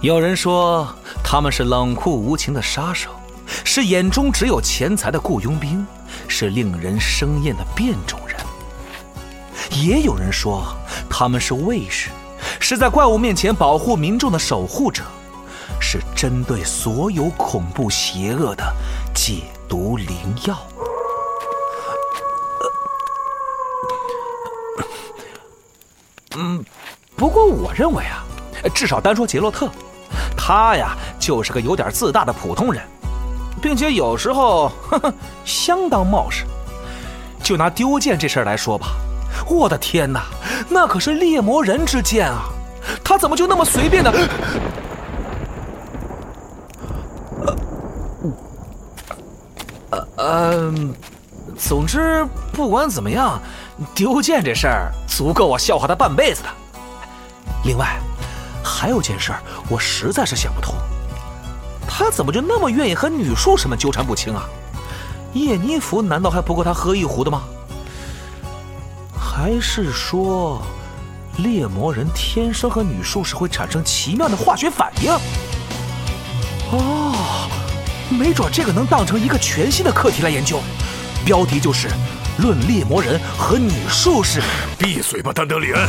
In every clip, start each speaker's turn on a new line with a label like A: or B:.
A: 有人说他们是冷酷无情的杀手，是眼中只有钱财的雇佣兵，是令人生厌的变种人。也有人说他们是卫士，是在怪物面前保护民众的守护者，是针对所有恐怖邪恶的解毒灵药。呃嗯不过我认为啊，至少单说杰洛特，他呀就是个有点自大的普通人，并且有时候 呵呵相当冒失。就拿丢剑这事儿来说吧，我的天哪，那可是猎魔人之剑啊，他怎么就那么随便的？ 呃，嗯、总之不管怎么样，丢剑这事儿足够我笑话他半辈子的。另外，还有件事儿，我实在是想不通，他怎么就那么愿意和女术士们纠缠不清啊？叶妮芙难道还不够他喝一壶的吗？还是说，猎魔人天生和女术士会产生奇妙的化学反应？哦，没准这个能当成一个全新的课题来研究，标题就是“论猎魔人和女术士”。
B: 闭嘴吧，丹德里恩！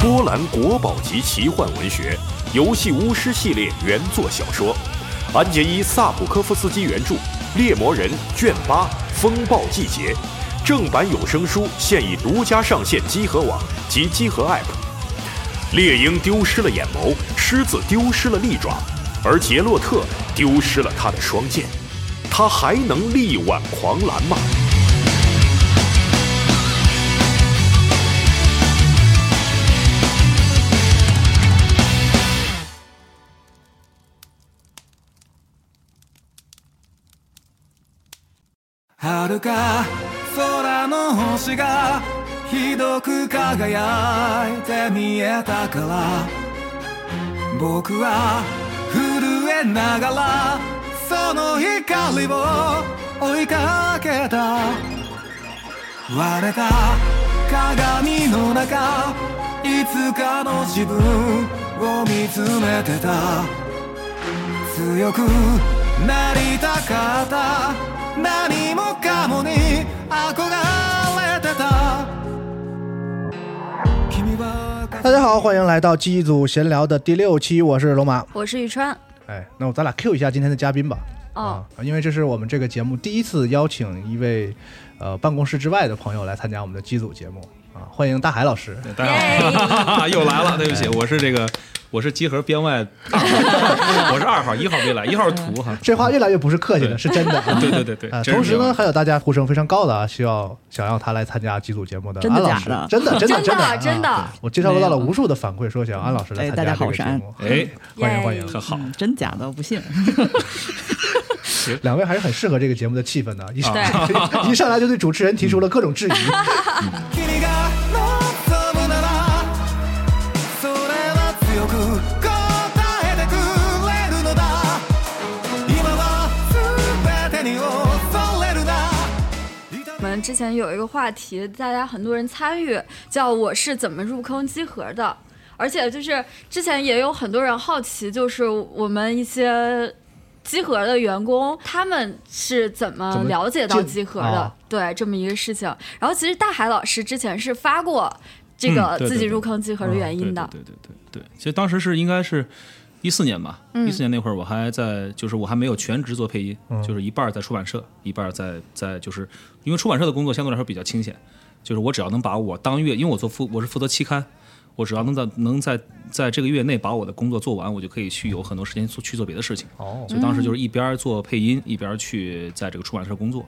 B: 波兰国宝级奇幻文学《游戏巫师》系列原作小说，安杰伊·萨普科夫斯基原著《猎魔人》卷八《风暴季节》，正版有声书现已独家上线积禾网及积禾 App。猎鹰丢失了眼眸，狮子丢失了利爪，而杰洛特丢失了他的双剑，他还能力挽狂澜吗？
C: 遥か空の星がひどく輝いて見えたから僕は震えながらその光を追いかけた割れた鏡の中いつかの自分を見つめてた強くなりたかった何もかもに憧れてた君は
D: 大家好，欢迎来到机组闲聊的第六期，我是龙马。
E: 我是宇川。
D: 哎，那我咱俩 Q 一下今天的嘉宾吧。
E: 哦，
D: 啊，因为这是我们这个节目第一次邀请一位呃办公室之外的朋友来参加我们的机组节目啊，欢迎大海老师。
F: 大家好， 又来了，对不起，我是这个，我是集合编外二号，我是二号，一号没来，一号是图哈，
D: 这话越来越不是客气了，是真的 啊。
F: 对对对对
D: 啊，
F: 真是
D: 同时
F: 这
D: 呢，
F: 样
D: 还有大家呼声非常高的啊，需要想要他来参加机组节目的
G: 真的
D: 安老
G: 假
D: 师
G: 的，
D: 真的真的
E: 真的
D: 啊
E: 真的
D: 对我介绍到了无数的反馈，说想要安老师来
G: 哎
D: 参
G: 大家
D: 加这
G: 好
D: 个
G: 我是
D: 节
G: 安
D: 目。
F: 哎，
D: 欢迎欢迎
E: 耶
F: 很好，
G: 嗯，真假的我不信。
D: 两位还是很适合这个节目的气氛的，一、
E: 对
D: 一上来就 对主持人提出了各种质疑。
C: 君が望むならそれは強く答えてくれるのだ今は全てに恐れる
E: 我
C: な
E: 们之前有一个话题，大家很多人参与，叫我是怎么入坑集合的。而且就是之前也有很多人好奇，就是我们一些集合的员工，他们是怎
D: 怎
E: 么
D: 么
E: 了解到
D: 进
E: 集合的？
D: 啊
E: 对，这么一个事情。然后其实大海老师之前是发过这个
F: 嗯对对
E: 自己
F: 对
E: 入坑集合的原因的。
F: 对对对对对，其实当时是应该是一四年吧，一四年那会儿我还在，就是我还没有全职做配音，就是一半儿在出版社，一半儿在在就是因为出版社的工作相对来说比较清闲，就是我只要能把我当月，因为我做负我是负责期刊。我只要能在能在在这个月内把我的工作做完，我就可以去有很多时间做去做别的事情。
D: 哦，
F: 所以当时就是一边儿做配音，一边儿去在这个出版社工作。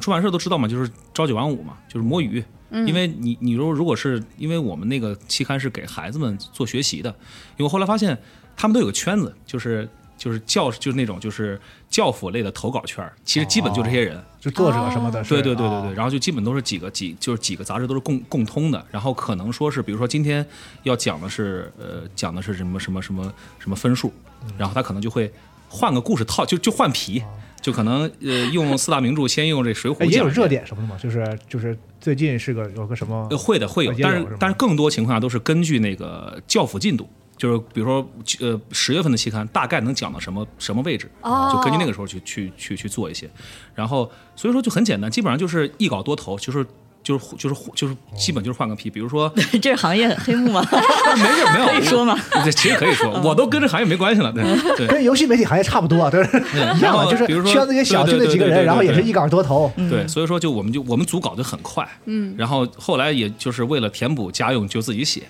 F: 出版社都知道嘛，就是朝九晚五嘛，就是摸鱼。因为你你如果如果是因为我们那个期刊是给孩子们做学习的，因为我后来发现他们都有个圈子，就是就是教就是那种就是教辅类的投稿圈儿，其实基本就这些人。
D: 就作者什么的是，
F: 哦对对对对
D: 啊
F: 对，然后就基本都是几个几就是几个杂志都是共共通的，然后可能说是比如说今天要讲的是呃讲
D: 嗯
F: 的是什么什么什么什么分数，然后他可能就会换个故事套就就换皮，就可能呃用四大名著，先用这《水浒》
D: 哦哎，也有
F: 讲一遍
D: 热点什么的嘛，就是就是最近是个有个什么
F: 呃，会的，会有
D: 也，啊有
F: 但
D: 是
F: 是
D: 吗
F: 但是更多情况下都是根据那个教辅进度，就是比如说呃十月份的期刊大概能讲到什么什么位置，
E: 哦
F: 就根据那个时候去去去去做一些，然后所以说就很简单，基本上就是一稿多投，就是。就是就是就是基本就是换个屁，比 如说没
G: 这是行业黑幕吗？
F: 事没有
G: 可以说吗？
F: 我这其实可以 说，我都跟这行业没关系了，对对。
D: 跟游戏媒体行业差不多，啊对不对？一样
F: 然
D: 嘛，
F: 后
D: 就是
F: 比如说
D: 圈子也小，
F: 对
D: 就
F: 对
D: 那几个
F: 对对
D: 人，
F: 对
D: 然后也是
F: 对
D: 一稿多投。
F: 对，所以说就我们就我们组稿就很快，嗯，然后后来也就是为了填补家用就自己写，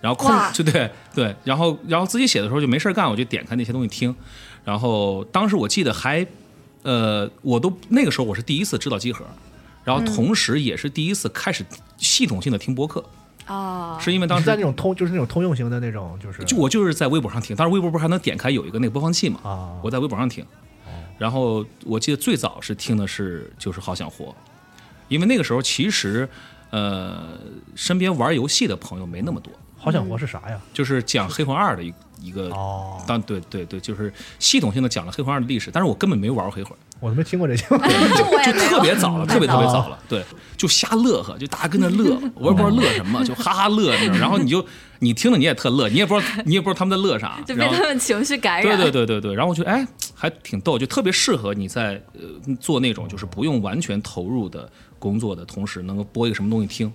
F: 然后空
E: 哇
F: 就对对，然后然后自己写的时候就没事儿干，我就点开那些东西听，然后当时我记得还，呃，我都那个时候我是第一次知道集合，然后同时也是第一次开始系统性的听播客，
E: 啊，
F: 是因为当
D: 是
F: 时
D: 在那种通，就是那种通用型的那种，就是啊
F: 就我就是在微博上听，当时微博不是还能点开有一个那个播放器嘛？
D: 啊
F: 我在微博上听。然后我记得最早是听的是就是《好想活》，因为那个时候其实呃身边玩游戏的朋友没那么多，
D: 好想活是啥呀？
F: 就是讲《黑魂二》的一一个。
D: 哦，
F: 但对对对，就是系统性的讲了《黑魂二》的历史，但是我根本没玩过《黑 魂》，
D: 我都没听过这些。
E: 我也
F: 就
E: 没有
F: 特别早了，特别特别早了，对，就瞎乐呵，就大家跟那 乐，我也不知道乐什么，就哈哈乐，你知道然后你就你听着你也特乐，你也不知道你也不知道他们在乐啥，
E: 就被
F: 然后。
E: 他们情绪感
F: 对
E: 染。
F: 对对对对，然后我觉得哎，还挺逗，就特别适合你在呃做那种就是不用完全投入的工作的同时，能够播一个什么东西听。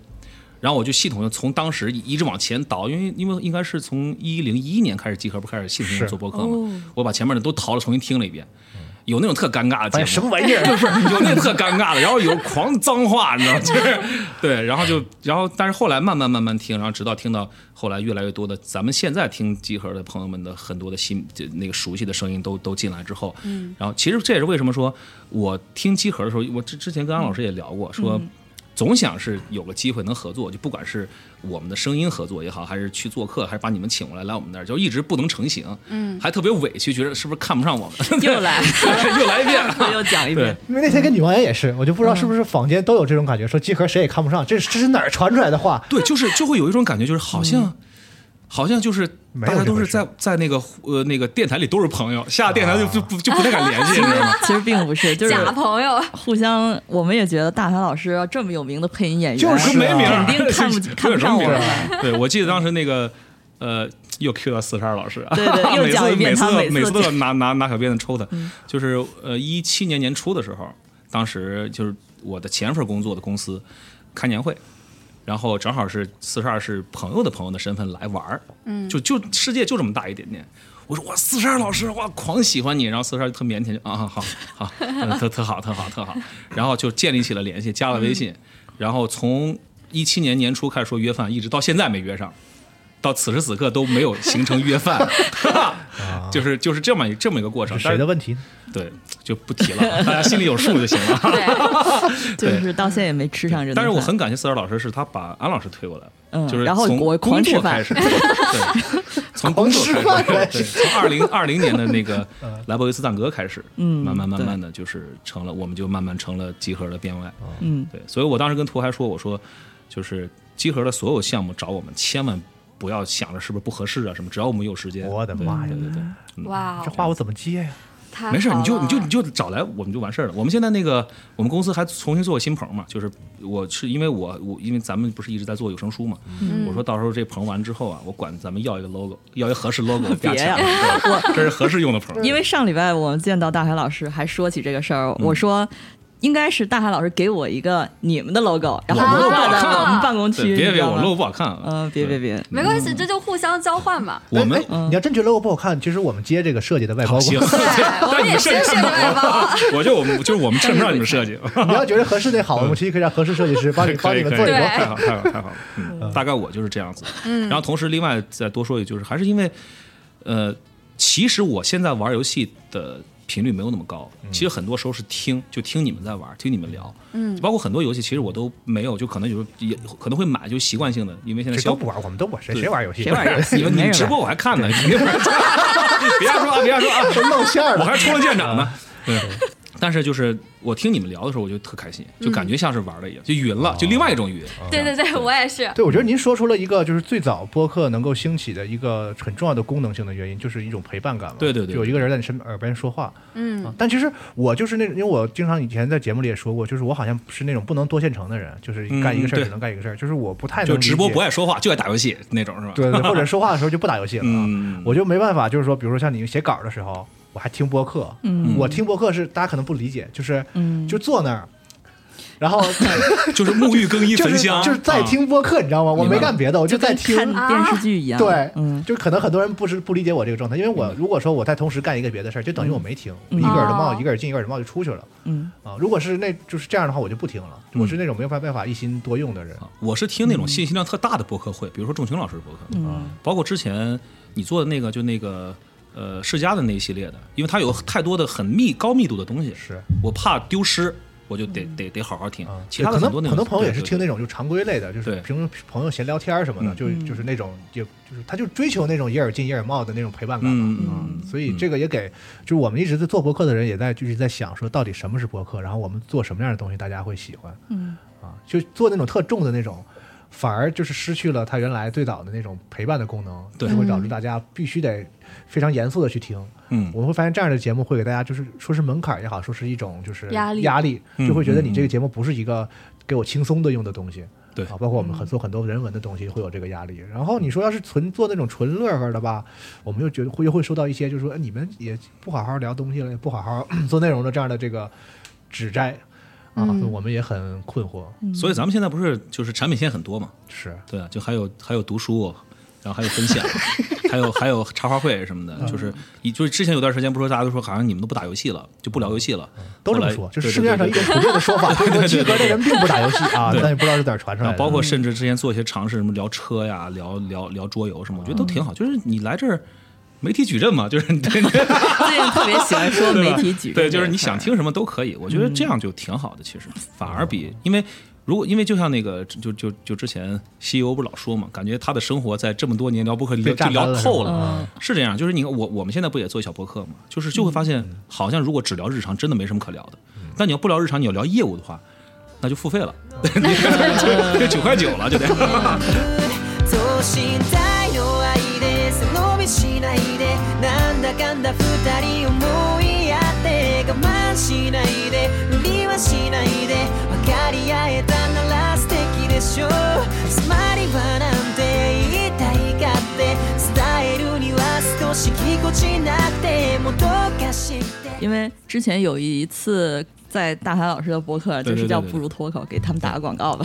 F: 然后我就系统就从当时一直往前倒，因为因为应该是从一零一一年开始集合，不开始系统
D: 是哦
F: 性做播客嘛，我把前面的都淘了，重新听了一遍。有那种特尴尬的节目，
D: 哎什么玩意儿？
F: 就是有那特尴尬的，然后有狂脏话，你知道吗？ 就是对，然后就然后但是后来慢慢慢慢听，然后直到听到后来越来越多的咱们现在听集合的朋友们的很多的新就那个熟悉的声音都都进来之后，嗯，然后其实这也是为什么说我听集合的时候，我之之前跟安老师也聊过，说。总想是有个机会能合作，就不管是我们的声音合作也好，还是去做客，还是把你们请过来来我们那儿，就一直不能成型，嗯，还特别委屈，觉得是不是看不上我们？
G: 又来
F: 对，又来一遍，
G: 我又讲一遍
F: 对，
D: 因为那天跟女王岩也是，我就不知道是不是坊间都有这种感觉，说集合谁也看不上，这是这是哪儿传出来的话？
F: 对，就是就会有一种感觉，就是好像、
G: 嗯
F: 好像就是
D: 没有
F: 大家
D: 这
F: 都
D: 回
F: 是
D: 事啊
F: 在在那个呃那个电台里都是朋友，下了电台就、就不就不太敢 联系，你知道吗？
G: 其实并不是，就是
E: 假朋友，
G: 互相，我们也觉得大凡老师这么有名的配音演员，
D: 就是
F: 没名儿，
G: 啊肯 定看不
F: 有
G: 看不
F: 什
G: 上
F: 么
G: 我
F: 名
G: 们
F: 儿。啊对，我记得当时那个呃，又 Q 到四十二老师，啊
G: 对对 又
F: 每
G: 讲一
F: 次
G: 遍
F: 每次
G: 他
F: 都
G: 每次嗯
F: 每次都
G: 都
F: 拿拿拿小鞭子抽他，就是呃一七年年初的时候，当时就是我的前份工作的公司开年会。然后正好是四十二是朋友的朋友的身份来玩儿，嗯，就就世界就这么大一点点。我说哇，四十二老师哇，狂喜欢你。然后四十二就特腼腆，就啊好好好，嗯特特好特好特好。 然后就建立起了联系，加了微信。然后从一七年年初开始说约饭，一直到现在没约上。到此时此刻都没有形成 约饭， 就是就是这么一这么一个过程。
D: 啊谁的
F: 但
D: 问题呢？
F: 是对就不提了，大家心里有数就行了。
E: 对，
G: 就是到现在也没吃上这顿饭。
F: 但是我很感谢四儿老师，是他把安老师推过来的，
G: 嗯
F: 就是
G: 然后
F: 从
G: 我狂
F: 工作
G: 吃饭
F: 开 始，对，从工作
D: 狂吃
F: 开
D: 饭嗯
F: 始，对，从二零二零年的那个莱博维斯赞格开始，
G: 嗯
F: 慢慢慢慢的就是成了，我们就慢慢成了集合的编外，
G: 嗯，
F: 对，所以我当时跟图还说，我说就是集合的所有项目找我们，千万不要想着是不是不合适啊什么，只要我们有时间，
D: 我的
F: 对
D: 妈呀
F: 对对对，嗯
E: 哇
G: 啊
E: 哦
D: 这，话我怎么接呀？
E: 太
F: 没事，
E: 好
F: 你就
E: 了嗯
F: 你就你就找来，我们就完事儿了。我们现在那个，我们公司还重新做个新棚嘛，就是我是因为我我因为咱们不是一直在做有声书嘛，
G: 嗯
F: 嗯
E: 嗯
F: 我说到时候这棚完之后啊，我管咱们要一个 logo，要一合适 logo，我加
G: 别
F: 钱
G: 呀
F: 了，对这是合适用的棚。
G: 因为上礼拜我们见到大海老师还说起这个事儿，
F: 嗯
G: 我说。应该是大海老师给我一个你们的 logo，然后
F: 我们的
G: 我挂
F: logo
G: 在
F: 好看
G: 我们办公
F: 对
G: 区，
F: 别
G: 你知
F: 别，
G: 道
F: 我
G: 吗
F: logo 不好看啊。
G: 嗯，别别别，
E: 没关系，这就互相交 换嘛。
F: 对，我们
D: 哎
G: 嗯
D: 哎你要真觉得 logo 不好看，其实我们接这个设计的外包
G: 哎
F: 好
D: 工
F: 行，
D: 作，
E: 对，哎 我们也是这个外包。
F: 我就我们就是我们衬不让你们设计。
D: 你要觉得合适那好，我们其实可以让合适设计师帮你帮
F: 嗯可
D: 你
F: 以
D: 们
F: 可以，
D: 做一
E: 对
D: 做。
F: 太好太好太好了，嗯，大概我就是这样子。嗯，然后同时另外再多说一句，就是还是因为，呃，其实我现在玩游戏的频率没有那么高，
D: 嗯
F: 其实很多时候是听，就听你们在玩，听你们聊，嗯，包括很多游戏其实我都没有，就可能有时候也可能会买，就习惯性的，因为现在
D: 谁
F: 消
D: 都不玩，我们都不玩，谁谁
F: 对
D: 玩游戏？
G: 谁玩游戏
F: 你们
G: 没
F: 你
G: 人
F: 直播我还看呢， 你别别瞎说啊，别瞎说啊，
D: 都露馅儿
F: 我
D: 了。嗯
F: 还充了舰长呢。对，但是就是我听你们聊的时候，我就特开心，就感觉像是玩了一样，就云
D: 哦
F: 了，就另外一种云。
E: 对对对，我也是。
D: 对，我觉得您说出了一个就是最早播客能够兴起的一个很重要的功能性的原因，就是一种陪伴感嘛。
F: 对对对
D: 有一个人在你身耳边说话。
E: 嗯
D: 啊但其实我就是那，因为我经常以前在节目里也说过，就是我好像是那种不能多线程的人，就是干一个事儿
F: 嗯
D: 只能干一个事儿，就是我不太能
F: 就直播
D: 理解
F: 不爱说话，就爱打游戏那种是 吧？
D: 对对， 或者说话的时候就不打游戏了啊。
F: 嗯
D: 我就没办法，就是说，比如说像你写稿的时候，我还听播客。
G: 嗯
D: 我听播客是大家可能不理解，就是、
G: 嗯
D: 就坐那儿，然 后
F: 就是沐浴更衣
D: 就
F: 焚
D: 是
F: 香，
D: 就是在
F: 啊
D: 听播客，你知道吗？我
F: 明白
D: 没干别的，我就在
G: 跟
D: 听。
G: 看电视剧一样。
D: 对，
G: 嗯，
D: 就可能很多人不知不理解我这个状态，因为我如果说我在同时干一个别的事儿，就等于我没听，我一个耳朵冒
E: 哦
D: 一个耳进一个耳朵冒就出去了
G: 嗯
D: 啊。如果是那就是这样的话，我就不听了。我是那种没有办法一心多用的人。
F: 我是听
D: 嗯
F: 那种信息量特大的播客会，比如说仲群老师的播客，嗯，包括之前你做的那个就那个呃世家的那一系列的，因为它有太多的很密高密度的东西，
D: 是
F: 我怕丢失，我就得得得好好听
D: 啊，。
F: 其他的
D: 可能
F: 很多那
D: 可
F: 种
D: 能朋友也是听那
F: 种
D: 种就常规类的，就是
F: 对
D: 平朋友闲聊天儿什么的，
F: 嗯
D: 就就是那种就就是他就追求那种一耳进一耳冒的那种陪伴感嘛。
F: 嗯嗯
D: 所以这个也给，就是我们一直在做博客的人也在就是在想说，到底什么是博客，然后我们做什么样的东西大家会喜欢。
G: 嗯
D: 啊，就做那种特重的那种，反而就是失去了它原来最早的那种陪伴的功能，
F: 对
D: 就会导致大家必须得非常严肃的去听。
F: 嗯
D: 我们会发现这样的节目会给大家就是说是门槛也好，说是一种就是
E: 压力
D: 压力
F: 嗯
D: 就会觉得你
F: 嗯
D: 这个节目不是一个给我轻松的用的东西。
F: 对
D: 啊，包括我
E: 嗯
D: 们很做很多人文的东西会有这个压力。然后你说要是纯做那种纯乐呵的吧，我们又觉得会又会收到一些就是说哎你们也不好好聊东西了，也不好好 做内容的这样的这个指摘啊，
E: 嗯
D: 所以我们也很困惑。
F: 嗯所以咱们现在不是就是产品线很多嘛，
D: 是，
F: 对啊，就还有还有读书，然后还有 分享，还有还有茶话会什么的，
D: 嗯
F: 就是一就是之前有段时间不是说大家都说好像你们都不打游戏了，就不聊游戏了，
D: 嗯都这
F: 后
D: 么
F: 来
D: 说，就
F: 对
D: 是市
F: 对
D: 面上
F: 对
D: 一种普遍的说 法，就是说集合的人并不打游戏啊，
F: 对
D: 但也不知道嗯是哪儿传出
F: 然
D: 来
F: 后
D: 的。
F: 包括甚至之前做一些尝试，什么聊车呀、聊聊聊桌游什么，我觉得都挺
D: 嗯
F: 好。就是你来这儿，媒体矩阵嘛，就是 你对
G: 最近特别喜欢说媒体举
F: 对，就是你想听什么都可以。我觉得这样就挺好的，其
D: 嗯
F: 实反而比因为。如果因为就像那个就就就之前 CEO 不是老说嘛，感觉他的生活在这么多年聊播客聊
D: 被
F: 就
D: 榨干
F: 聊
D: 了是吧
E: 嗯
F: 透了，是这样。就是你看我我们现在不也做小播客嘛，就是就会发现好像如果只聊日常，真的没什么可聊的。但你要不聊日常，你要聊业务的话，那就付费了， 就九块九了就得。
H: 等身体の愛で背伸びしないでなんだかんだ二人思い合って我慢しないで無理はしないで分かり合えたなら素敵でしょうつまりはなんて言いたいかって伝えるには少しぎこちなくてもどうかして
G: 因为之前有一次在大海老师的博客，
F: 对对
G: 就是叫
F: 对对
G: 不如脱口，给他们打个广告吧。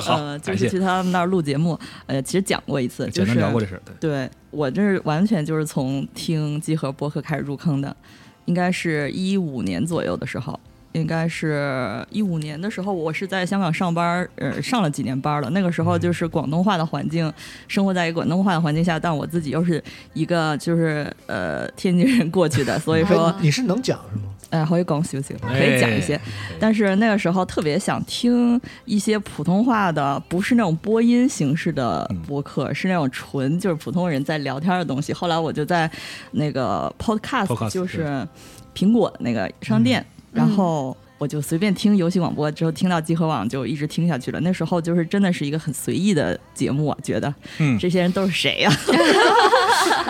F: 好
G: 呃，，就
F: 感
G: 是
F: 谢。
G: 去他们那儿录节目，呃，其实讲过一次，就
F: 简
G: 是
F: 单聊过这事儿，对，
G: 对我这是完全就是从听集合播客开始入坑的，应该是一五年左右的时候，应该是一五年的时候，我是在香港上班儿，呃，上了几年班儿了。那个时
F: 嗯
G: 候就是广东话的环境，生活在一个广东话的环境下，但我自己又是一个就是呃天津人过去的，所以说
D: 哎你是能讲是吗？
G: 哎，可以讲少少，可以讲一
F: 哎
G: 些。但是那个时候特别想听一些普通话的，不是那种播音形式的
F: 嗯
G: 播客，是那种纯就是普通人在聊天的东西。后来我就在那个 Podcast，,
F: Podcast，嗯
G: 就是苹果那个商店，然后。我就随便听游戏广播，之后听到集合网就一直听下去了。那时候就是真的是一个很随意的节目、啊，觉得，
F: 嗯
G: 这些人都是谁啊呀、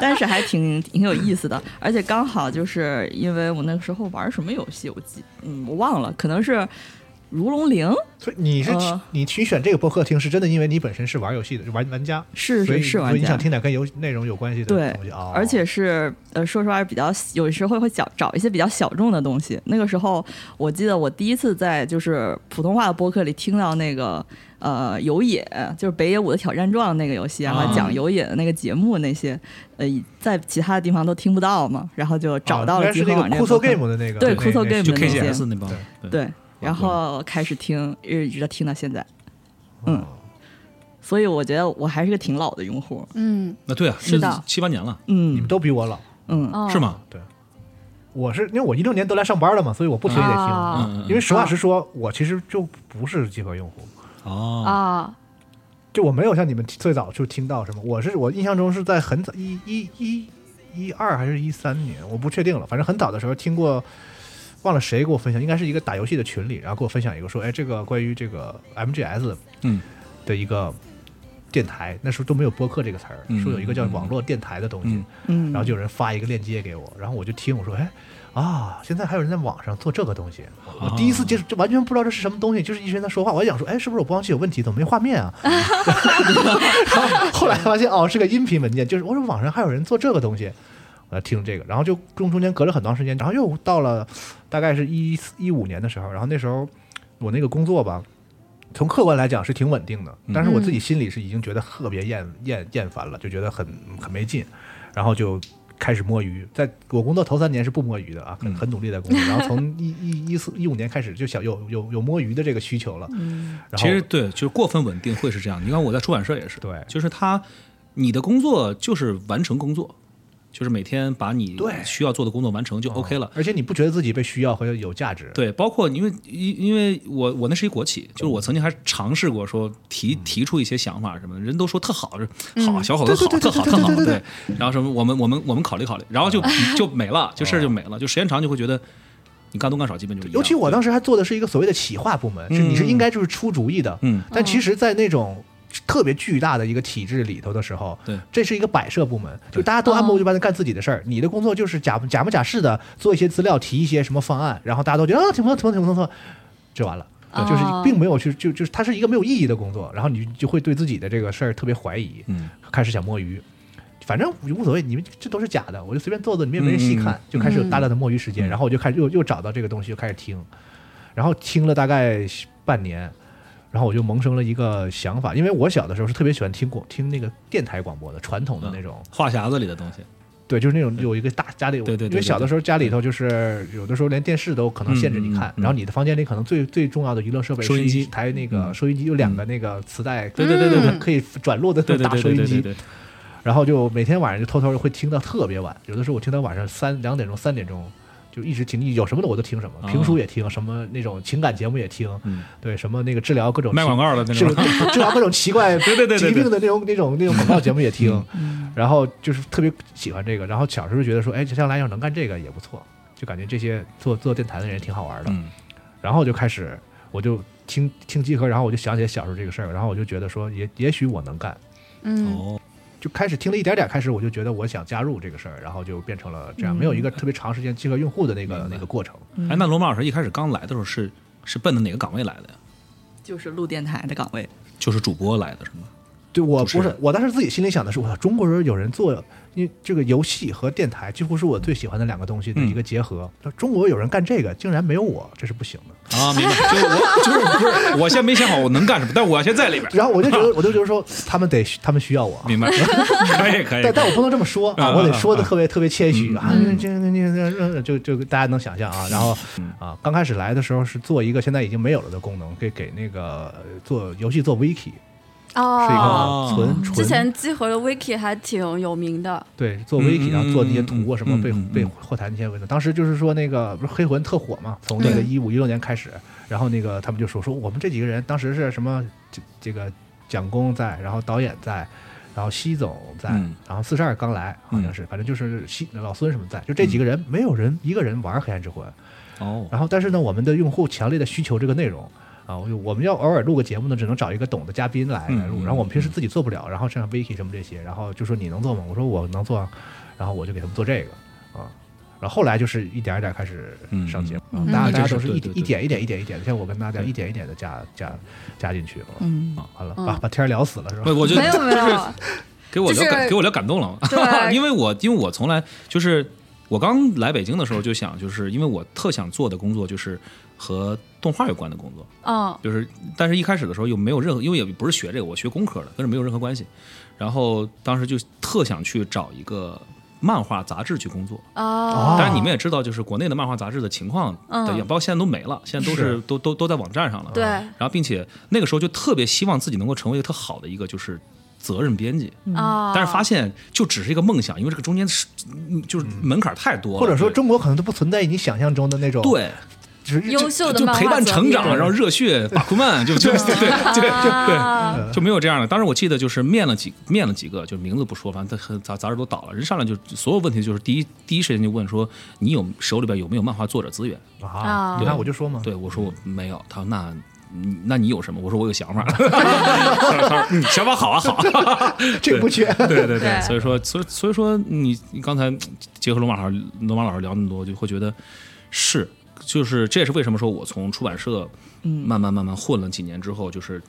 G: 但是还挺挺有意思的，而且刚好就是因为我那个时候玩什么游戏，我记，嗯，我忘了，可能是如龙零，
D: 所以你是
G: 呃
D: 你去选这个播客听，是真的因为你本身是玩游戏的玩玩家，
G: 是
D: 所以
G: 是是
D: 所
G: 玩
D: 以你
G: 家
D: 想，听点跟游内容有关系
G: 对
D: 的东西啊。哦
G: 而且是呃，说实话比较有时候会找找一些比较小众的东西。那个时候我记得我第一次在就是普通话的播客里听到那个呃有野，就是北野武的挑战状那个游戏，然
D: 啊
G: 后讲有野的那个节目那些，呃，在其他的地方都听不到嘛，然后就找到
D: 啊
G: 了
D: 应
G: 集
D: 该
G: 合
D: 是
G: 网
D: 那
G: 这
D: 个酷
G: 个
D: 搜
G: 播客
D: game 的那个
G: 对
D: 那
G: 酷搜
D: 那是
G: game
F: 就啊
G: 的那些
F: KGS 那帮，对，
G: 对，然后开始听，一直到听到现在，嗯
D: 哦，
G: 所以我觉得我还是个挺老的用户，
E: 嗯
F: 那对啊，
E: 是的
F: 七八年了，
D: 你们
G: 嗯
D: 都比我老。
G: 嗯，
E: 哦，
F: 是？吗？
D: 我是因为我一六年都来上班了嘛，所以我不听也听。
E: 啊
F: 嗯，
D: 因为实话实说，我其实就不是集合用户，
F: 哦，
E: 啊，
D: 就我没有像你们最早就听到什么。我是我印象中是在很早一一一一二还是一三年，我不确定了，反正很早的时候听过忘了谁给我分享，应该是一个打游戏的群里，然后给我分享一个说，哎，这个关于这个 MGS
F: 嗯
D: 的一个电台，那时候都没有播客这个词儿，
F: 嗯
D: 说有一个叫网络电台的东西，
F: 嗯
G: 嗯，
D: 然后就有人发一个链接给我，哎然后我就听，我说，哎，啊，现在还有人在网上做这个东西，我我第一次接触，就完全不知道这是什么东西，就是一群人在说话，我还想说，哎，是不是我播上去有问题，怎么没画面啊？ 然后后来发现，哦，是个音频文件，就是我说网上还有人做这个东西，我在听这个，然后就中中间隔了很长时间，然后又到了大概是一一五年的时候，然后那时候我那个工作吧。从客观来讲是挺稳定的，但是我自己心里是已经觉得特别厌
F: 嗯
D: 厌厌烦了，就觉得很很没劲，然后就开始摸鱼。在我工作头三年是不摸鱼的啊，
F: 嗯
D: 很很努力在工作，然后从一一一四一五年开始就想有有有摸鱼的这个需求了，然后
F: 嗯其实对，就是过分稳定会是这样。你看我在出版社也是，
D: 对
F: 就是他，你的工作就是完成工作，就是每天把你
D: 对
F: 需要做的工作完成就 OK 了。
D: 而且你不觉得自己被需要和有价值，
F: 对，包括因为因因为我我那是一国企，就是我曾经还尝试过说提提出一些想法什么的，人都说特好，就是好小伙子好，特好特好，嗯对。啊然后什么我们我们我们考虑考虑，然后就就没了，这事儿就没了，就时间长就会觉得你干多干少基本就一样。
D: 尤其我当时还做的是一个所谓的企划部门，是你是应该就是出主意的，
F: 嗯，
D: 但其实，在那种特别巨大的一个体制里头的时候，
F: 对哦
D: 这是一个摆设部门，就大家都按部就班的干自己的事儿，你的工作就是假假模假式的做一些资料，提一些什么方案，然后大家都觉得啊，挺不错，挺不错，挺不错，这完了。
E: 哦
D: 就是并没有去，就就是它是一个没有意义的工作，然后你就会对自己的这个事儿特别怀疑，
F: 嗯，
D: 开始想摸鱼，反正无所谓，你们这都是假的，我就随便做做，你们也没
F: 嗯
D: 人细看，就开始有大量的摸鱼时间，然后我就开始又又找到这个东西，就开始听，然后听了大概半年，然后我就萌生了一个想法，因为我小的时候是特别喜欢听广听那个电台广播的传统
F: 嗯
D: 的那种，
F: 话匣子里的东西，
D: 对，就是那种有一个大家里，
F: 对对对嗯
D: 因为小的时候家里头就是有的时候连电视都可能限制你看，
F: 嗯嗯嗯
D: 然后你的房间里可能最最重要的娱乐设备
F: 收
D: 是
F: 音
D: 一
F: 机嗯
D: 台那个收音机，有两个那个磁带，
F: 对对对对对
D: 可以转录的那
F: 对
D: 种
F: 对
D: 大
F: 对
D: 收
F: 对
D: 音
F: 对对
D: 机，
F: 对，
D: 然后就每天晚上就偷偷会听到特别晚，有的时候我听到晚上三两点钟、三点钟，就一直听，有什么的我都听什么，
F: 啊
D: 评书也听，什么那种情感节目也听，
F: 嗯，
D: 对，什么那个治疗各种
F: 卖广
D: 告，
F: 告的那
D: 治
F: 种，
D: 治疗各种奇怪
F: 对对对对嗯
D: 疾病
F: 对，
D: 的那种那种那种广告节目也听，然后就是特别喜欢这个，然后小时候觉得说，哎，将来要能干这个也不错，就感觉这些做做电台的人挺好玩的，
F: 嗯
D: 然后就开始我就听听集合，然后我就想起小时候这个事儿，然后我就觉得说也也许我能干。
E: 嗯
F: 哦，
D: 就开始听了一点点，开始我就觉得我想加入这个事儿，然后就变成了这
F: 嗯
D: 样，没有一个特别长时间集合用户的那个那个过程。
F: 哎，那罗马老师一开始刚来的时候是是奔着哪个岗位来的呀？
G: 就是录电台的岗位，
F: 就是主播来的是吗？
D: 对我
F: 主持
D: 不
F: 人
D: 是，我当时自己心里想的是，我操，中国人有人做，因为这个游戏和电台几乎是我最喜欢的两个东西的一个结
F: 嗯
D: 合。中国有人干这个，竟然没有我，这是不行的。
F: 啊，明 白，就是我就是不是，我先没想好我能干什么，但我先在里边儿，
D: 然后我就觉得，我就觉得说，他们得，他们需要我。啊
F: 明 白，可以可以
D: 但，但我不能这么说
F: 啊
D: 啊，
F: 啊
D: 我得
F: 啊
D: 说的
F: 啊
D: 特别特别谦虚啊
E: 嗯，
D: 这这这这就就大家能想象啊。然后啊，刚开始来的时候是做一个现在已经没有了的功能，给给那个呃做游戏做 wiki，是一
E: 哦，
D: 个纯纯
E: 之前集合的 Wiki 还挺有名的，
D: 对做 wiki，
F: 嗯
D: 然后做那些图啊
F: 嗯
D: 什么
F: 嗯
D: 被
F: 嗯
D: 被
F: 嗯
D: 后台那些文章。当时就是说那个不是黑魂特火嘛，从那个
E: 对
D: 一五一六年开始，然后那个他们就说说我们这几个人当时是什么这这个蒋工在，然后导演在。然后西总在，
F: 嗯
D: 然后四十二刚来，好像是，反正就是西老孙什么在，就这
F: 嗯
D: 几个人，没有人一个人玩黑暗之魂。
F: 哦，
D: 然后，但是呢，我们的用户强烈的需求这个内容啊，我就我们要偶尔录个节目呢，只能找一个懂的嘉宾来
F: 嗯
D: 来录。然后我们平时自己做不了，然后像 Vicky 什么这些，然后就说你能做吗？我说我能做啊，然后我就给他们做这个啊。然后后来就是一点一点开始上节目，
G: 嗯
D: 啊大家大
F: 嗯
D: 家都
F: 这
D: 是
F: 是
D: 一
F: 对对对
D: 一点一点一点一点，像我跟大家
F: 对
D: 一点一点的加加加进去啊。
G: 嗯，
D: 完了，
E: 嗯
D: 把把天儿聊死了是吧
F: 不，？我就
E: 没有没
F: 就是
E: 有，
F: 给我聊
E: 就是
F: 感，给我聊感动了。
E: 对
F: 因为我因为我从来就是我刚来北京的时候就想，就是因为我特想做的工作就是和动画有关的工作，
E: 嗯
F: 就是但是一开始的时候又没有任何，因为也不是学这个，我学工科的，跟这没有任何关系。然后当时就特想去找一个漫画杂志去工作，
E: 哦，
F: 但是你们也知道，就是国内的漫画杂志的情况的样，
E: 嗯
F: 包括现在都没了，现在都是
D: 是
F: 都都都在网站上了。
E: 对
F: 然后并且那个时候就特别希望自己能够成为一个特好的一个就是责任编辑，
E: 啊，
F: 但是发现就只是一个梦想，因为这个中间是嗯就是门槛太多了，
D: 或者说
F: 对
D: 中国可能都不存在你想象中的那种
F: 对
D: 就是
E: 优秀的
F: 就
E: 漫画
F: 陪伴成
E: 作
F: 长，
E: 品
F: 然后热血巴库曼，就就对对对
E: 啊
F: 就没有这样的。当时我记得就是面了几面了几个，就名字不说，反正他杂杂志都倒了，人上来就所有问题就是第一第一时间就问说你有手里边有没有漫画作者资源？
D: 啊，你看我就说嘛，
F: 对我说我没有，他说那。你那你有什么？我说我有想 法，他说嗯想法好啊好啊，
D: 这个不缺，
F: 对对
E: 对
F: 对，所以说，所以所以说你，你刚才结合罗马老师罗马老师聊那么多，就会觉得是，就是这也是为什么说我从出版社
G: 嗯
F: 慢慢慢慢混了几年之后，就是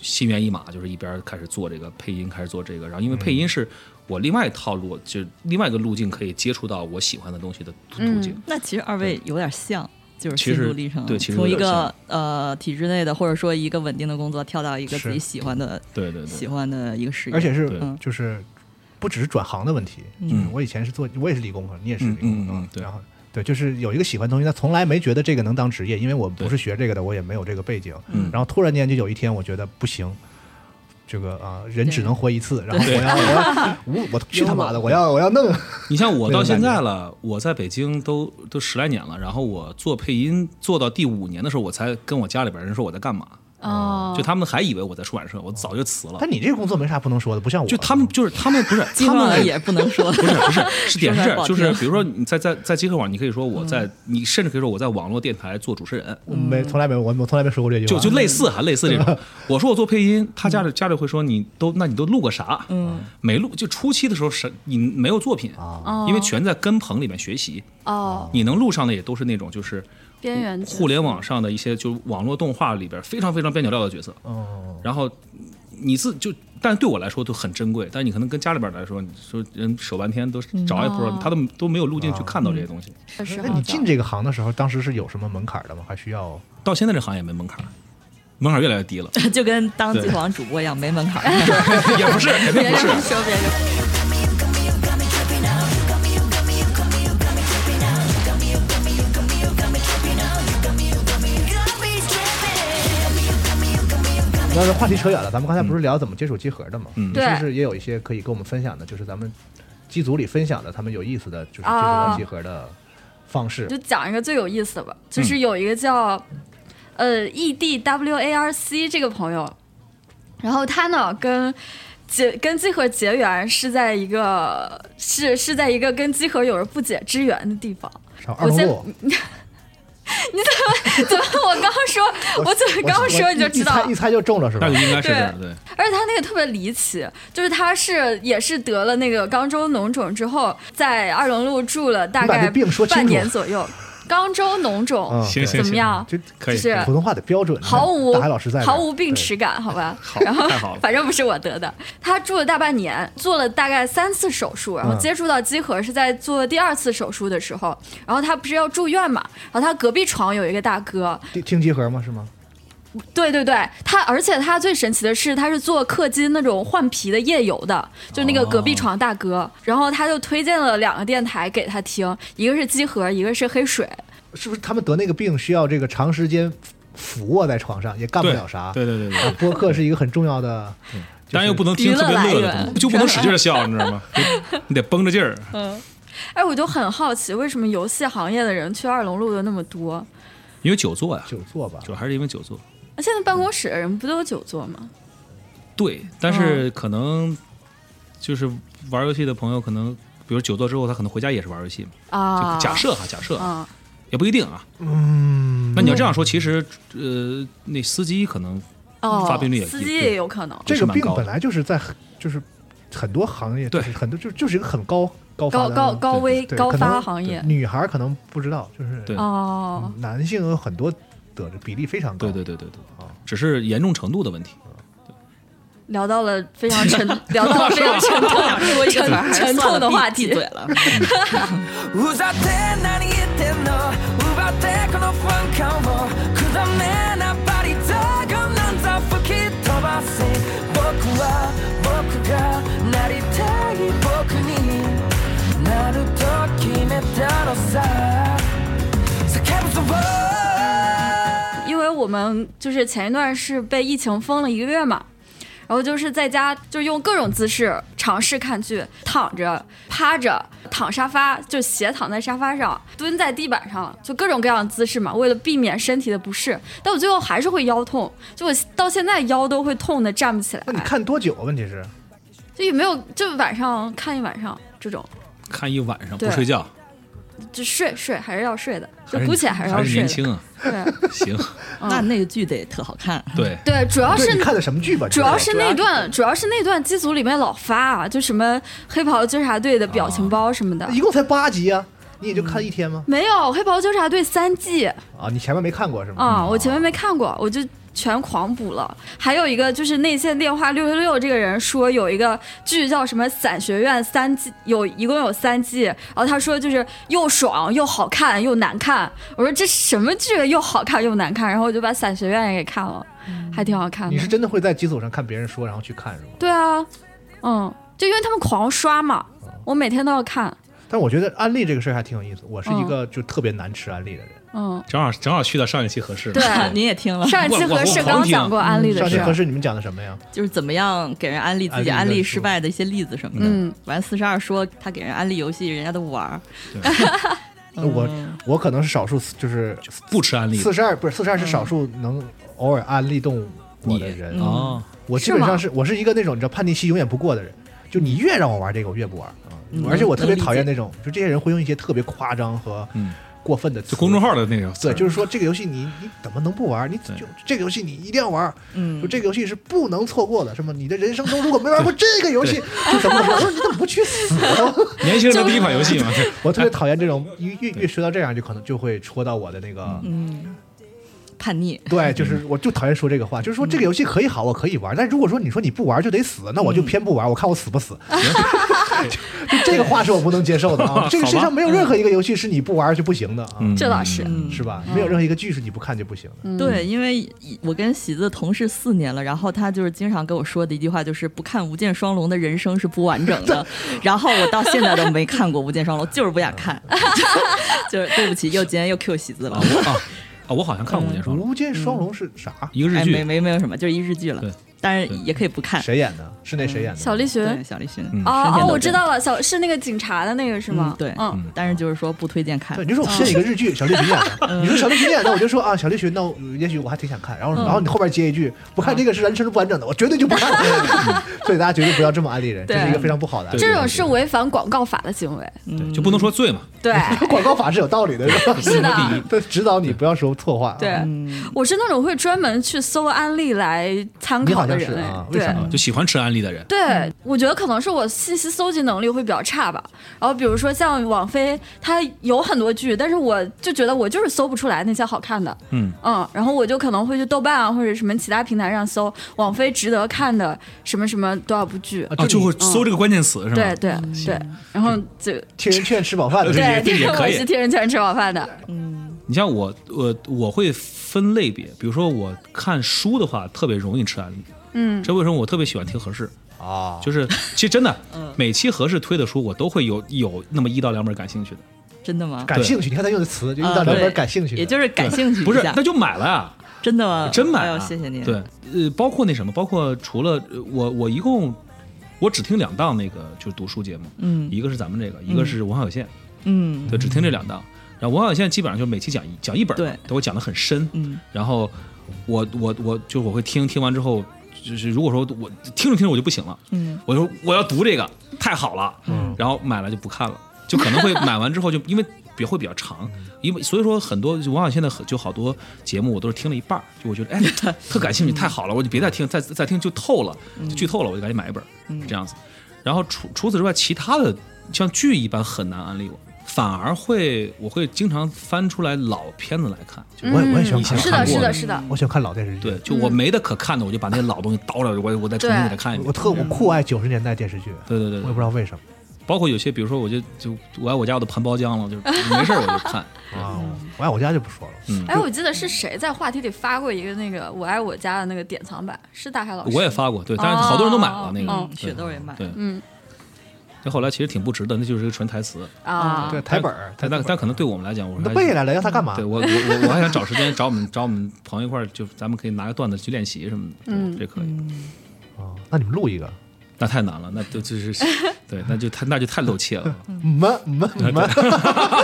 F: 心猿意马，就是一边开始做这个配音，开始做这个，然后因为配音是我另外一套路，就另外一个路径可以接触到我喜欢的东西的途途径。
G: 那其实二位有点像，就是
F: 其
G: 心
F: 实
G: 路历程，
F: 对其实
G: 从
F: 有
G: 一
F: 点
G: 个
F: 像
G: 呃体制内的或者说一个稳定的工作跳到一个
D: 是
G: 自己喜欢的
F: 对对
G: 喜
F: 对，
G: 欢的一个事业，
D: 而
E: 哦
D: 且是
F: 对
G: 嗯
D: 就是不只是转行的问题，嗯，我以前是做我也是理工科，你也是理工
F: 嗯嗯
D: 科，啊
F: 嗯对
D: 然后。对，就是有一个喜欢的东西，但从来没觉得这个能当职业，因为我不
F: 对
D: 是学这个的，我也没有这个背景。
F: 嗯
D: 然后突然间就有一天，我觉得不行，这个啊、人只
G: 对
D: 能活一次，然后我
F: 对
D: 要我 要我我去他妈的，我要我要弄。
F: 你像我到现在了，我在北京都都十来年了，然后我做配音做到第五年的时候，我才跟我家里边人说我在干嘛，
E: 哦，
F: 嗯就他们还以为我在出版社，我早就辞了。
D: 但你这个工作没啥不能说的，不像我。
F: 就他们就是他们不 是
G: 基
F: 他
G: 本上
F: 们
G: 也不能说
F: 不是不是是点是 这
G: 说来不
F: 样，
G: 好
F: 就是
G: 听嗯
F: 比如说你在在在极客网，你可以说我在，你甚至可以说我在网络电台做主持人，
D: 我嗯没从来没有我我从来没说过这句
F: 就
D: 话。
F: 就类似哈啊类似这
D: 嗯
F: 种。我说我做配音，他家里家里会说你都那你都录过啥？嗯，没录，就初期的时候是你没有作品
D: 啊
G: 哦
F: 因为全在跟棚里面学习，
E: 哦，
F: 你能录上的也都是那种就是
E: 边缘角色
F: 互联网上的一些就是网络动画里边非常非常边角料的角色，
D: 哦，
F: 然后你自就，但对我来说都很珍贵，但你可能跟家里边来说，你说人守半天都是找也不知
E: 嗯
F: 道，他都都没有路径去看到这些东西。
E: 确实
D: 那
E: 好
D: 你
E: 找
D: 进这个行的时候，当时是有什么门槛的吗？还需要
F: 到现在这行业没门槛儿，门槛儿越来越 低了，
G: 就跟当
F: 对
G: 极网主播一样没门槛儿，
F: 也不是，肯定
G: 别
F: 不是
G: 这。么说别人。
D: 要是话题扯远了，咱们刚才不是聊怎么接触集合的吗？嗯，
E: 对
D: 是不是也有一些可以跟我们分享的？就是咱们机组里分享的，他们有意思的，就是接触到集合的方式。
E: 哦就讲一个最有意思的吧，
D: 嗯
E: 就是有一个叫、呃 E D W A R C 这个朋友，然后他呢跟结跟集合结缘是在一个是是在一个跟集合有着不解之缘的地方。
D: 上二
E: 我
D: 龙
E: 先
D: 路，
E: 怎么我刚说，我怎么刚说
D: 我
E: 你就知道
D: 一一猜一猜就中了是吧
F: 那？就应该是这样，对，
E: 而且他那个特别离奇，就是他是也是得了那个肛周脓肿之后，在二龙路住了大
D: 你把
E: 概
D: 这病说清楚啊
E: 半年左右。肛周脓肿、
D: 嗯
F: 行行
E: 怎么样？
D: 就
F: 可以，
E: 就是
D: 普通话得标准，
E: 毫无
D: 大海老师在这儿
E: 毫无病耻感，好 吧？
F: 好
E: 然后
F: 太好了
E: 反正不是我得的，他住了大半年，做了大概三次手术，然后
D: 嗯
E: 接触到机核是在做第二次手术的时候，然后他不是要住院嘛，然后他隔壁床有一个大哥，
D: 对听听集合吗？是吗？
E: 对对对，他而且他最神奇的是，他是做氪金那种换皮的夜游的，就那个隔
D: 哦
E: 壁床大哥，然后他就推荐了两个电台给他听，一个是机核，一个是黑水，
D: 是不是他们得那个病需要这个长时间俯卧在床上，也干不
F: 对
D: 了啥？
F: 对对对对
D: 啊，
F: 对，
D: 播客是一个很重要的，
F: 当然又不能听
E: 娱乐
F: 特别乐
E: 来
F: 的
E: 源
F: 东西，就不能使劲儿笑，你知 道吗？你你得绷着劲儿，
E: 哎，我就很好奇，为什么游戏行业的人去二龙路的那么多？
F: 因为久坐呀，
D: 久坐吧。
F: 主要还是因为久坐。
E: 那啊现在办公室的人不都有久坐吗？
F: 对，但
E: 嗯
F: 是可能就是玩游戏的朋友，可能比如久坐之后，他可能回家也是玩游戏嘛。
E: 啊，
F: 就假设哈，假设
E: 啊，
F: 也不一定啊。
D: 嗯，
F: 那你要这样说，其实呃，那司机可能
E: 哦，
F: 发病率也
E: 司机也有可能，
D: 这
F: 是
D: 个
F: 蛮
D: 病
F: 高的
D: 本来就是在很就是很多行业，
F: 对
D: 就是很多就就是一个很高高发
E: 高
D: 的
E: 高高危
D: 对
E: 高
D: 可能
E: 发行业
D: 女孩儿可能不知道，就是
F: 对
E: 哦，
D: 男性有很多得的比例非常高。
F: 对对对对对
D: 啊，
F: 只是严重程度的问题。
E: 聊到了非常沉，聊到了非常沉 痛、
G: 说一个词儿还
E: 沉
G: 是
E: 沉
G: 算
E: 痛
G: 了
E: 的话
G: 闭闭
E: 题。
G: 嘴了。
H: うざって何言ってんの奪ってこのファン感をくだめなバリザーがなんざ吹き飛ばせ僕は僕がなりたい僕になると決めたのさ叫ぶぞ
E: 因为我们就是前一段是被疫情封了一个月嘛，然后就是在家就用各种姿势尝试看剧，躺着、趴着、躺沙发，就斜躺在沙发上，蹲在地板上，就各种各样的姿势嘛，为了避免身体的不适。但我最后还是会腰痛，就我到现在腰都会痛的站不起来
D: 那，你看多久啊？问题是，
E: 就也没有就晚上看一晚上这种，
F: 看一晚上不
E: 对
F: 睡觉，
E: 就睡睡还是要睡的，就
F: 还是
E: 姑且还是要
F: 还是
E: 睡
F: 年
E: 的。
F: 轻啊，
E: 对
F: 行，
G: 那
E: 嗯
G: 那个剧得特好看。
F: 对，
E: 对，主要
D: 对
E: 是
D: 你看的什么剧吧？
E: 主要是
D: 这个
E: 那段，主要是那段机组里面老发啊，就什么黑袍纠察队的表情包什么的。
D: 一共才八集啊，你也就看一天吗？
E: 没有黑袍纠察队三季
D: 啊，你前面没看过是吗？
E: 嗯啊，我前面没看过，我就全狂补了。还有一个就是内线电话六六六这个人说有一个剧叫什么《伞学院》三季，有一共有三季，然后他说就是又爽又好看又难看。我说这什么剧又好看又难看，然后我就把《伞学院》也给看了，还挺好看
D: 嗯
E: 的。
D: 你是真的会在机组上看别人说，然后去看是吗？
E: 对啊，嗯，就因为他们狂刷嘛，我每天都要看，
D: 但是我觉得安利这个事儿还挺有意思。我是一个就特别难吃安利的人，
E: 嗯，
F: 正好正好去到上一期合适了，
E: 对
G: 您也听了，
E: 上一期
F: 我我
E: 和社刚讲过安利的
D: 嗯上期
E: 事
D: 合
E: 儿，
D: 适你们讲的什么呀？
G: 就是怎么样给人安利自己
D: 安利
G: 安利
D: 人数
G: 失败的一些例子什么的。
E: 嗯，
G: 完四十二说他给人安利游戏，人家都不玩儿。
E: 嗯
D: 那我我可能是少数，就是
F: 不吃安利
D: 四十二不是四十二
G: 嗯
D: 是少数能偶尔安利动我的人。啊
F: 哦，
E: 嗯
D: 我基本上
E: 是
D: 是我是一个那种你知道叛逆期永远不过的人，就你越让我玩这个，我越不玩。嗯
G: 嗯
D: 而且我特别讨厌
G: 能
D: 那种，就这些人会用一些特别夸张和
F: 嗯
D: 过分的词。
F: 就公众号的那种词儿，
D: 对，就是说这个游戏你你怎么能不玩？你
F: 对
D: 就这个游戏你一定要玩，
G: 嗯
D: 就，这个游戏是不能错过的，什么？你的人生中如果没玩过这个游戏，就怎么怎么，我说你怎么不去死 呢？
F: 年轻人的第一款游戏嘛，
D: 我特别讨厌这种，越越越说到这样，就可能就会戳到我的那个，
G: 叛逆。
D: 对，就是我就讨厌说这个话，就是说这个游戏可以好，我可以玩，但如果说你说你不玩就得死，那我就偏不玩，我看我死不死。就就这个话是我不能接受的啊！这个世界上没有任何一个游戏是你不玩就不行的啊，
F: 嗯
E: 这倒是，
G: 嗯
D: 是吧？没有任何一个剧是你不看就不行的。
E: 嗯
G: 对，因为我跟喜子同事四年了，然后他就是经常跟我说的一句话就是“不看《无剑双龙》的人生是不完整的”，然后我到现在都没看过《无剑双龙》，就是不想看，就就是对不起，又今天又 Q 喜子
F: 啊
G: 了，
F: 我啊啊，我好像看过《无间双龙》，
D: 无间双龙是啥？
F: 一个日
G: 哎，没
F: 剧，
G: 没没有什么，就是一日剧了
F: 对，
G: 但是也可以不看。
D: 谁演的？是那谁演的？
E: 小栗旬，
G: 对，嗯小栗旬，
E: 哦
G: 山田
E: 哦，
G: 斗
E: 我
G: 真
E: 知道了，小是那个警察的那个是吗？
G: 嗯对
E: 嗯，
G: 但是就是说不推荐看
D: 对，。你说我现在一个日剧，小栗旬演的，你说小栗旬演的，我就说啊，小栗旬，那我也许我还挺想看。然后，然后你后边接一句，不看这个是人生是不完整的，我绝对就不看了。所以大家绝对不要这么安利人，这
E: 对
D: 是一个非常不好的啊安利。
E: 这种是违反广告法的行为，
G: 嗯
F: 对就不能说醉嘛，
E: 对。
D: 广告法是有道理的， 是吧？
E: 是的，
D: 对，指导你不要说啊错话。
E: 对，，我是那种会专门去搜安利来参
D: 你
E: 考
D: 好
E: 的
D: 像是
E: 人，哎
D: 啊，为
E: 对
D: 啥，？
G: 嗯
F: 就喜欢吃安利的人，
E: 对，我觉得可能是我信息搜集能力会比较差吧。然后比如说像网飞，它有很多剧，但是我就觉得我就是搜不出来那些好看的。
F: 嗯
E: 然后我就可能会去豆瓣啊或者什么其他平台上搜网飞值得看的什么什么多少部剧。
F: 啊，就会
G: 嗯
F: 搜这个关键词是吗？
E: 对对对，然后就
D: 听人劝吃饱饭的，
F: 对
E: 对
F: 也，也
E: 对，
F: 可
E: 我
F: 以
E: 是听人劝吃饱饭的。
G: 嗯
F: 你像我，我我会分类别，比如说我看书的话，特别容易吃安利。
E: 嗯
F: 这为什么我特别喜欢听合适？
G: 哦
D: 啊，
F: 就是其实真 的，
G: 嗯
F: 每期合适推的书，我都会有有那么一到两本感兴趣的。
G: 真的吗？
D: 感兴趣。你看他用的词，就遇
F: 啊
D: 到两
G: 嗯对
D: 本感兴趣的，
G: 也就是感兴趣一
F: 不是
G: 下，
F: 那就买了呀，
G: 真的吗？
F: 真买
G: 哎呦
F: 了。
G: 谢谢您。
F: 对，，呃，包括那什么，包括除了呃我，我一共我只听两档那个就是读书节目，
G: 嗯
F: 一个是咱们这个，一个是文化有限，
G: 嗯
F: 对，只听这两档。然后文化有限基本上就每期讲一讲一本，
G: 对，
F: 都会讲的很深，
G: 嗯，
F: 然后我我我就我会听听完之后，就是如果说我听着听着我就不行了，
G: 嗯，
F: 我就说我要读这个，太好了，嗯，然后买了就不看了，就可能会买完之后就因为比会比较长，因为所以说很多往往现在很就好多节目我都是听了一半儿，就我觉得哎特感兴趣， 太嗯好了，我就别再听再再听就透了，就剧透了，我就赶紧买一本儿，这样子。然后除除此之外，其他的像剧一般很难安利我。反而会，我会经常翻出来老片子来看，就
D: 我也我也喜欢
F: 以前
D: 看，
E: 是
F: 看
E: 的，
F: 过嗯
E: 是
F: 的
E: 的，是的。
D: 我喜欢看老电视剧。
F: 对，就我没得可看的，我就把那老东西倒着，我我再重新给它看一
D: 我
F: 遍。
D: 特我酷爱九十年代电视剧，
F: 对对对
D: 我也
F: 对
D: 不知，道为什么
F: 包括有些，比如说，我就就我爱我家我都盘包浆了，就是没事儿我就看。
D: 啊，我爱我家就不说了。
F: 嗯
E: 哎，我记得是谁在话题里发过一个那个“我爱我家”的那个典藏版，是大海老师吗。
F: 我也发过，对，但是好多人都买了那个
E: 哦，
F: 对
G: 雪豆也买了。
F: 对，
E: 嗯。
F: 那后来其实挺不值的，那就是个纯台词。
E: 啊，
D: 对，台本儿，
F: 但但但可能对我们来讲，我
D: 你都
F: 还
D: 背下来了，要他干嘛？
F: 对我我我我还想找时间找我们找我们朋
E: 嗯
F: 友一块儿，就咱们可以拿个段子去练习什么的，对这可以。
D: 啊，那你们录一个，
F: 那太难了，那就就是 对，那就太那就太露怯 了。
D: 么么
F: 啊
D: 么，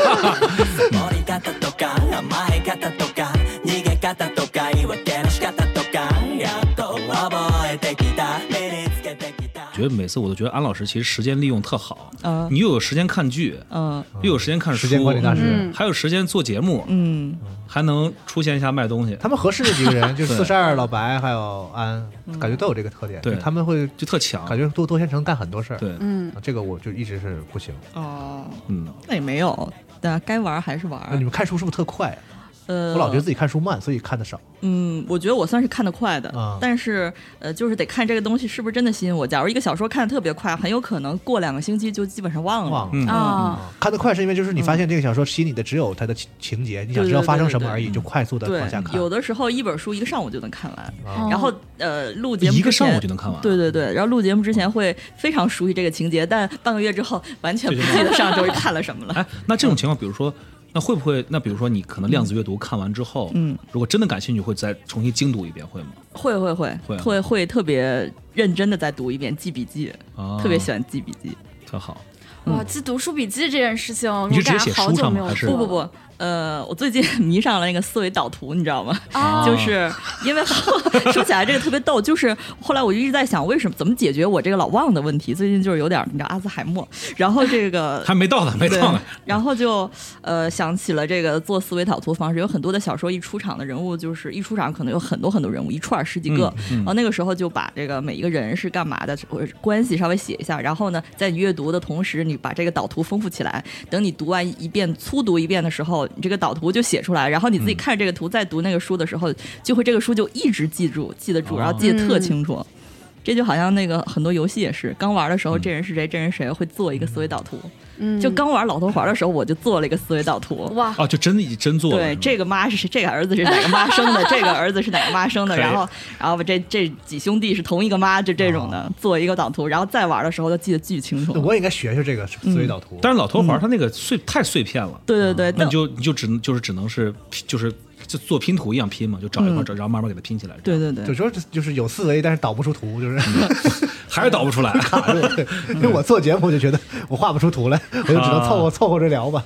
I: 盛り方とか甘え方とか逃げ方とか言い訳の仕方とかやっと覚えてきた身につけてきた
F: 觉得每次我都觉得安老师其实时间利用特好，
E: 哦
G: 啊
F: 你又有时间看剧，
G: 嗯
F: 又有时间看书，
D: 时间管理大师
E: 嗯
F: 还有时间做节目，
G: 嗯，
F: 还能出现一下卖东西，
D: 他们合适的几个 人，就是
F: 对嗯
D: 四十二、老白还有安，感觉都有这个特点，
F: 对
D: 就他们会
F: 就特强。
D: 感觉多多线程干很多事儿。
F: 对，
E: 嗯
D: 啊，这个我就一直是不行。
G: 哦，
F: 嗯，
G: 那也没有，但该玩还是
D: 那你
G: 玩。
D: 们看书是不是特快啊？
G: 呃，
D: 我老觉得自己看书慢，所以看的少。
G: 嗯，我觉得我算是看得快的，
D: 啊
G: 但是呃，就是得看这个东西是不是真的吸引我。假如一个小说看得特别快，很有可能过两个星期就基本上忘了。
D: 忘了
F: 嗯
E: 啊，
D: 看得快是因为就是你发现这个小说吸引你的只有它的情情节，你想知道发生什么而已，就快速的
G: 嗯对
D: 往下，看。
G: 有的时候一本书一个上午就能看完，
D: 啊
G: 然后呃，录节目
F: 哦一个
G: 之前
F: 上午就能看完啊
G: 对对对，然后录节目之前会非常熟悉这个情节，但半个月之后完全不记得上周看了什么了。
F: 哎，那这种情况，比如说，那会不会？那比如说，你可能量子阅读看完之后，
G: 嗯，
F: 如果真的感兴趣，会再重新精读一遍，会吗？
G: 会会会
F: 会啊
G: 会会特别认真的再读一遍，记笔记，
F: 啊，
G: 特别喜，欢记笔记。
F: 特好。
E: 哇，记读书笔记这件事情，我
F: 嗯你是
E: 感
F: 直接
E: 觉
F: 写
E: 好
F: 书
E: 久
F: 上
E: 没
F: 吗
E: 有
F: 还是
E: 做
G: 不不
E: 了
G: 不，呃，我最近 迷上了那个思维导图，你知道吗？
F: 哦
E: 啊，
G: 就是因为 说起来这个特别逗，就是后来我一直在想，为什么怎么解决我这个老忘的问题？最近就是有点儿你知道阿兹海默，然后这个
F: 还没到 呢，没
G: 对
F: 到呢。，
G: 然后就呃想起了这个做思维导图方式，有很多的小说一出场的人物就是一出场可能有很多很多人物，一串儿十几个，然后那个时候就把这个每一个人是干嘛的或者关系稍微写一下，然后呢，在你阅读的同时，你把这个导图丰富起来。等你读完一遍粗读一遍的时候，你这个导图就写出来，然后你自己看着这个图再读那个书的时候，就会这个书就一直记住，记得住，然后记得特清楚。这就好像那个很多游戏也是，刚玩的时候这人是谁，这人是谁会做一个思维导图，
E: 嗯
G: 就刚玩老头环的时候，我就做了一个思维导图。
E: 哇，
F: 哦，就真的真做了。
G: 对，
F: 是吗
G: 这个妈是 这个儿子是哪个妈生的，这 个儿子是哪个妈生的，
F: 可以
G: 然后然后这这几兄弟是同一个妈，就这种的，做一个导图，然后再玩的时候就记得巨清楚
D: 那。我也应该学学这个思
G: 嗯
D: 维导图。
F: 但是老头环他那个碎太碎片了，
G: 对对对，
F: 那
G: 但
F: 你就你就只能就是只能是就是就做拼图一样拼嘛，就找一块
G: 嗯
F: 找，然后慢慢给它拼起来。
G: 对
F: 这样，
G: 对对
D: 有，时候就是有思维，但是导不出图，就是
F: 还是导不出来。
D: 卡住了。对因为我做节目，我就觉得我画不出 图来，我就只能
G: 啊
D: 凑合凑合着聊吧。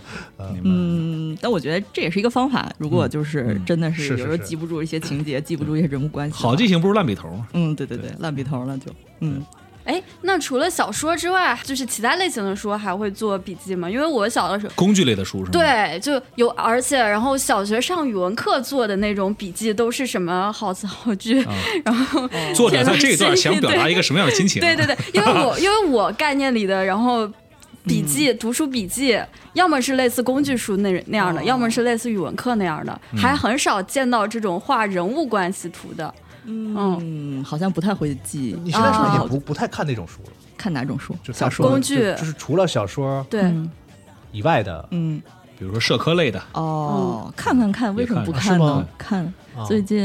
G: 嗯，但我觉得这也是一个方法。如果就是真的
D: 是
G: 是有
D: 是
G: 时候
D: 是
G: 记不住一些情节，记不住一些人物关系，
F: 好记，性不如烂笔头嘛。
G: 嗯，对对对，烂笔头了就，嗯，
E: 哎，那除了小说之外，就是其他类型的书还会做笔记吗？因为我小的时候。
G: 嗯
F: 工具类的书是吗？，
E: 对，就有，而且然后小学上语文课做的那种笔记都是什么好词好句，
G: 嗯
E: 然后
G: 哦
F: 作者在这一段想表达一个什么样的心情？啊
E: 对对对，因为 我因为我概念里的，然
G: 嗯
E: 后笔记、读书笔记，要么是类似工具书那那样的，
G: 哦嗯
E: 要么是类似语文课那样的，还很少见到这种画人物关系图的。嗯，
G: 嗯，好像不太会记。
D: 你现在是不是
E: 啊
D: 也不不太看那种书了？
G: 看哪种书？
D: 就
G: 小
D: 说
E: 工
G: 说？
E: 具
D: 就就是除了小说
E: 对，
G: 嗯
D: 以外的，
G: 嗯，
F: 比如说社科类的，
G: 哦，看看看，为什么不
D: 看
G: 看
D: 啊是
G: 呢
D: 吗？
G: 看
D: 啊
G: 最近，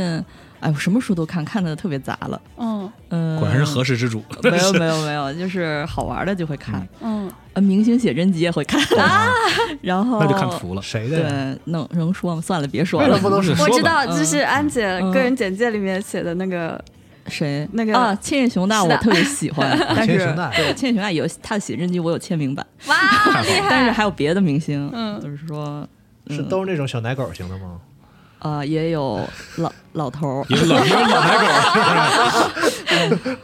G: 哎，我什么书都看，看的特别杂了。
E: 嗯
G: 嗯，
F: 果然是合适之主。
G: 没有没有没有，就是好玩的就会看，
E: 嗯，
G: 呃，明星写真集也会看， 然后
F: 那就看图了。
D: 谁的
G: 嗯对
D: 呀？，
G: 能能说吗？算了，别说
D: 为什
G: 了
D: 么。不能说？
E: 我知
F: 吧
E: 道，就是安姐
G: 嗯
E: 个人简介里面写的那个，
G: 谁
E: 那个
G: 啊？千叶雄大，
E: 是
G: 我
E: 的
G: 特别 喜欢，
D: 千
G: 但是
D: 叶雄大
G: 对千叶雄大有他的写真集，我有签名版，
E: 哇，厉
G: 但
E: 害！
G: 是还有别的明星，
E: 哎嗯
G: 就是说，嗯
D: 是都是那种小奶狗型的吗？
G: 啊，也有老老头儿，
F: 也有老也有老奶狗，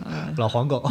G: 嗯
D: 老黄狗，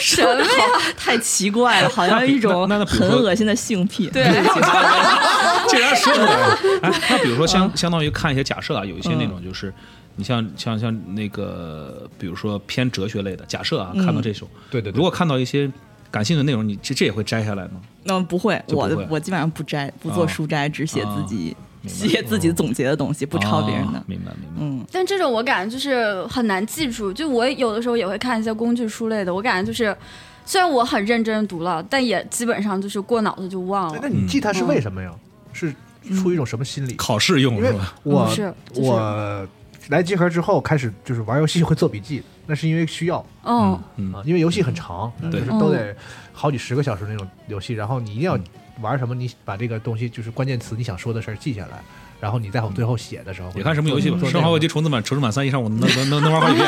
G: 什么呀？ 太奇怪了，好像一种
F: 那那那比如
G: 很
F: 说
G: 恶心的性癖。
E: 对，
F: 竟然说出来了。哎，那比如说
G: 嗯
F: 相相当于看一些假设啊，有一些那种就是，你像像像那个，比如说偏哲学类的假设
G: 嗯
F: 啊，看到这种，
D: 对对对
F: 如果看到一些感兴趣的内容，你这这也会摘下来吗？
G: 嗯，不会，
F: 就不
G: 我
F: 会哦
G: 我基本上不摘，不做书摘，只写自己
F: 明白哦
G: 写自己总结的东西，不抄别人的
F: 啊。明白明白。
G: 嗯，
E: 但这种我感觉就是很难记住，就我有的时候也会看一些工具书类的，我感觉就是，虽然我很认真读了，但也基本上就是过脑子就忘
D: 哎
E: 了
D: 那。你记它
F: 嗯
D: 是为什么呀？是出于一种什么心理？
F: 考试用
D: 因
F: 是
D: 为
F: 吧？
D: 我、
E: 嗯是就是
D: 我来集合之后开始就是玩游戏会做笔记，那是因为需要
E: 嗯，
F: 嗯
D: 啊，因为游戏很长，就
F: 对
D: 是都得好几十个小时
F: 嗯
D: 那种游戏，然后你一定要玩什么，你把这个东西就是关键词你想说的事儿记下来，然后你再往最后写的时候，
F: 嗯也看什么游戏吧，
D: 做
F: 《
D: 做
F: 生
D: 那
F: 化
D: 种
F: 危机》重置版、重置版三以上，我能能能能玩好几遍。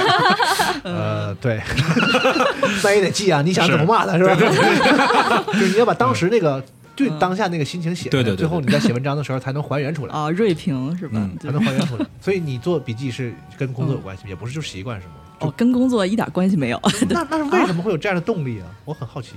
D: 呃，对， 但也得记啊，你想怎么骂他是吧？ 就是你要把当时那个对
E: 嗯
D: 当下那个心情写下来，
F: 对对对对
D: 最后你在写文章的时候才能还原出来，
G: 啊，锐评是吧？
F: 嗯
D: 才
G: 就
D: 能还原出来。所以你做笔记是跟工作有关系，也不是就是习惯是吗？
G: 哦，跟工作一点关系没有。
D: 那那是为什么会有这样的动力啊？我很好奇。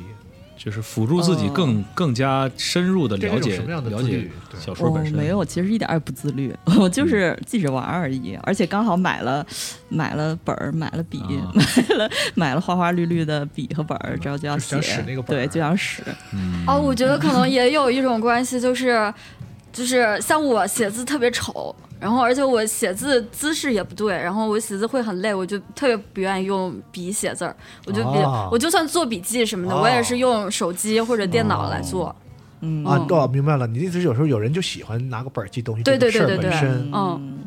F: 就是辅助自
G: 哦
F: 己更更加深入的了
D: 这是一种
F: 解
D: 什么样的
F: 了
D: 自律
F: 解
D: 对
F: 小说
G: 我
F: 本身。
G: 哦
F: 嗯
G: 没有，其实一点儿也不自律，我就是记着玩儿而已。而且刚好买了买了本儿，买了笔，
F: 啊
G: 买了买了花花绿绿的笔和本儿，然后就要
D: 就想
G: 写，
D: 使那个本儿
G: 对，就想使。
E: 哦，我觉得可能也有一种关系，就是就是像我写字特别丑，然后而且我写字姿势也不对，然后我写字会很累，我就特别不愿意用笔写字儿，我就比、
D: 哦
E: 我就算做笔记什么的，
D: 哦
E: 我也是用手机或者电脑来做。
G: 嗯
D: 啊，对，明白了。你的意思是有时候有人就喜欢拿个本儿记东西，
E: 对
D: 这个
E: 对
D: 事儿
E: 对对
D: 本
E: 对
D: 身
E: 嗯，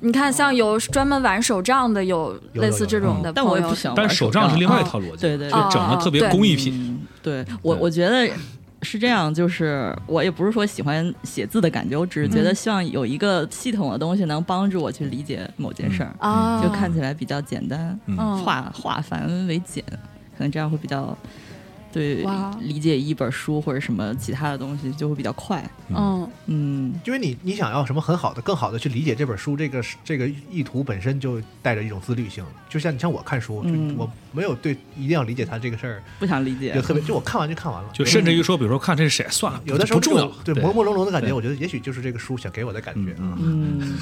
E: 你看，像有专门玩手账的，有
D: 有
E: 类
D: 有
E: 似
D: 有嗯
E: 这种的
G: 但
E: 朋
G: 我
E: 友，
G: 也不想玩
F: 但是手账是另外一套
G: 哦
F: 逻辑，
G: 对对
F: 就
G: 对
F: 整的特别
E: 哦
F: 工艺品。
G: 嗯对我，
F: 对
G: 我觉得是这样，就是我也不是说喜欢写字的感觉，我只是觉
E: 嗯
G: 得希望有一个系统的东西能帮助我去理解某件事儿，
F: 嗯
E: 啊，
G: 嗯就看起来比较简单，
E: 嗯
G: 化化繁为简，可能这样会比较。对
E: 哇，
G: 理解一本书或者什么其他的东西就会比较快。
E: 嗯
G: 嗯，
D: 因为你你想要什么很好的、更好的去理解这本书，这个这个意图本身就带着一种自律性。就像你像我看书，就
G: 嗯
D: 我没有对一定要理解它这个事儿，
G: 不想理解
D: 就。特别就我看完就看完了。
F: 就甚至于说，比如说看这是谁，算了，
D: 有的时候
F: 不重要。
D: 对模
F: 模
D: 朦胧胧的感觉，
F: 对
D: 我觉得也许就是这个书想给我的感觉啊。
G: 嗯，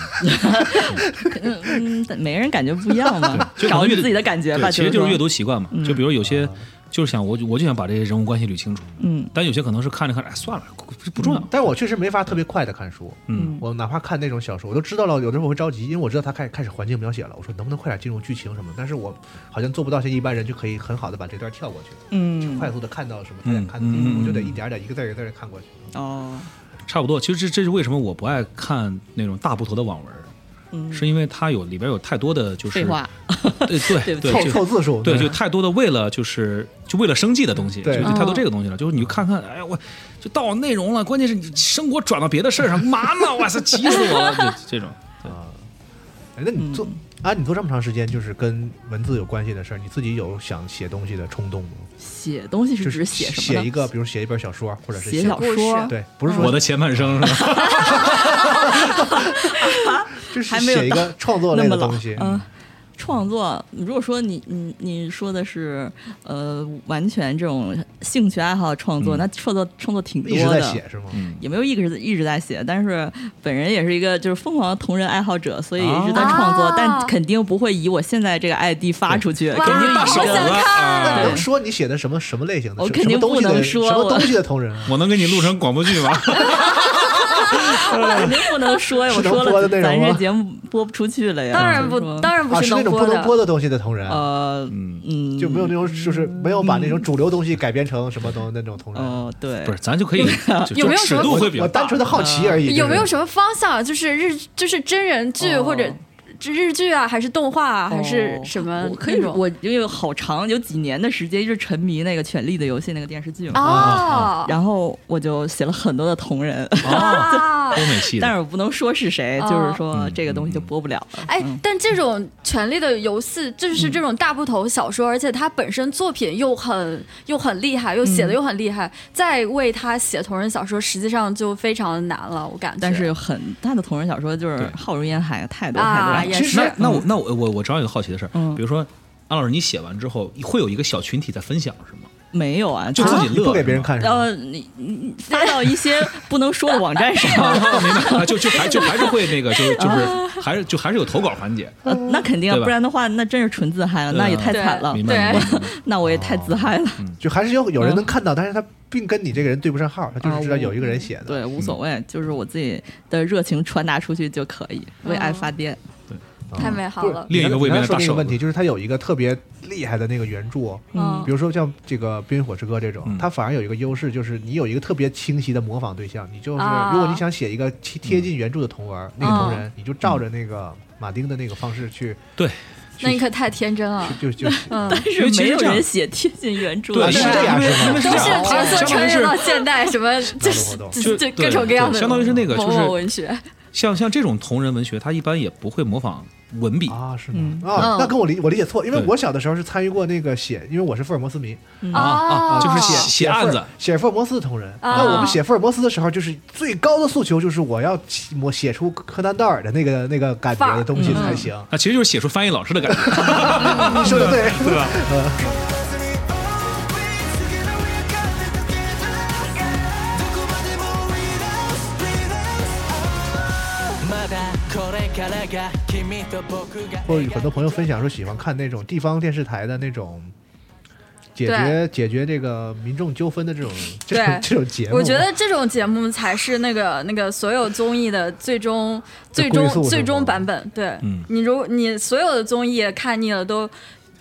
G: 嗯嗯， 但每个人感觉不一样嘛，
F: 就
G: 找
F: 可能
G: 你
F: 阅读
G: 自己的感觉吧。
F: 对，其实就是
G: 说
F: 阅读。习惯嘛。
D: 嗯
F: 就比如有些就是想我就我就想把这些人物关系捋清楚，
G: 嗯
F: 但有些可能是看着看着，哎，算了，不不重要。
D: 嗯但我确实没法特别快的看书，
F: 嗯
D: 我哪怕看那种小说，我都知道了，有的时候我会着急，因为我知道他开开始环境描写了，我说能不能快点进入剧情什么的，但是我好像做不到像一般人就可以很好的把这段跳过去，
G: 嗯，
D: 快速的看到什么他想看的
F: 嗯
D: 地方，
F: 嗯
D: 我就得一点点一个字儿一个字儿地看过去。
G: 哦，
F: 差不多。其实这这是为什么我不爱看那种大部头的网文，
G: 嗯，
F: 是因为它有里边有太多的就是
G: 废话，
F: 对 对
G: 对不起嗯
F: 对，
D: 凑
F: 就
D: 凑字数，
F: 对，就太多的为了就是就为了生计的东西，就
D: 对
F: 就太
G: 哦
F: 多这个东西了。就是你就看看，哎呀，我就到内容了，关键是你生活转到别的事儿上，嘛呢？哇塞，急死我了！就这种，对
D: 啊。哎那你做
G: 嗯
D: 啊，你做这么长时间就是跟文字有关系的事儿，你自己有想写东西的冲动吗？
G: 写东西是
D: 就是
G: 指写什么
D: 写
G: 呢？
D: 一个，比如写一本小说，或者是
G: 写小
E: 故事
G: 说，
D: 对，不是说
F: 我的前半生是吧？
D: 就是
G: 还没有
D: 写一个创作
G: 那
D: 类的
G: 么老
D: 东西，
G: 嗯。创作，如果说你你你说的是呃完全这种兴趣爱好创
F: 嗯
G: 作，那创作创作挺多
D: 一直在
G: 的，
D: 写是吗？
F: 嗯，
G: 也没有一直一直在写，但是本人也是一个就是疯狂的同人爱好者，所以
F: 啊
G: 一直在创作，
E: 啊
G: 但肯定不会以我现在这个 ID 发出去，肯
E: 哇
G: 定
E: 大
G: 以
E: 手
G: 一
E: 我想
G: 个
E: 子
D: 那你
F: 啊
D: 能！说你写的什么什么类型的？
G: 我
D: 什
G: 肯定
D: 什么东西
G: 不
D: 的
G: 能说
D: 什么
G: 我
D: 东西的同人啊？
F: 我能给你录成广播剧吗？
G: 肯定不能说呀，我
D: 是能
G: 说
D: 播
G: 了
D: 的内容
G: 咱这
D: 吗
G: 节目播不出去了呀，
E: 当然不
G: 就是，说
E: 当然不
D: 啊，
E: 是
D: 是那
E: 能
D: 种
E: 播
D: 不
E: 的
D: 能，播的东西的同人，啊
G: 呃
F: 嗯
G: 嗯，
D: 就没有那种就是没有把那种主流东西改编成什么东那种同人。啊
G: 哦 对，
F: 不是，咱就 可以，就
E: 有没有
F: 就
E: 什
F: 尺
E: 么
F: 度会比较
D: 我单
F: 大
D: 纯？的好奇
G: 嗯
D: 而已。
E: 有没有
D: 就是
E: 什么方向？啊就是日就是真人剧
G: 哦
E: 或者日剧啊，还是动画啊，还是
G: 哦
E: 什么那种？
G: 我可以，我因为有好长有几年的时间一直沉迷那个《权力的游戏》那个电视剧嘛，
E: 哦，
G: 然后我就写了很多的同人，
E: 啊
F: 欧美系
G: 但
F: 的，
G: 是我不能说是谁，
E: 哦
G: 就是说
F: 嗯
G: 这个东西就播不了了。
E: 哎
G: 嗯，
E: 但这种《权力的游戏》就是这种大部头小说，而且它本身作品又很又很厉害，又写的又很厉害，再为他写同人小说，实际上就非常的难了，我感觉。啊
G: 但是有很大的同人小说就是
F: 对
G: 浩如烟海，太多太多
E: 啊，
G: 了。
E: 也
F: 其实
E: 是
F: 那 那我那我我我正好有个好奇的事儿，
G: 嗯
F: 比如说安老师，你写完之后会有一个小群体在分享是吗？
G: 没有啊，
F: 就自己
D: 你
F: 乐，
D: 不给别人。看是
G: 然
D: 吗？
G: 后你你你发到一些不能说的网 站上，
F: 啊，明 白啊，就就还就还是会那个，就 就是还是就还是有投稿环节，
G: 呃那肯定啊，
F: 对吧
G: 不然的话，那真是纯自嗨了，
F: 对啊
G: 那也太惨了
F: 明，白吗？
G: 那我也太自嗨了。
D: 就还是有
G: 嗯
D: 有人能看到，但是他并跟你这个人对不上号，他就是知道有一个人写的。
G: 啊
D: 嗯
G: 对，无所谓，就是我自己的热情传达出去就可以，为
F: 哦
G: 爱发电。
E: 太美好
D: 啊不是
E: 了。
F: 另一个未
D: 你
F: 免
D: 刚才说那
F: 的大
D: 个
F: 手
D: 问题就是他有一个特别厉害的那个原著，
E: 嗯
D: 比如说像这个《冰与火之歌》这种
F: 嗯，
D: 它反而有一个优势，就是你有一个特别清晰的模仿对象。你就是
E: 啊
D: 如果你想写一个贴贴近原著的同文，那个同人，你就照着那个马丁的那个方式去，
F: 对，
E: 那你可太天真了。
D: 就就
E: 嗯，
G: 但
F: 因为
G: 是
F: 其
G: 没
F: 实
G: 有
F: 这样
G: 人写贴近原 著
F: 对，
G: 的，
D: 是这样
F: 因为
D: 啊是吧
F: 因为是这啊
E: 是
F: 样，
E: 角色
F: 相当于
E: 穿越
F: 是
E: 到现代，什么就是
D: 懂懂
F: 就
E: 就就各种各样的
F: 对相当于是那个
E: 某
F: 就
E: 某
F: 是
E: 文学
F: 像像这种同人文学，它一般也不会模仿文笔，
D: 啊，是吗
G: 嗯？
D: 啊
E: 嗯，
D: 那跟我理我理解错，因为
F: 对
D: 我小的时候是参与过那个写，因为我是福尔摩斯迷，
F: 嗯
E: 啊
F: 就是写
D: 写
F: 写案
D: 福
F: 子
D: 尔，写福尔摩斯同人。
E: 啊
D: 那我们写福尔摩斯的时候，就是最高的诉求就是我要我写出柯南道尔的那个那个感觉的东西才行。
F: 那其实就是写出翻译老师的感 觉。
D: 你说的对，对吧？
I: まだこれからが君と僕が
D: 或者有很多朋友分享说喜欢看那种地方电视台的那种。解决解决这个民众纠纷的这种这种
E: 对
D: 这种节目，
E: 我觉得这种节目才是那个那个所有综艺的最终最
D: 归宿
E: 终
D: 是
E: 最终
D: 吗嗯
E: 版本。对、
F: 嗯
E: 你如你所有的综艺看腻了都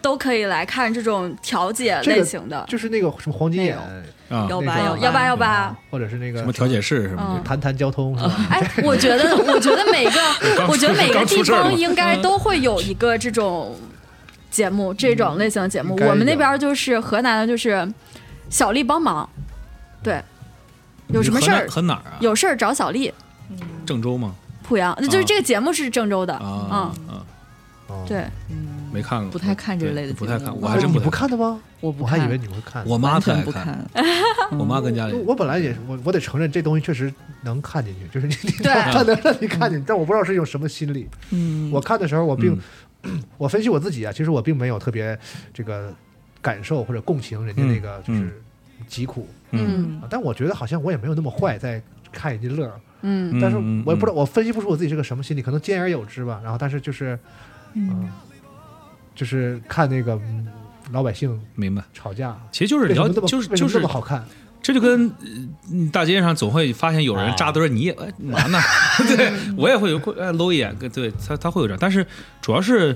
E: 都可以来看这种调解
D: 这个
E: 类型的，
D: 就是那个什么黄金眼
F: 啊，
G: 幺
D: 那
G: 八
D: 个
G: 幺
E: 幺八幺八
D: 啊。，或者是那个
F: 什么调解室什么
E: 嗯
D: 谈谈交通是吧？
E: 哎，我觉得，我觉得 每个，我觉得每个
F: 刚出
E: 地
F: 事儿了
E: 方
F: 吗
E: 应该都会有一个这种节目，这种类型的节目
D: 应。该
E: 我们那
D: 有
E: 边儿就是河南的，就是小丽帮忙，对，有什么事儿
F: 和哪儿啊？
E: 有事儿找小丽。
F: 郑州吗？
E: 濮阳，那就是
F: 啊
E: 这个节目是郑州的，
F: 啊啊，
D: 哦
E: 嗯，，对，
F: 没看过，
G: 不太看这类的节
F: 不
G: 目
F: 太看，我
G: 哦
F: 还真
D: 你
F: 太
D: 不。看的吗？
G: 我
D: 我
G: 不
D: 还
G: 看，
D: 以为你会看。
F: 我妈
G: 啊完
F: 特爱
G: 全不看，嗯
F: 我妈跟家里
D: 我我本来也是，我我得承认这东西确实能看进去，就是你你
E: 对
D: 他能让你看进去，但我不知道是一种什么心理。
G: 嗯，
D: 我看的时候，我并、我分析我自己啊，其实我并没有特别这个感受或者共情人家那个就
F: 嗯
D: 是疾苦、
F: 嗯
D: 啊，但我觉得好像我也没有那么坏，在看人家乐儿，
E: 嗯，
D: 但是我也不知道，我分析不出我自己是个什么心理，可能兼而有之吧。然后但是就是，嗯，就是看那个、嗯老百姓
F: 明白。
D: 吵架。
F: 其实就是
D: 为什
F: 聊
D: 么，那么
F: 就是
D: 为什
F: 就
D: 么这
F: 是
D: 么好看？
F: 这就跟呃嗯大街上总会发现有人
G: 啊
F: 扎堆儿，你也哎嘛 呢？对我也会有哎搂一眼，对他他会有这样，但是主要是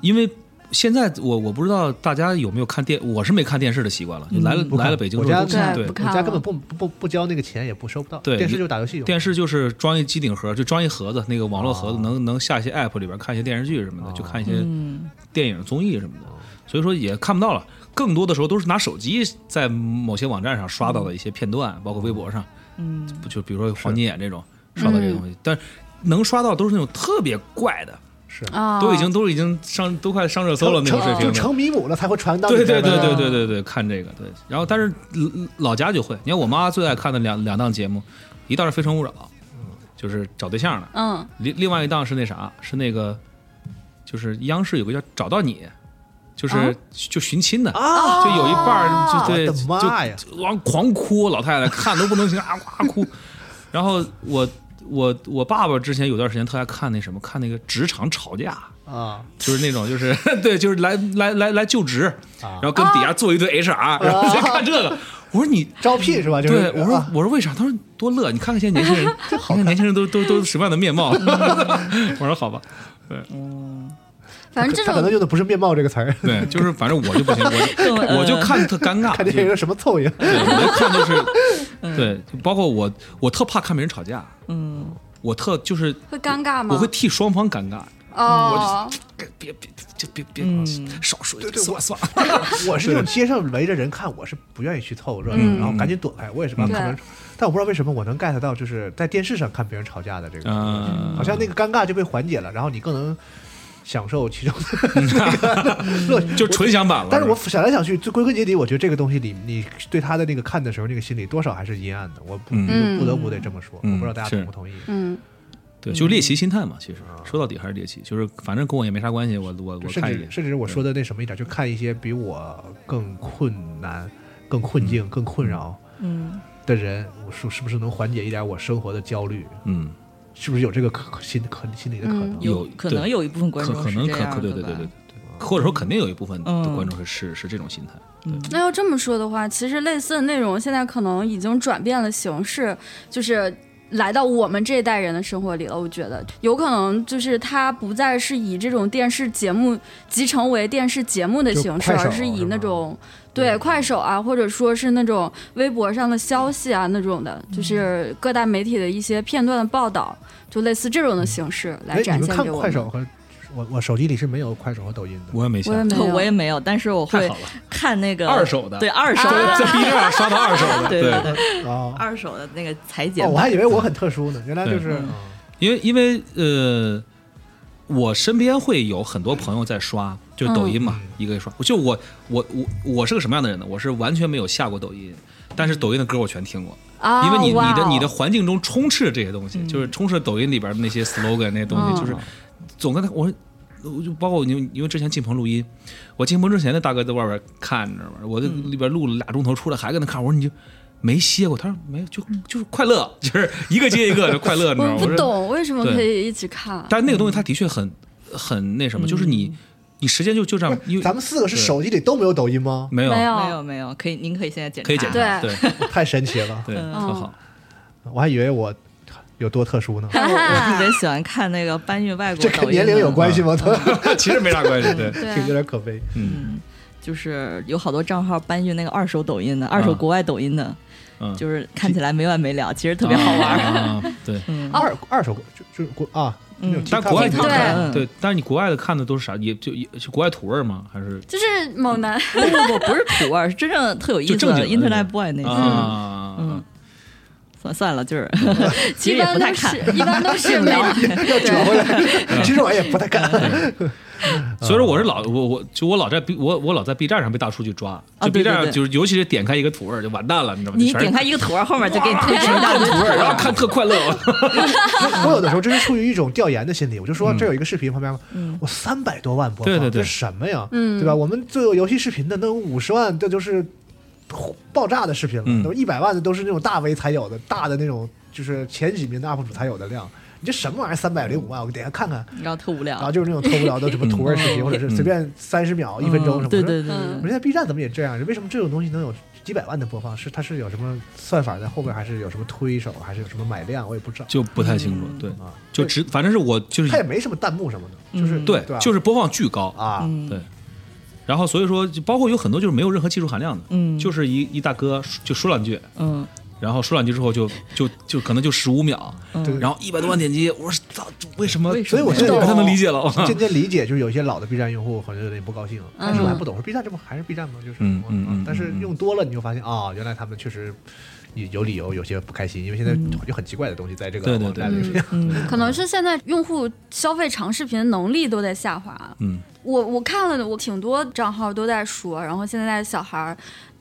F: 因为现在我我不知道大家有没有看电，我是没看电视的习惯了。来了
D: 嗯不看
F: 来了北京
D: 我
F: 之后
D: 家
F: 都看，
E: 对不
F: 对
E: 看
D: 我家
E: 了
D: 根本不不不不交那个钱，也不收不到。
F: 对
D: 电视就打游戏用。
F: 电视就是装一机顶盒，就装一盒子，那个网络
G: 哦
F: 盒子能能下一些 app 里边看一些电视剧什么的，就看一些
G: 嗯，
F: 电影综艺什么
D: 哦
F: 的，所以说也看不到了。更多的时候都是拿手机在某些网站上刷到的一些片
D: 哦
F: 段，包括微博上，嗯，就比如说黄金眼这种刷到这些东西，
D: 嗯
F: 但能刷到都是那种特别怪的，
E: 啊，
F: 都已经都已经上都快上热搜了那种水
D: 哦就
F: 平的。
D: 成迷母了才会传到
F: 对
D: 你这儿
F: 对对
D: 来
F: 对对对对，看这个对。然后但是嗯老家就会，你看我妈最爱看的两两档节目，一档是《非诚勿扰》，
D: 嗯
F: 就是找对象的，
E: 嗯，
F: 另另外一档是那啥，是那个，就是央视有个叫《找到你》，就是、
E: 啊
F: 就寻亲的，
D: 啊！
F: 就有一半儿就对，
D: 我的妈呀！
F: 就往狂哭，老太太看都不能行啊，哇哭。然后我我我爸爸之前有段时间特爱看那什么，看那个职场吵架。
D: 啊，
F: 就是那种，就是 对，就是来来来来就职，然后跟底
D: 啊
F: 下坐一堆 HR，、然后就看这个。我说你
D: 招聘是吧？就是
F: 对，我说
D: 啊
F: 我说为啥？他说多乐，你看看现在 年轻人，你看年轻人都都都什么样的面貌？我说好吧，
E: 反正这
D: 他可能
E: 种
D: 用的不是面貌这个词儿，
F: 对，就是反正我就不行， 我就我
E: 嗯
F: 就看特尴 尬，
D: 看
F: 就
D: 电影有什么凑应？
F: 对，我就看
E: 嗯
F: 就是，对，就包括我，我特怕看别人吵架，嗯，我特就是
E: 会尴尬吗？
F: 我会替双方尴尬，
E: 哦，
F: 别别就别别
E: 嗯
F: 少说一点，算了算了，
D: 我是那种街上围着人看，我是不愿意去凑热闹，然后赶紧躲开。我也是怕看别人
E: 对，
D: 但我不知道为什么我能 get 到，就是在电视上看别人吵架的这个，
F: 嗯
D: 好，像那个尴尬就被缓解了，然后你更能享受其中的那个乐趣。
F: 嗯就纯享版了。
D: 但是我想来想去，就归根结底，我觉得这个东西你你对他的那个看的时候，那个心理多少还是阴暗的。我不、
F: 嗯
D: 不得不得这么说，
F: 嗯
D: 我不知道大家
F: 是
D: 同不同意。
E: 嗯，
F: 对，就猎奇心态嘛，其实说到底还是猎奇，就是反正跟我也没啥关系，我我我
D: 嗯甚
F: 看一
D: 至
F: 眼，
D: 甚至我说的那什么一点，就看一些比我更困难、更困境、更困扰
G: 嗯
D: 的人，我是是不是能缓解一点我生活的焦虑？
F: 嗯，
D: 是不是有这个可可心可心理的可
E: 嗯
D: 能？
F: 有
G: 可
F: 对
G: 能有一部分观
F: 可
G: 众
F: 可
G: 是
F: 能
G: 这
F: 可
G: 样
F: 可对
G: 的
F: 对对
G: 吧
F: 对对，对或者说肯定有一部分的
G: 嗯
F: 观众是是是这种心态，
E: 那要这么说的话，其实类似的内容现在可能已经转变了形式，就是。来到我们这一代人的生活里了，我觉得有可能就是它不再是以这种电视节目集成为电视节目的
D: 就
E: 形式，
D: 快手
E: 而是以
D: 是
E: 那
D: 吗
E: 种对
D: 嗯
E: 快手啊，或者说是那种微博上的消息啊那种的，
D: 嗯
E: 就是各大媒体的一些片段的报道，就类似这种的形式来
D: 哎，
E: 展
D: 你们
E: 现
D: 看
E: 给我
D: 快
E: 们。
D: 手和我我手机里是没有快手和抖音的。
F: 我也没
E: 我也
F: 想，
E: 没有，
G: 我也没有，但是我
F: 太
G: 会
F: 好了，
G: 看那个
F: 二手的啊
G: 对二手的，
F: 在 B 站上刷到二手的，
G: 对对对，
F: 嗯
D: 哦
G: 二手的那个裁剪
D: 哦，
G: 版，
D: 我还以为我很特殊呢，原来就
F: 对
D: 是
G: 嗯
D: 哦
F: 因为因为呃，我身边会有很多朋友在刷，就是抖音
G: 嗯
F: 嘛，一个一个刷。就我我我我是个什么样的人呢？我是完全没有下过抖音，但是抖音的歌我全听过。
E: 啊，
F: 因为你你的你的
E: 哇哦嗯
F: 环境中充斥着这些东西，就是充斥着抖音里边的那些 slogan 那些东西，
G: 嗯
F: 就是总跟他我。我就包括因为因为之前进棚录音，我进棚之前那大哥在外边看，你知道吗？我在
E: 嗯
F: 里边录了俩钟头，出来还跟他看，我说你就没歇过？他说没有，就就是快乐，就是一个接一个的快乐，你知道
E: 我
F: 吗？
E: 不
F: 说
E: 懂为什么
F: 对
E: 可以一直看。
F: 但是那个东西它的确很很那什么，就是你
E: 嗯
F: 你时间就就这样，因为
D: 咱们四个是手机里都没有抖音吗？
F: 没有
E: 没
G: 没
E: 有，
G: 有没有，可以，您可以现在检查，
F: 可以检查，对
D: 太神奇了，
F: 对，
G: 嗯
F: 特好。
D: 我还以为我有多特 殊呢。
G: 但我我特别喜欢看那个搬运外国
D: 这
G: 抖音
D: 跟
G: 的，
D: 年龄有关系吗？
E: 嗯啊
F: 其实没啥关系，对，
D: 挺有
E: 对，
D: 点可悲。
F: 嗯
G: 就是有好多账号搬运那个二手抖音
D: 嗯
G: 的，二手国外抖音的，
F: 嗯，
G: 就是看起来没完没了，其实特别好玩。
F: 啊，啊对。
G: 嗯，
D: 二二手就就是国啊，那种
G: 嗯
F: 但国外你
D: TikTok
E: 对
F: 看，对，但是你国外的看的都是啥？也就也是国外土味儿吗？还是
E: 就是猛男，
G: 不不不，不是土味儿，是真正特有意
F: 就
G: 思
F: 正
G: 的
F: 经的
G: Internet Boy 那个。
F: 啊？
G: 嗯，算算了，就是
D: 嗯
G: 其
E: 一
G: 实也
E: 般
G: 不太
E: 都
G: 看
E: 是。 一般都是美， 对，
D: 其实我也不太干。
F: 所以说我是老我我就我老在 B 我我老在 B 站上被大数据抓，就 B
G: 对对
F: 站上
G: 哦对
F: 就是尤其是点开一个土味儿就完蛋了，你知道吗？
G: 你
F: 全是
G: 点开一个图儿，后面就给你推出一
D: 嗯
G: 大堆
F: 土
G: 图
F: 味 儿，然后
G: 儿。
F: 啊看特快乐，
D: 我有的时候真是出于一种调研的心理，我就说这有一个视频旁边，我三百多万播放，
F: 对对对
D: 这什么呀？
E: 嗯
D: 对吧？我们做游戏视频的那五十万，这就是爆炸的视频
F: 嗯
D: 了，都一百万的都是那种大 V 才有的，大的那种就是前几名的 UP 主才有的量。你这什么玩意儿？三百零五万，我等一下看看。
G: 然后特无聊
D: 然后。啊就是那种偷不了的什么图文视频，
G: 嗯
D: 或者是随便三十秒、一分钟什么的。
G: 嗯对对对
E: 嗯
D: 我说现在 B 站怎么也这样？为什么这种东西能有几百万的播放？是它是有什么算法在后边，还是有什么推手，还是有什么买量？我也不知道。
F: 就不太清楚。
G: 嗯
F: 对
D: 啊，
F: 就只反正是我就是
D: 它也没什么弹幕什么的，就是
F: 嗯对，
D: 嗯对吧，
F: 就是播放巨高。
D: 啊，
G: 嗯
F: 对，然后所以说就包括有很多就是没有任何技术含量的，
G: 嗯
F: 就是一一大哥说就说两句，
G: 嗯
F: 然后说两句之后就就就可能就十五秒，
D: 对
G: 嗯，
F: 然后一百多万点击，我说操，为什么？
G: 为什
D: 所以
G: 么
D: 我
G: 呀
D: 现在
F: 我不太能理解了。
D: 渐渐理解，就是有一些老的 B 站用户可能有点不高兴，但是我还不懂，说 B 站这不还是 B 站吗？就是
F: 嗯嗯
D: 啊
F: 嗯
D: 但是
F: 嗯嗯
D: 用多了你就发现啊，原来他们确实有有理由有些不开心，因为现在有很奇怪的东西在这个
F: 对对
D: 网站
F: 对
D: 里面。
E: 嗯可能是现在用户消费长视频的能力都在下滑。
F: 嗯，
E: 我我看了我挺多账号都在说，然后现在小孩儿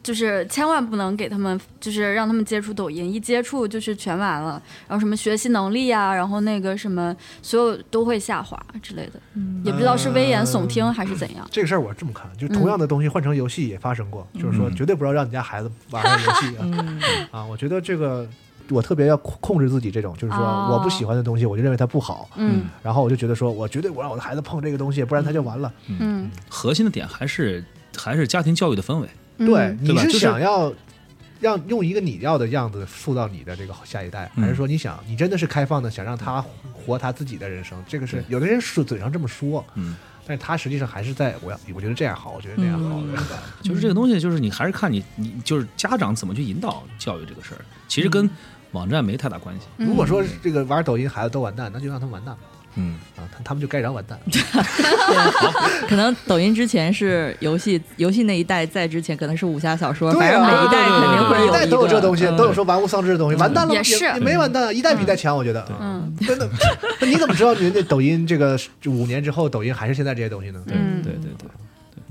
E: 就是千万不能给他们，就是让他们接触抖音，一接触就是全完了。然后什么学习能力啊，然后那个什么所有都会下滑之类的，也不知道是危言耸听还是怎样。
D: 这个事儿我是这么看，就同样的东西换成游戏也发生过，就是
F: 嗯
D: 说绝对不要让你家孩子玩上游戏啊、 啊！我觉得这个我特别要控控制自己这种，就是说
E: 哦
D: 我不喜欢的东西，我就认为它不好，
E: 嗯
D: 然后我就觉得说我绝对不让我的孩子碰这个东西，不然他就完了。
E: 嗯，
F: 核心的点还是还是家庭教育的氛围。
E: 嗯
D: 对，
F: 对
D: 你
F: 吧就是是
D: 想要让用一个你要的样子塑造你的这个下一代，
F: 嗯
D: 还是说你想你真的是开放的，想让他活他自己的人生？这个是有的人是嘴上这么说，
F: 嗯，
D: 但是他实际上还是在我要我觉得这样好，我觉得那样
E: 嗯
D: 好。
F: 就是这个东西，就是你还是看你你就是家长怎么去引导教育这个事儿，其实
G: 嗯
F: 跟网站没太大关系。
E: 嗯
D: 如果说这个玩抖音孩子都完蛋，那就让他们完蛋吧
F: 嗯，
D: 啊，他他们就该让完蛋。
G: 可能抖音之前是游戏，游戏那一代在之前可能是武侠小说，
D: 对啊
G: 反正每一代肯定会
D: 每
G: 有
D: 一代
G: 一
D: 都有
G: 个
D: 这东西，
G: 嗯
D: 都有说玩物丧志的东西，完蛋了
E: 也是
D: 也没完蛋，一代比一代强，我觉得。
E: 嗯
D: 真的， 那你怎么知道你那抖音这个就五年之后，抖音还是现在这些东西呢？
G: 嗯
F: 对对对对对，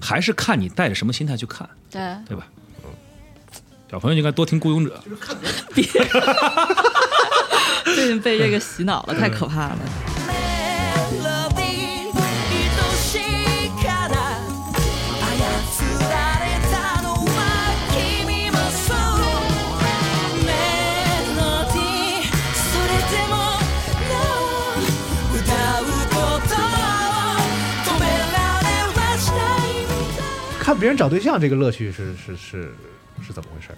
F: 还是看你带着什么心态去看，
E: 对，
F: 对吧？小朋友应该多听《孤勇者》，
G: 最近嗯被这个洗脑了，太可怕了。
H: Melody 愛しいから操られたのは君もそうメロディーそれでも No 歌うことを止められはしないんだ
D: 看别人找对象这个乐趣是是是是怎么回事？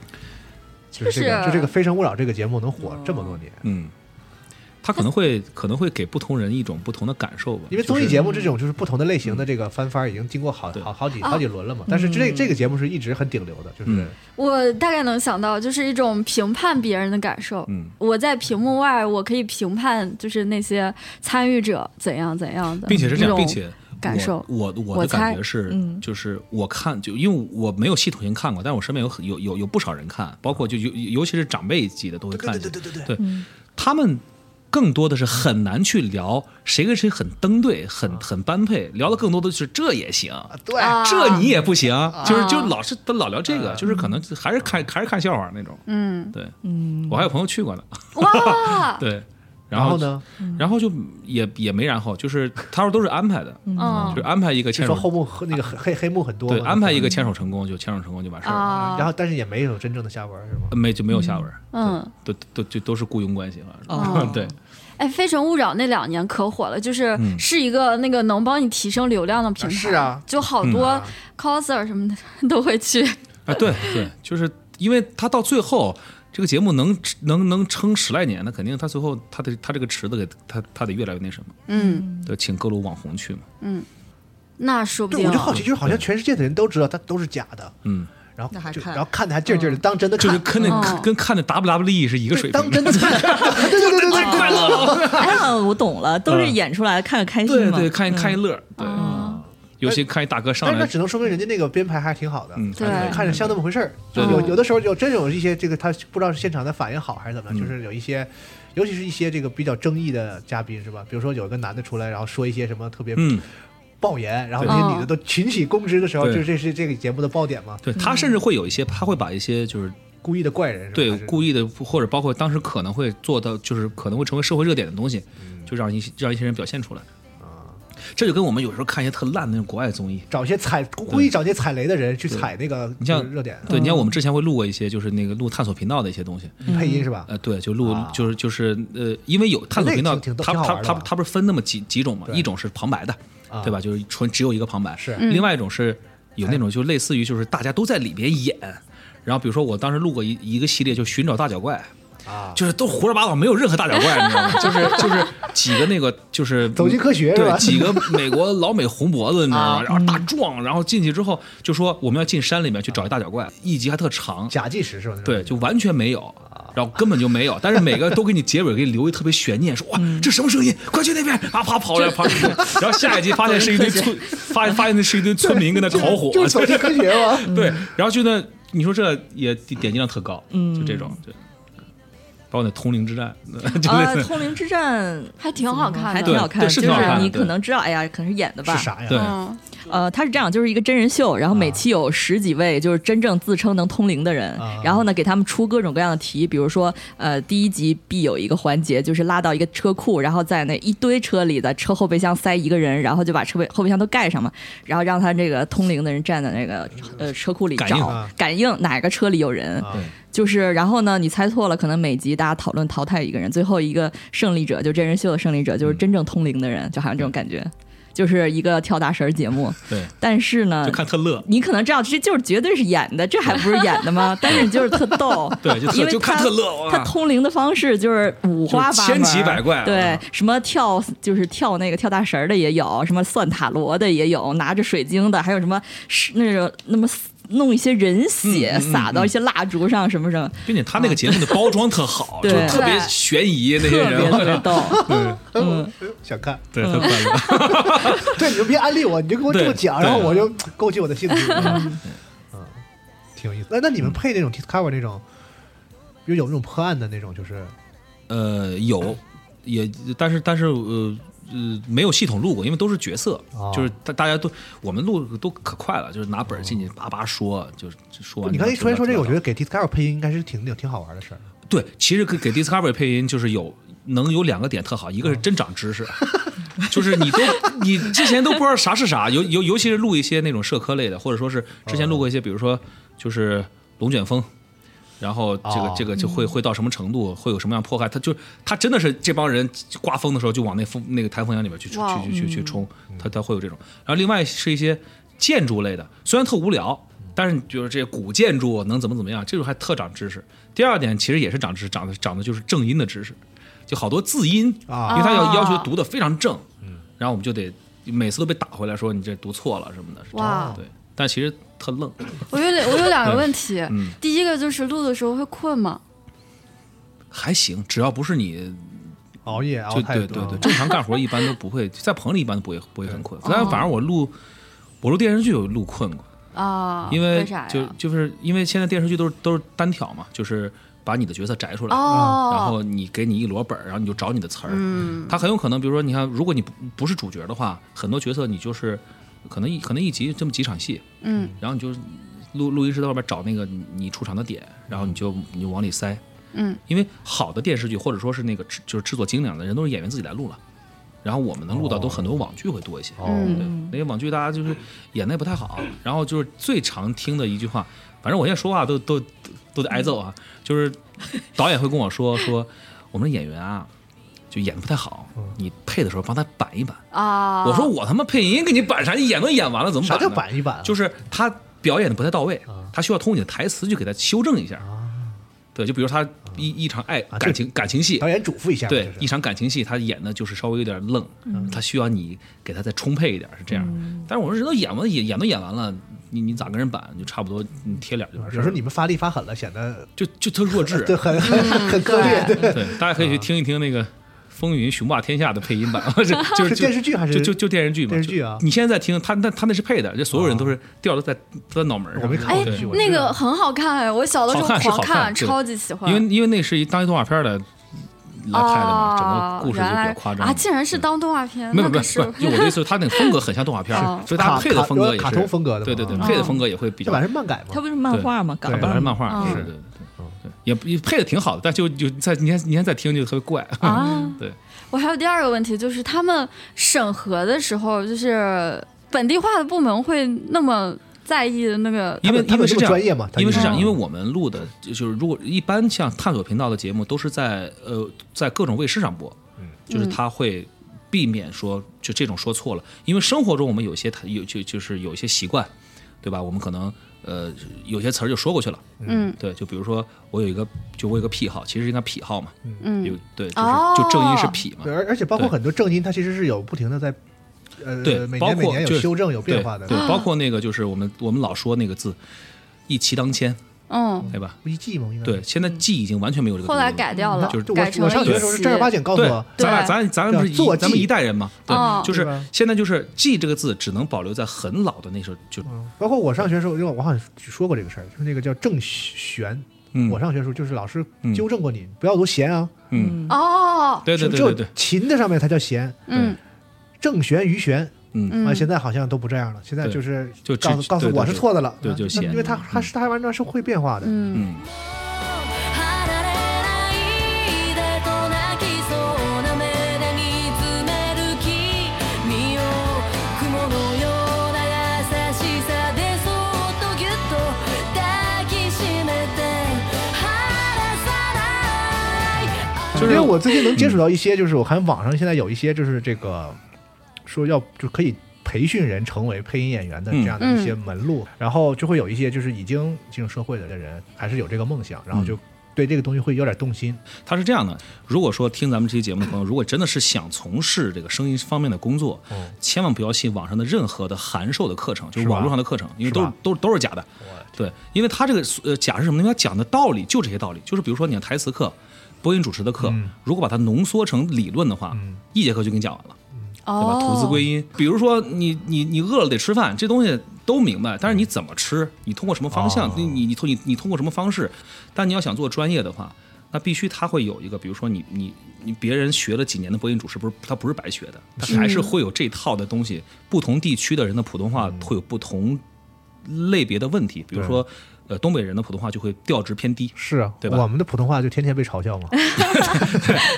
D: 就是这
G: 啊
D: 个就这个《非诚勿扰》这个节目能火这么多
G: 哦
D: 年，
F: 嗯，他可能会可能会给不同人一种不同的感受吧，
D: 因为
F: 就
D: 综
F: 是嗯
D: 艺节目这种就是不同的类型的这个翻番儿已经经过好
F: 对
D: 好
G: 哦
D: 好几好几轮了嘛。但是
G: 嗯
D: 这这个节目是一直很顶流的，就是
F: 嗯
E: 我大概能想到，就是一种评判别人的感受。
F: 嗯
E: 我在屏幕外，我可以评判，就是那些参与者怎样怎样的，
F: 并且是这
E: 一
F: 样，
E: 种
F: 并且
E: 感
F: 我
E: 受
F: 我我
E: 我
F: 的
E: 猜
F: 感觉是
G: 嗯，
F: 就是我看就因为我没有系统性看过，但是我身边有很有有有
E: 嗯
F: 不少人看，包括就尤尤其是长辈级的都会看，对对对对对，他们。更多的是很难去聊谁跟谁很登对、很
D: 啊
F: 很般配，聊的更多的是这也行，
D: 对
E: 啊
F: 这你也不行，
D: 啊
F: 就是就老是都老聊这个，就是可能还是看还是看笑话那种。
E: 嗯，啊
F: 对，嗯，我还有朋友去过呢，
E: 哇，
F: 对，然
D: 然后
F: 后？
D: 呢？
E: 嗯
F: 然后就也也没然后，就是他说都是安排的，
E: 嗯
F: 就是安排一个
D: 就
F: 牵
D: 说
F: 手，
D: 后幕和那个黑黑幕很多嘛，
F: 对，安排一
D: 个，
F: 个牵手成功就牵手成功就完事儿了，
E: 啊，
D: 然后但是也没有真正的下文是吗？
F: 没就没有下文，
E: 嗯，
F: 都都就都是雇佣关系，反正
G: 哦
F: 是对，
E: 哎，《非诚勿扰》那两年可火了，就是
F: 嗯
E: 是一个那个能帮你提升流量的平台，
D: 是啊，
E: 就好
F: 嗯
E: 多 coser 什么的 都会去，
F: 啊，对对，就是因为他到最后这个节目能能能撑十来年，那肯定他最后他的他这个池子给他他得越来越那什么，
E: 嗯，
F: 对，请各路网红去嘛，
E: 那说不
D: 对，
E: 定
D: 我就好奇，就是好像全世界的人都知道它都是假的，
F: 嗯，
D: 然
G: 那
D: 后
G: 还
D: 就
G: 看嗯
D: 然后看的还劲儿劲儿的，当真的
F: 就
D: 看嗯
F: 是，跟那、
E: 哦
F: 跟看那 WWE 是一个水平
D: 当
F: 的，
D: 真的 看，对对对对对，
F: 快乐了，
G: 哎，我懂了，都是演出来看着开心
F: 对
G: 嘛。
F: 嗯
G: 嗯
F: 对，看一看一乐儿，对，
E: 啊，
F: 尤其看一大哥
D: 嗯哦
F: 上
D: 但是那
F: 来，
D: 只能说明人家那个编排还挺好的，
F: 嗯，
E: 对
F: 还可以
D: 看着像那么回事儿。就
F: 对
D: 有
E: 嗯
D: 有的时候有真有一些这个他不知道是现场的反应好还是怎
F: 嗯
D: 么，就是有一些，尤其是一些这个比较争议的嘉宾是吧？比如说有一个男的出来，然后说一些什么特别
F: 嗯，
D: 爆言，然后那些女的都群起攻之的时候，
F: 对
D: 就是这是这个节目的爆点嘛？
F: 对他甚至会有一些，他会把一些就是
D: 故意的怪人是吧？
F: 对
D: 还是
F: 故意的，或者包括当时可能会做到，就是可能会成为社会热点的东西，
D: 嗯
F: 就让一些让一些人表现出来。
D: 啊
F: 这就跟我们有时候看一些特烂的那种国外综艺，
D: 找一些踩故意找一些踩雷的人去踩那个
F: 你像
D: 热点
F: 对，你像我们之前会录过一些，就是那个录探索频道的一些东西，
D: 配音是吧？
F: 呃，对，就录
D: 嗯啊
F: 就是就是呃，因为有探索频道
D: 那挺挺，
F: 它
D: 挺好
F: 它
D: 玩的
F: 它
D: 吧
F: 它不是分那么几几种嘛，
D: 对
F: 一种是旁白的
D: 啊，
F: 对吧？就是纯只有一个旁白，
D: 是哎
F: 另外一种是有那种就类似于就是大家都在里边演。然后比如说，我当时录过一一个系列，就寻找大脚怪，
D: 啊，
F: 就是都胡说八道，没有任何大脚怪，你知道吗？就是就是几个那个就 是
D: 走进科学是
F: 对
D: 吧，啊嗯
F: 几个美国老美红脖子，你 知道吗？然后大壮，然后进去之后就说我们要进山里面去找一大脚怪，一集还特长，
D: 假计时是吧？那种
F: 对，就完全没有，然后根本就没有，但是每个都给你结尾给你留一特别悬念，说哇
D: 嗯
F: 这什么声音，快去那边，啊啪跑 来跑去，然后下一集发现是一堆村，发现发现那是一堆村民跟那烤火，
D: 就是走进科学 嘛。
G: 嗯
F: 对，然后觉得你说这也点击量特高，就这种，对，包括那《通灵之战》 就类
G: 嗯啊，
F: 似
G: 《通灵之战》
E: 还挺好看的，
G: 还挺好看的，
F: 对是
G: 就
F: 挺好看的
G: 是你
F: 对
G: 可能知道，哎呀，可能是演的吧。
D: 是啥呀？
F: 对
E: 嗯，
G: 呃，它是这样，就是一个真人秀，然后每期有十几位就是真正自称能通灵的人，
D: 啊
G: 然后呢给他们出各种各样的题，比如说呃第一集必有一个环节就是拉到一个车库，然后在那一堆车里的车后备箱塞一个人，然后就把车备后备箱都盖上嘛，然后让他这个通灵的人站在那个呃车库里
F: 感
G: 找
F: 应
D: 啊
G: 哪个车里有人，
D: 啊
F: 对
G: 就是，然后呢，你猜错了，可能每集大家讨论淘汰一个人，最后一个胜利者就真人秀的胜利者
D: 嗯
G: 就是真正通灵的人，就好像这种感觉，就是一个跳大神儿节目。
F: 对，
G: 但是呢
F: 就，看特乐，
G: 你可能知道这就是绝对是演的，这还不是演 的吗？但是你就是特逗，
F: 对，就
G: 因
F: 特
G: 为
F: 就看
G: 他
F: 特乐，哇
G: 他通灵的方式就是五花八门，
F: 就是千奇百怪
G: 对
F: 啊，
G: 什么跳就是跳那个跳大神儿的也有，什么算塔罗的也有，拿着水晶的，还有什么是那种那么。弄一些人血
F: 嗯嗯嗯
G: 撒到一些蜡烛上，什么什么，
F: 并且他那个节目的包装特好，
G: 对
F: 就是特别悬疑那些
G: 特别特别
F: 人，
G: 逗。
D: 嗯，想看。
F: 对，特快乐。
D: 对，你就别安利我，你就跟我这么讲，
F: 对
D: 然后我就勾起我的兴趣。嗯，挺有意思。那那你们配那种 cover 那种，比如有那种破案的那种，就是
F: 呃，有，也，但是但是呃呃，没有系统录过，因为都是角色，
D: 哦
F: 就是大大家都我们录都可快了，就是拿本儿进去叭叭说，就是就说完。
D: 你刚才一突然说这个，我觉
F: 得
D: 得给 cover 配音应该是挺挺挺好玩的事儿。
F: 对，其实给给 Discovery 配音就是有能有两个点特好，一个是真长知识。就是你都你之前都不知道啥是啥，尤尤尤其是录一些那种社科类的，或者说是之前录过一些，比如说就是龙卷风，然后这个、
D: 哦
F: 这个就
E: 嗯
F: 会会到什么程度，会有什么样迫害，他就他真的是这帮人刮风的时候就往那风那个台风眼里面去去
E: 哇哦嗯
F: 去去去冲，他他会有这种。然后另外是一些建筑类的，虽然特无聊。但是就是这古建筑能怎么怎么样，这种还特长知识。第二点其实也是长知识，长的长的就是正音的知识，就好多字音
D: 啊
F: 因为他要要求
E: 啊
F: 读的非常正，然后我们就得每次都被打回来说你这读错了什么的，是这样
E: 哇哦
F: 对，但其实特愣，
E: 我有两我有两个问题
F: 嗯，
E: 第一个就是录的时候会困吗？
F: 还行，只要不是你
D: 熬夜熬
F: 就
D: 太
F: 对
D: 多嗯
F: 对
D: 了哦
F: 对，，正常干活一般都不会，在棚里一般都不会不会很困，但反正我录我录电视剧有录困过，
E: 啊，
F: 因为
E: 啥呀？
F: 就就是因为现在电视剧都是都是单挑嘛，就是。把你的角色摘出来，
E: 哦，
F: 啊然后你给你一摞本儿，然后你就找你的词儿。嗯，他很有可能，比如说，你看，如果你不不是主角的话，很多角色你就是可能一可能一集这么几场戏，
E: 嗯，
F: 然后你就录录音师在外边找那个你你出场的点，然后你就你就往里塞。
E: 嗯，
F: 因为好的电视剧或者说是那个制就是制作精良的人都是演员自己来录了，然后我们能录到都很多网剧会多一些。
E: 嗯
F: 哦，对，那些网剧大家就是演的也不太好，然后就是最常听的一句话，反正我现在说话都都都得挨揍啊，就是导演会跟我说说我们的演员啊。就演的不太好，你配的时候帮他板一板。
E: 啊，
F: 我说我他妈配音给你板啥？你演都演完了，怎么
D: 啥
F: 板呢？
D: 叫板一板啊？啊
F: 就是他表演的不太到位，他需要通过你的台词去给他修正一下。对，就比如他一一场爱
D: 啊
F: 感情感情戏
D: 导，演嘱咐一下嘛，
F: 对
D: 就是嗯
F: 一场感情戏，他演的就是稍微有点愣，他需要你给他再充沛一点，是这样。但是我说人都演完演演都演完了，你你咋跟人板就差不多，你贴脸就完事
D: 有
F: 儿
D: 时候
F: 了。
D: 你们发力发狠了，显得
F: 就就特弱智，
D: 对啊很很很割裂，对，
F: 对，大家可以去听一听那个《风云雄霸天下》的配音 版，就就是就
D: 电视剧还是
F: 就就就电视剧嘛？
D: 电视剧啊啊
F: 就你现在在听，他那他那是配的，这所有人都是掉的在都在脑门上。
D: 我没看
E: 哎
D: 过这剧，我
E: 那
D: 知道
E: 个很好看哎，我小的时候
F: 好看是
E: 狂
F: 好看对
E: 超级喜欢，
F: 因为因为那是一当一动画片儿来来拍的嘛，整个故事就
E: 哦哦原
F: 比较
E: 来
F: 夸张嗯
E: 啊，竟然是当动画片，
F: 没有没
E: 那
F: 有
E: 可
F: 不
E: 是
F: 是，就我的意思，他那个风格很像动画片
E: 哦
F: 儿，所以他配的风格也是
D: 卡卡通风格的嘛
F: 对对对，
D: 嗯
F: 配的风格也会比
D: 这
F: 较
D: 玩意儿是漫改吗
G: 它？不是漫画吗？港
D: 对
F: 本来
G: 漫
F: 是漫
E: 哦
F: 画，是对对对对，也也配的挺好的，但就就在你先你先再听就特别怪。
E: 啊，
F: 嗯对，
E: 我还有第二个问题，就是他们审核的时候，就是本地化的部门会那么在意的那个
F: 因为
D: 他们
F: 因为是这样，
D: 专业嘛他
F: 因为
D: 就是
F: 这样，
D: 嗯
F: 因为我们录的就是如果一般像探索频道的节目都是在呃在各种卫视上播，
D: 嗯
F: 就是他会避免说就这种说错了，因为生活中我们有些他有就就是有一些习惯，对吧？我们可能呃有些词儿就说过去了，
E: 嗯
F: 对，就比如说我有一个就我有一个癖好，其实应该癖好嘛，有
E: 嗯
F: 对，就是、
E: 哦
F: 就正音是癖嘛
D: 对，。而而且包括
F: 对
D: 很多正音，它其实是有不停的在，呃，
F: 对，
D: 每
F: 包
D: 年每
F: 括
D: 年
F: 就
D: 有
F: 是
D: 修正有变
F: 对
D: 化的，
F: 对，包括那个就是我们我们老说那个字，一骑当千，
E: 嗯，
F: 对吧？
D: 不一季嘛，应该
F: 对，现在记已经完全没有这个
E: 后
F: 东西
E: 来
F: 了
E: 改掉
D: 那
E: 了
F: 就是
D: 就，我
E: 改成
D: 我上
E: 了
D: 学
E: 一
D: 的时候是正儿八经告诉
F: 对
D: 我，，
F: 咱俩
E: 对
F: 咱咱们不是
D: 对坐
F: 一咱们
D: 骑
F: 一代人嘛，对，
E: 哦
F: 就是
D: 对吧
F: 现在就是“记”这个字只能保留在很老的那时候，就
D: 嗯包括我上学的时候，因为我好像说过这个事儿，就是那个叫正弦。
F: 嗯
D: 我上学的时候就是老师
F: 嗯
D: 纠正过你，不要读弦啊，
F: 嗯，
E: 哦，
F: 对对
D: 只
F: 对
D: 有
F: 对对，
D: 琴的上面它叫弦，
E: 嗯
D: 正弦、余弦
F: 嗯，
D: 啊，
E: 嗯
D: 现在好像都不这样了，现在
F: 对
D: 就是
F: 就
D: 告
F: 直
D: 诉告诉
F: 对对
D: 我是
F: 对
D: 错的了，
F: 对
D: 啊
F: 就
D: 那
F: 弦
D: 因为它
F: 嗯
D: 它是它完全是会变化的，
E: 嗯
F: 嗯，
H: 離れないでと泣きそうな目で見つめる君を雲のような優しさでそっとぎゅっと抱きしめて離さない
F: 就是
D: 因为我最近能接触到一些，就是我看网上现在有一些就是这个说要就可以培训人成为配音演员
F: 嗯
D: 的这样的一些门路，然后就会有一些就是已经进入社会的人还是有这个梦想，然
F: 嗯
D: 后就对这个东西会有点动心。
F: 它是这样的。如果说听咱们这期节目的朋友，如果真的是想从事这个声音方面的工作，千万不要信网上的任何的函授的课程，就
D: 哦是
F: 是
D: 吧
F: 网络上的课程，因为
D: 是
F: 都是
D: 吧
F: 都是都是假的。对，因为他这个呃假是什么呢？因为他讲的道理就这些道理，就是比如说你的台词课、播音主持的课，
D: 嗯
F: 如果把它浓缩成理论的话，一节课就给你讲完了。
G: 嗯
F: 对吧？
E: 哦，
F: 吐字归音。比如说你你你饿了得吃饭，这东西都明白，但是你怎么吃，你通过什么方向，你你你通你你通过什么方式？但你要想做专业的话，那必须他会有一个，比如说你你你别人学了几年的播音主持，不是他不是白学的，他还是会有这套的东西。不同地区的人的普通话会有不同类别的问题，比如说呃东北人的普通话就会调值偏低，
D: 是啊，
F: 对吧
D: 我们的普通话就天天被嘲笑嘛。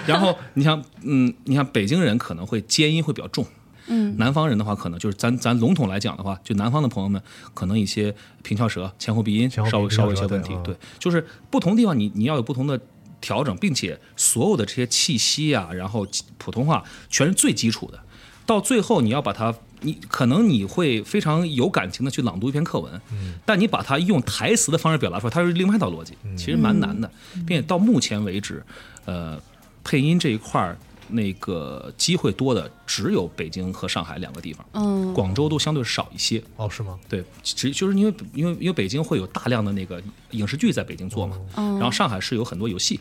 F: 然后你像，嗯，你像北京人可能会尖音会比较重，嗯，南方人的话可能就是咱咱笼统来讲的话，就南方的朋友们可能一些平翘舌、前后鼻音
D: 前后鼻
F: 稍微
D: 音
F: 稍微有
D: 平翘
F: 些
D: 舌
F: 问题
D: 对啊，
F: 对，就是不同地方你你要有不同的调整，并且所有的这些气息啊，然后普通话全是最基础的，到最后你要把它。你可能你会非常有感情的去朗读一篇课文，
D: 嗯
F: 但你把它用台词的方式表达出来，它是另外一套逻辑，其实蛮难的，
D: 嗯
F: 并且到目前为止，呃，配音这一块儿那个机会多的只有北京和上海两个地方，
E: 嗯
F: 广州都相对少一些。
D: 哦，是吗？
F: 对，只就是因为因为因为北京会有大量的那个影视剧在北京做嘛，然后上海是有很多游戏，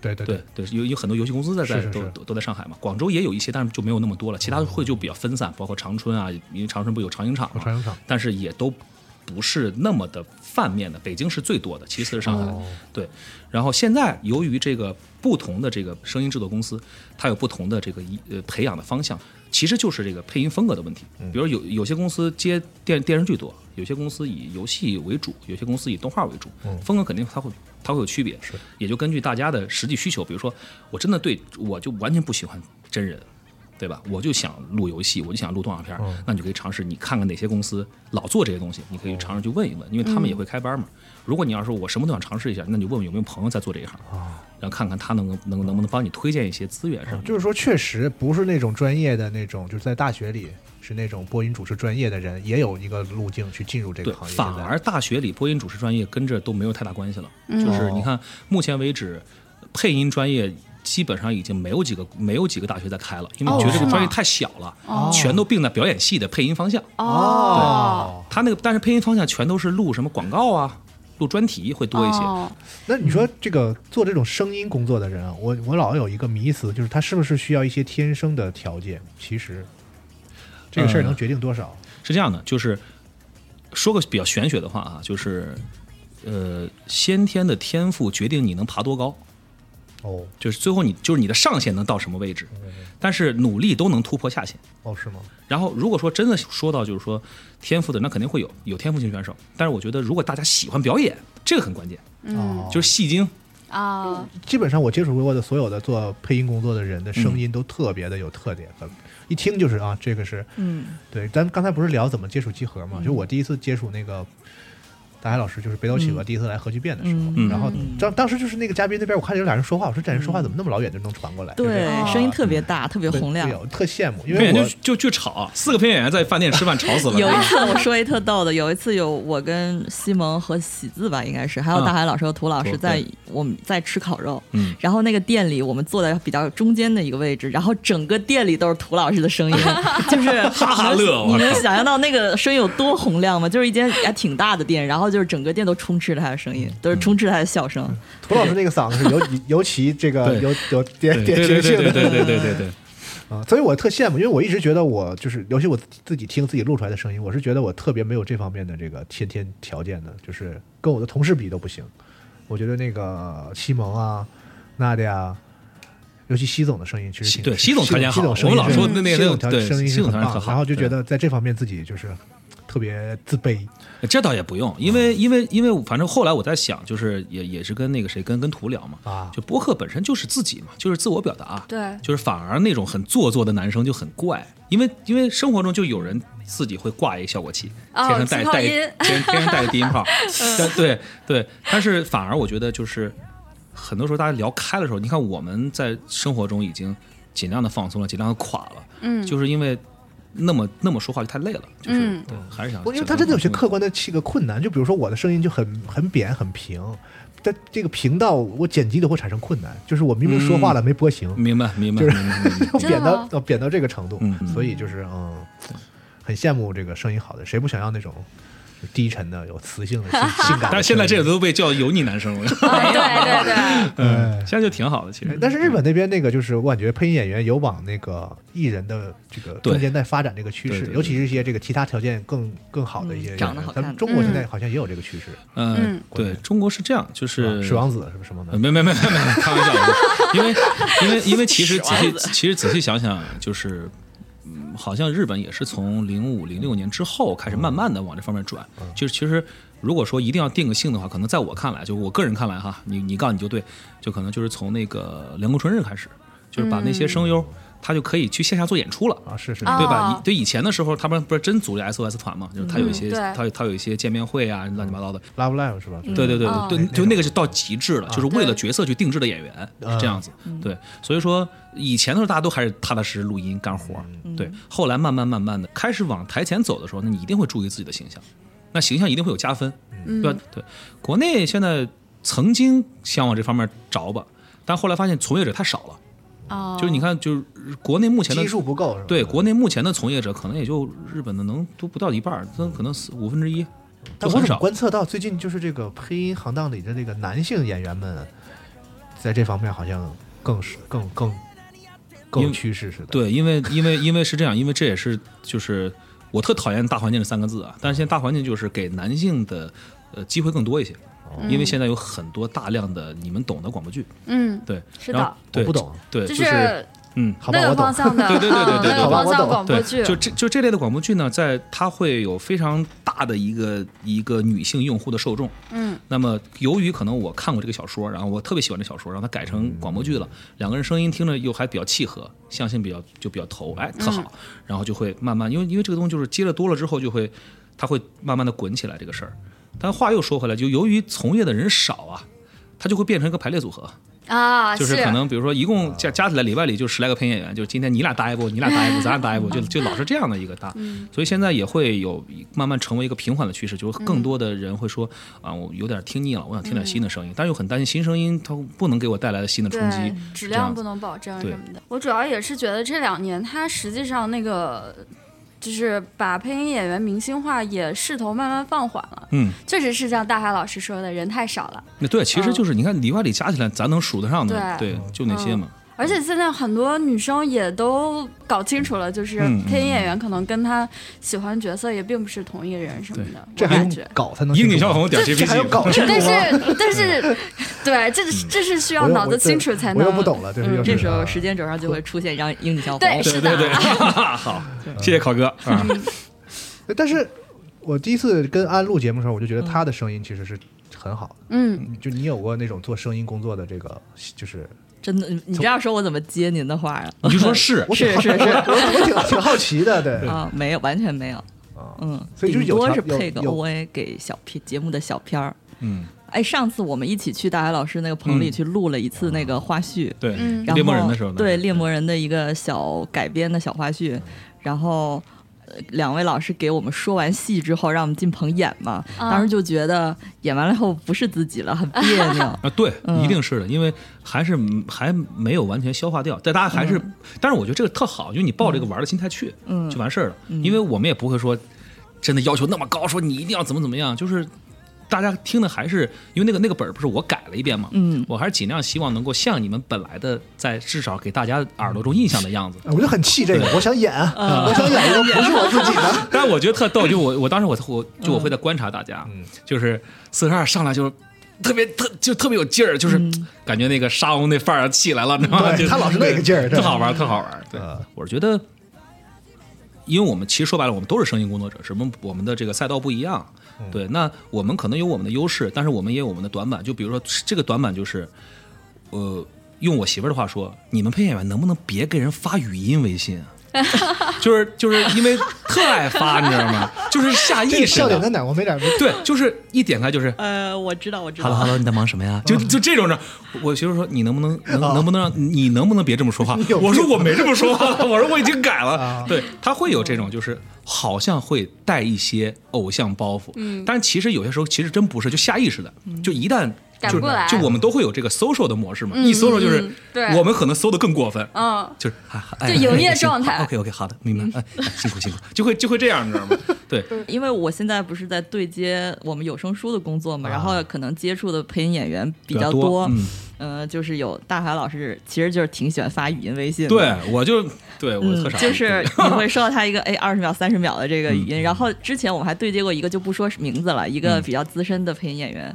D: 对对
F: 对对，有有很多游戏公司在在
D: 是是
F: 都
D: 是
F: 都都在上海嘛，广州也有一些，但是就没有那么多了，其他会就比较分散，包括长春啊，因为长春不有长影厂
D: 有
F: 嘛，
D: 传声厂
F: 但是也都不是那么的泛面的，北京是最多的，其次是上海。对，然后现在由于这个不同的这个声音制作公司，它有不同的这个一呃培养的方向，其实就是这个配音风格的问题。比如有有些公司接电电视剧多，有些公司以游戏为主，有些公司以动画为主，风格肯定它会它会有区别，是也就根据大家的实际需求。比如说，我真的对我就完全不喜欢真人。对吧？我就想录游戏，我就想录动画片儿，
D: 嗯
F: 那你就可以尝试，你看看哪些公司老做这些东西，你可以尝试去问一问，因为他们
E: 嗯
F: 也会开班嘛。如果你要是我什么都想尝试一下，那你就问问有没有朋友在做这一行，
D: 啊
F: 然后看看他能能能不能帮你推荐一些资源什么的。
D: 就是说，确实不是那种专业的那种，就是在大学里是那种播音主持专业的人，也有一个路径去进入这
F: 对
D: 个，行业。
F: 反而大学里播音主持专业跟这都没有太大关系了。
E: 哦
F: 就是你看，目前为止，配音专业基本上已经没有几个没有几个大学在开了，因为
E: 哦
F: 觉得这
E: 是
F: 个
E: 吗
F: 专业太小了，全都并在表演系的配音方向。
E: 哦，
F: 他那个，但是配音方向全都是录什么广告啊，录专题会多一些。
E: 哦
D: 那你
F: 嗯
D: 说这个做这种声音工作的人啊，我我老有一个迷思，就是他是不是需要一些天生的条件？其实这个
F: 嗯
D: 事儿能决定多少？
F: 是这样的，就是说个比较玄学的话啊，就是呃，先天的天赋决定你能爬多高，
D: 哦
F: 就是最后你就是你的上限能到什么位置，但是努力都能突破下限。
D: 哦，是吗？
F: 然后，如果说真的说到就是说天赋的，那肯定会有有天赋型选手。但是我觉得，如果大家喜欢表演，这个很关键，
G: 嗯
D: 哦，
F: 就是戏精。
E: 啊，
D: 基本上我接触过的所有的做配音工作的人的
F: 嗯
D: 声音都特别的有特点，很一听就是啊，这个是
G: 嗯，
D: 对。咱刚才不是聊怎么接触集合嘛？就我第一次接触那个大海老师，就是北岛企
G: 嗯
D: 鹅第一次来核聚变的时候，
F: 嗯
D: 然后当当时就是那个嘉宾那边，我看有俩人说话，我说这人说话怎么那么老远就能传过来？
G: 嗯对
D: 就是，
F: 哦
G: 声音特别大，特别
D: 对
G: 洪亮。
D: 对我特羡慕，因
F: 配
D: 为
F: 演
D: 我
F: 就就去吵，四个配音演员在饭店吃饭吵死了。
G: 有一次我说一特逗的，有一次有我跟西蒙和喜字吧，应该是还有
F: 啊
G: 大海老师和涂老师
F: 涂
G: 在
F: 对
G: 我们在吃烤肉
F: 嗯，
G: 然后那个店里我们坐在比较中间的一个位置，然后整个店里都是涂老师的声 音，就是
F: 哈哈乐
G: 你
F: 我
G: 能
F: 靠
G: 想象到那个声音有多洪亮吗？就是一间还挺大的店，然后就是整个店都充斥着他的声
F: 嗯
G: 音，都是充斥着他的笑声。
D: 涂老师那个嗓子是尤尤其这个
F: 对
D: 有有典
F: 对
D: 典
F: 对
D: 型
F: 对
D: 性
F: 对对
D: 的
F: 对对对对。
D: 啊，所以我特羡慕，因为我一直觉得我就是，尤其我自己听自己录出来的声音，我是觉得我特别没有这方面的这个先天条件的，就是跟我的同事比都不行。我觉得那个西蒙啊、娜迪啊，尤其西总的声音其实挺
F: 对西总条件
D: 西
F: 好
D: 总声音
F: 我们老
D: 是
F: 说那那
D: 西
F: 那
D: 总条
F: 对
D: 声音
F: 西
D: 是
F: 总
D: 很
F: 条
D: 棒
F: 件很好
D: 然后就觉
F: 对
D: 得在这方面自己就是特别自卑。
F: 这倒也不用，因
D: 嗯
F: 为因为因为反正后来我在想，就是也也是跟那个谁跟跟图聊嘛，
D: 啊
F: 就播客本身就是自己嘛，就是自我表达，
E: 对
F: 就是反而那种很做作的男生就很怪，因为因为生活中就有人自己会挂一个效果器，
E: 哦
F: 天上带
E: 气泡
F: 带
E: 音
F: 天天上带低音 炮，但对对，但是反而我觉得就是很多时候大家聊开的时候，你看我们在生活中已经尽量的放松了，尽量的垮了，嗯，就是因为那么那么说话就太累了，就是、
E: 嗯
F: 对还是想
D: 不，因为它真的有些
F: 客。
D: 客观的这个困难，就比如说我的声音就很很扁很平，但这个平到我剪辑都会产生困难，就是我明明说话了没播行，
F: 嗯明白，明白，
D: 就是
F: 明白， 明白。
D: 就
E: 真的
D: 扁到
E: 吗
D: 要扁到这个程度，
F: 嗯嗯
D: 所以就是嗯，很羡慕这个声音好的，谁不想要那种低沉的有磁性 的性性感的声音？
F: 但是现在这个都被叫油腻男生 了，
E: 啊对对对，
F: 嗯，现在就挺好的，其
D: 哎
F: 实。
D: 但是日本那边那个就是，我感觉配音演员有往那个艺人的这个
F: 对
D: 中间在发展这个趋
F: 对对
D: 势，
F: 对
D: 尤其是一些这个其他条件更更好的一些
G: 嗯
D: 演员，
G: 长得好
D: 咱
G: 看的
D: 们中国现在好像也有这个趋势，
F: 嗯，对中国是这样，就是
D: 啊水王子是不是什么的
F: 呃？没没没没没，开玩笑 的，因为因为因为其实仔细其实仔细想想，就是嗯，好像日本也是从零五零六年之后开始慢慢的往这方面转，
D: 嗯
F: 就是其实如果说一定要定个性的话，可能在我看来，就我个人看来哈，你你告诉你就对，就可能就是从那个凉宫春日开始，就是把那些声
D: 嗯
F: 优他就可以去线下做演出了。
D: 啊，是是，
E: 啊
F: 对吧？
E: 哦
F: 以对以前的时候，他们不是真组织 SOS 团嘛？就是他有一些，
E: 嗯对
F: 他有他有一些见面会啊，乱七八糟的。
D: Love Live 是吧？
F: 对对对
E: 哦
F: 对，就那个是到极致了，就是为了
E: 啊对
F: 角色去定制的演员
D: 嗯
F: 是这样子。对，所以说以前的时候大家都还是踏踏实实录音干活儿，
E: 嗯
F: 对。后来慢慢慢慢的开始往台前走的时候，那你一定会注意自己的形象，那形象一定会有加分，对吧？
E: 嗯
F: 对，国内现在曾经想往这方面着吧，但后来发现从业者太少了，
E: 哦，
F: 就是你看，就是国内目前的
D: 基数不够是吧？
F: 对，国内目前的从业者，可能也就日本的能都不到一半儿，那可能四五分之一，都
D: 但我怎
F: 很
D: 么
F: 少。
D: 观测到最近就是这个配音行当里的这个男性演员们，在这方面好像更是更更更有趋势似的。，
F: 对，因为因为因为是这样，因为这也是就是我特讨厌“大环境”这三个字啊，但是现在大环境就是给男性的呃机会更多一些，
E: 哦
F: 因为现在有很多大量的你们懂的广播剧，
E: 嗯，
F: 对，
E: 是
F: 然
E: 的
F: 后，对，
D: 不懂，啊
F: 对，
E: 就是
F: 嗯，
D: 好吧，
E: 那
D: 我
E: 个
D: 懂
E: 方。向的，
F: 对对对对
E: 嗯
F: 对
E: 那
F: 好
E: 个
F: 吧
E: 方
D: 我
E: 向
D: 懂
E: 广播
F: 对，
E: 剧，
F: 就这就这类的广播剧呢，在它会有非常大的一个一个女性用户的受众。
E: 嗯，
F: 那么由于可能我看过这个小说，然后我特别喜欢这小说，然后它改成广播剧
E: 嗯
F: 了，两个人声音听着又还比较契合，相性比较就比较投，哎，特
E: 嗯
F: 好，然后就会慢慢，因为因为这个东西就是接着多了之后，就会它会慢慢的滚起来这个事儿。但话又说回来，就由于从业的人少啊，它就会变成一个排列组合。
E: 啊，
F: 就是可能比如说一共加加起来里外里就十来个配音演员，就是今天你俩搭一部，你俩搭一部，咱俩搭一部， 就就老是这样的一个搭，
E: 嗯
F: 所以现在也会有慢慢成为一个平缓的趋势，就是
E: 嗯
F: 更多的人会说啊，我有点听腻了，我想听点新的声音，但是又很担心新声音它不能给我带来的新的冲击
E: 对，质量不
F: 能
E: 能保证
F: 对
E: 什么的。我主要也是觉得这两年它实际上那个。就是把配音演员明星化也势头慢慢放缓了，
F: 嗯，
E: 确实是像大海老师说的，人太少了。
F: 那对，其实就是你看里外里加起来，咱能数得上的，
E: 嗯对嗯
F: 对，就那些嘛，
E: 而且现在很多女生也都搞清楚了，就是
F: 嗯嗯
E: 配音演员可能跟她喜欢角色也并不是同一个人什么的，
D: 这
E: 我
D: 还
E: 感
D: 用
E: 觉。
D: 搞才能
F: 英
D: 清楚
F: 语小
D: 吗
F: 红点
E: 这
F: GPT，
D: 还要搞清楚
E: 但
D: 吗？
E: 是但是， 对，这是这是需
D: 嗯
E: 要
D: 我又
E: 脑
D: 我
E: 子清楚才
D: 我
E: 能。嗯
D: 又不懂了，这是
F: 嗯
D: 又
G: 这
D: 是
G: 时候
D: 啊
G: 时间轴上就会出现让英语小红。
E: 对，
F: 对
E: 是
F: 对对，
E: 的， 嗯
F: 好，谢谢考哥，啊
D: 但是我第一次跟安录节目的时候，我就觉得他的声音其实是很好的。
E: 嗯，
D: 就你有过那种做声音工作的这个，就是
G: 真的，你这样说我怎么接您的话啊呀？
F: 你就说是
D: 我挺
G: 是是是
D: 我我挺挺好奇的，对
G: 啊，没有，完全没有。嗯，
D: 啊所以就是
G: 顶
D: 有
G: 多
D: 条
G: 是
D: 有
G: 配个
D: 有
G: OA 给小片节目的小片儿。
F: 嗯，
G: 哎，上次我们一起去大海老师那个棚里
F: 嗯
G: 去录了一次那个
D: 啊
G: 花絮，
F: 对，
E: 嗯
G: 然后
F: 猎魔人的时候呢，
G: 对猎魔人的一个小改编的小花絮，
D: 嗯
G: 然后。呃两位老师给我们说完戏之后，让我们进棚演嘛。
E: 啊
G: 当时就觉得演完了以后不是自己了，很别
F: 。
G: 扭
F: 啊，对，
G: 嗯
F: 一定是的，因为还是还没有完全消化掉，但大家还是，但是我觉得这个特好，就你抱着一个玩儿的心态去，
G: 嗯
F: 就完事儿了，因为我们也不会说真的要求那么高，说你一定要怎么怎么样，就是大家听的还是因为那个那个本儿不是我改了一遍嘛，
G: 嗯
F: 我还是尽量希望能够像你们本来的，在至少给大家耳朵中印象的
G: 嗯
F: 样子。
D: 啊我就很气这个，我想演，我想演一个不是我自己的。
F: 但是我觉得特逗，就我我当时我我就我会在
D: 嗯
F: 观察大家，就是四十二上来就特别特就特别有劲儿，就是感觉那个沙翁那范儿起来了，你知道吗？
D: 嗯对
F: 就
D: 他老是那个劲儿对
F: 特好玩，特好玩。对
D: 嗯，
F: 我是觉得，因为我们其实说白了，我们都是声音工作者，只不过我们的这个赛道不一样。
D: 嗯
F: 对，那我们可能有我们的优势，但是我们也有我们的短板。就比如说这个短板就是，呃，用我媳妇儿的话说，你们配演员能不能别给人发语音微信啊？ 就是就是因为特爱发，你知道吗？就是下
D: 这
F: 意
D: 个
F: 识
D: 笑点在
F: 的，
D: 哪？我没点
F: 对，就是一点开就是
G: 呃，我知道，我知道。
F: Hello Hello，你在忙什么呀？就就这种的。我媳妇说你能不能能能不能让 你能不能别这么说话？
D: 有病
F: 我说我没这么说 话，我说我已经改了
D: 啊。
F: 对，他会有这种就是好像会带一些偶像包袱，嗯，但其实有些时候其实真不是，就下意识的，就一旦。
E: 改
F: 就
E: 不过来
F: 就我们都会有这个搜 l 的模式嘛，一搜 l 就是
E: 嗯对，
F: 我们可能搜的更过分，
E: 嗯，
F: 就是啊，
E: 就营业状态嗯
F: OK OK，好的，明白。哎，哎辛苦辛苦，就会就会这样，你知道吗？对，
E: 嗯
G: 因为我现在不是在对接我们有声书的工作嘛，然后可能接触的配音演员比较
F: 啊多。嗯，
G: 呃，就是有大海老师，其实就是挺喜欢发语音微信的。
F: 对我就对我
G: 嗯
F: 特，傻，
G: 就是你会收到他一个哎二十秒、三十秒的这个语音，
F: 嗯
G: 然后之前我们还对接过一个就不说名字了，一个
F: 嗯
G: 比较资深的配音演员，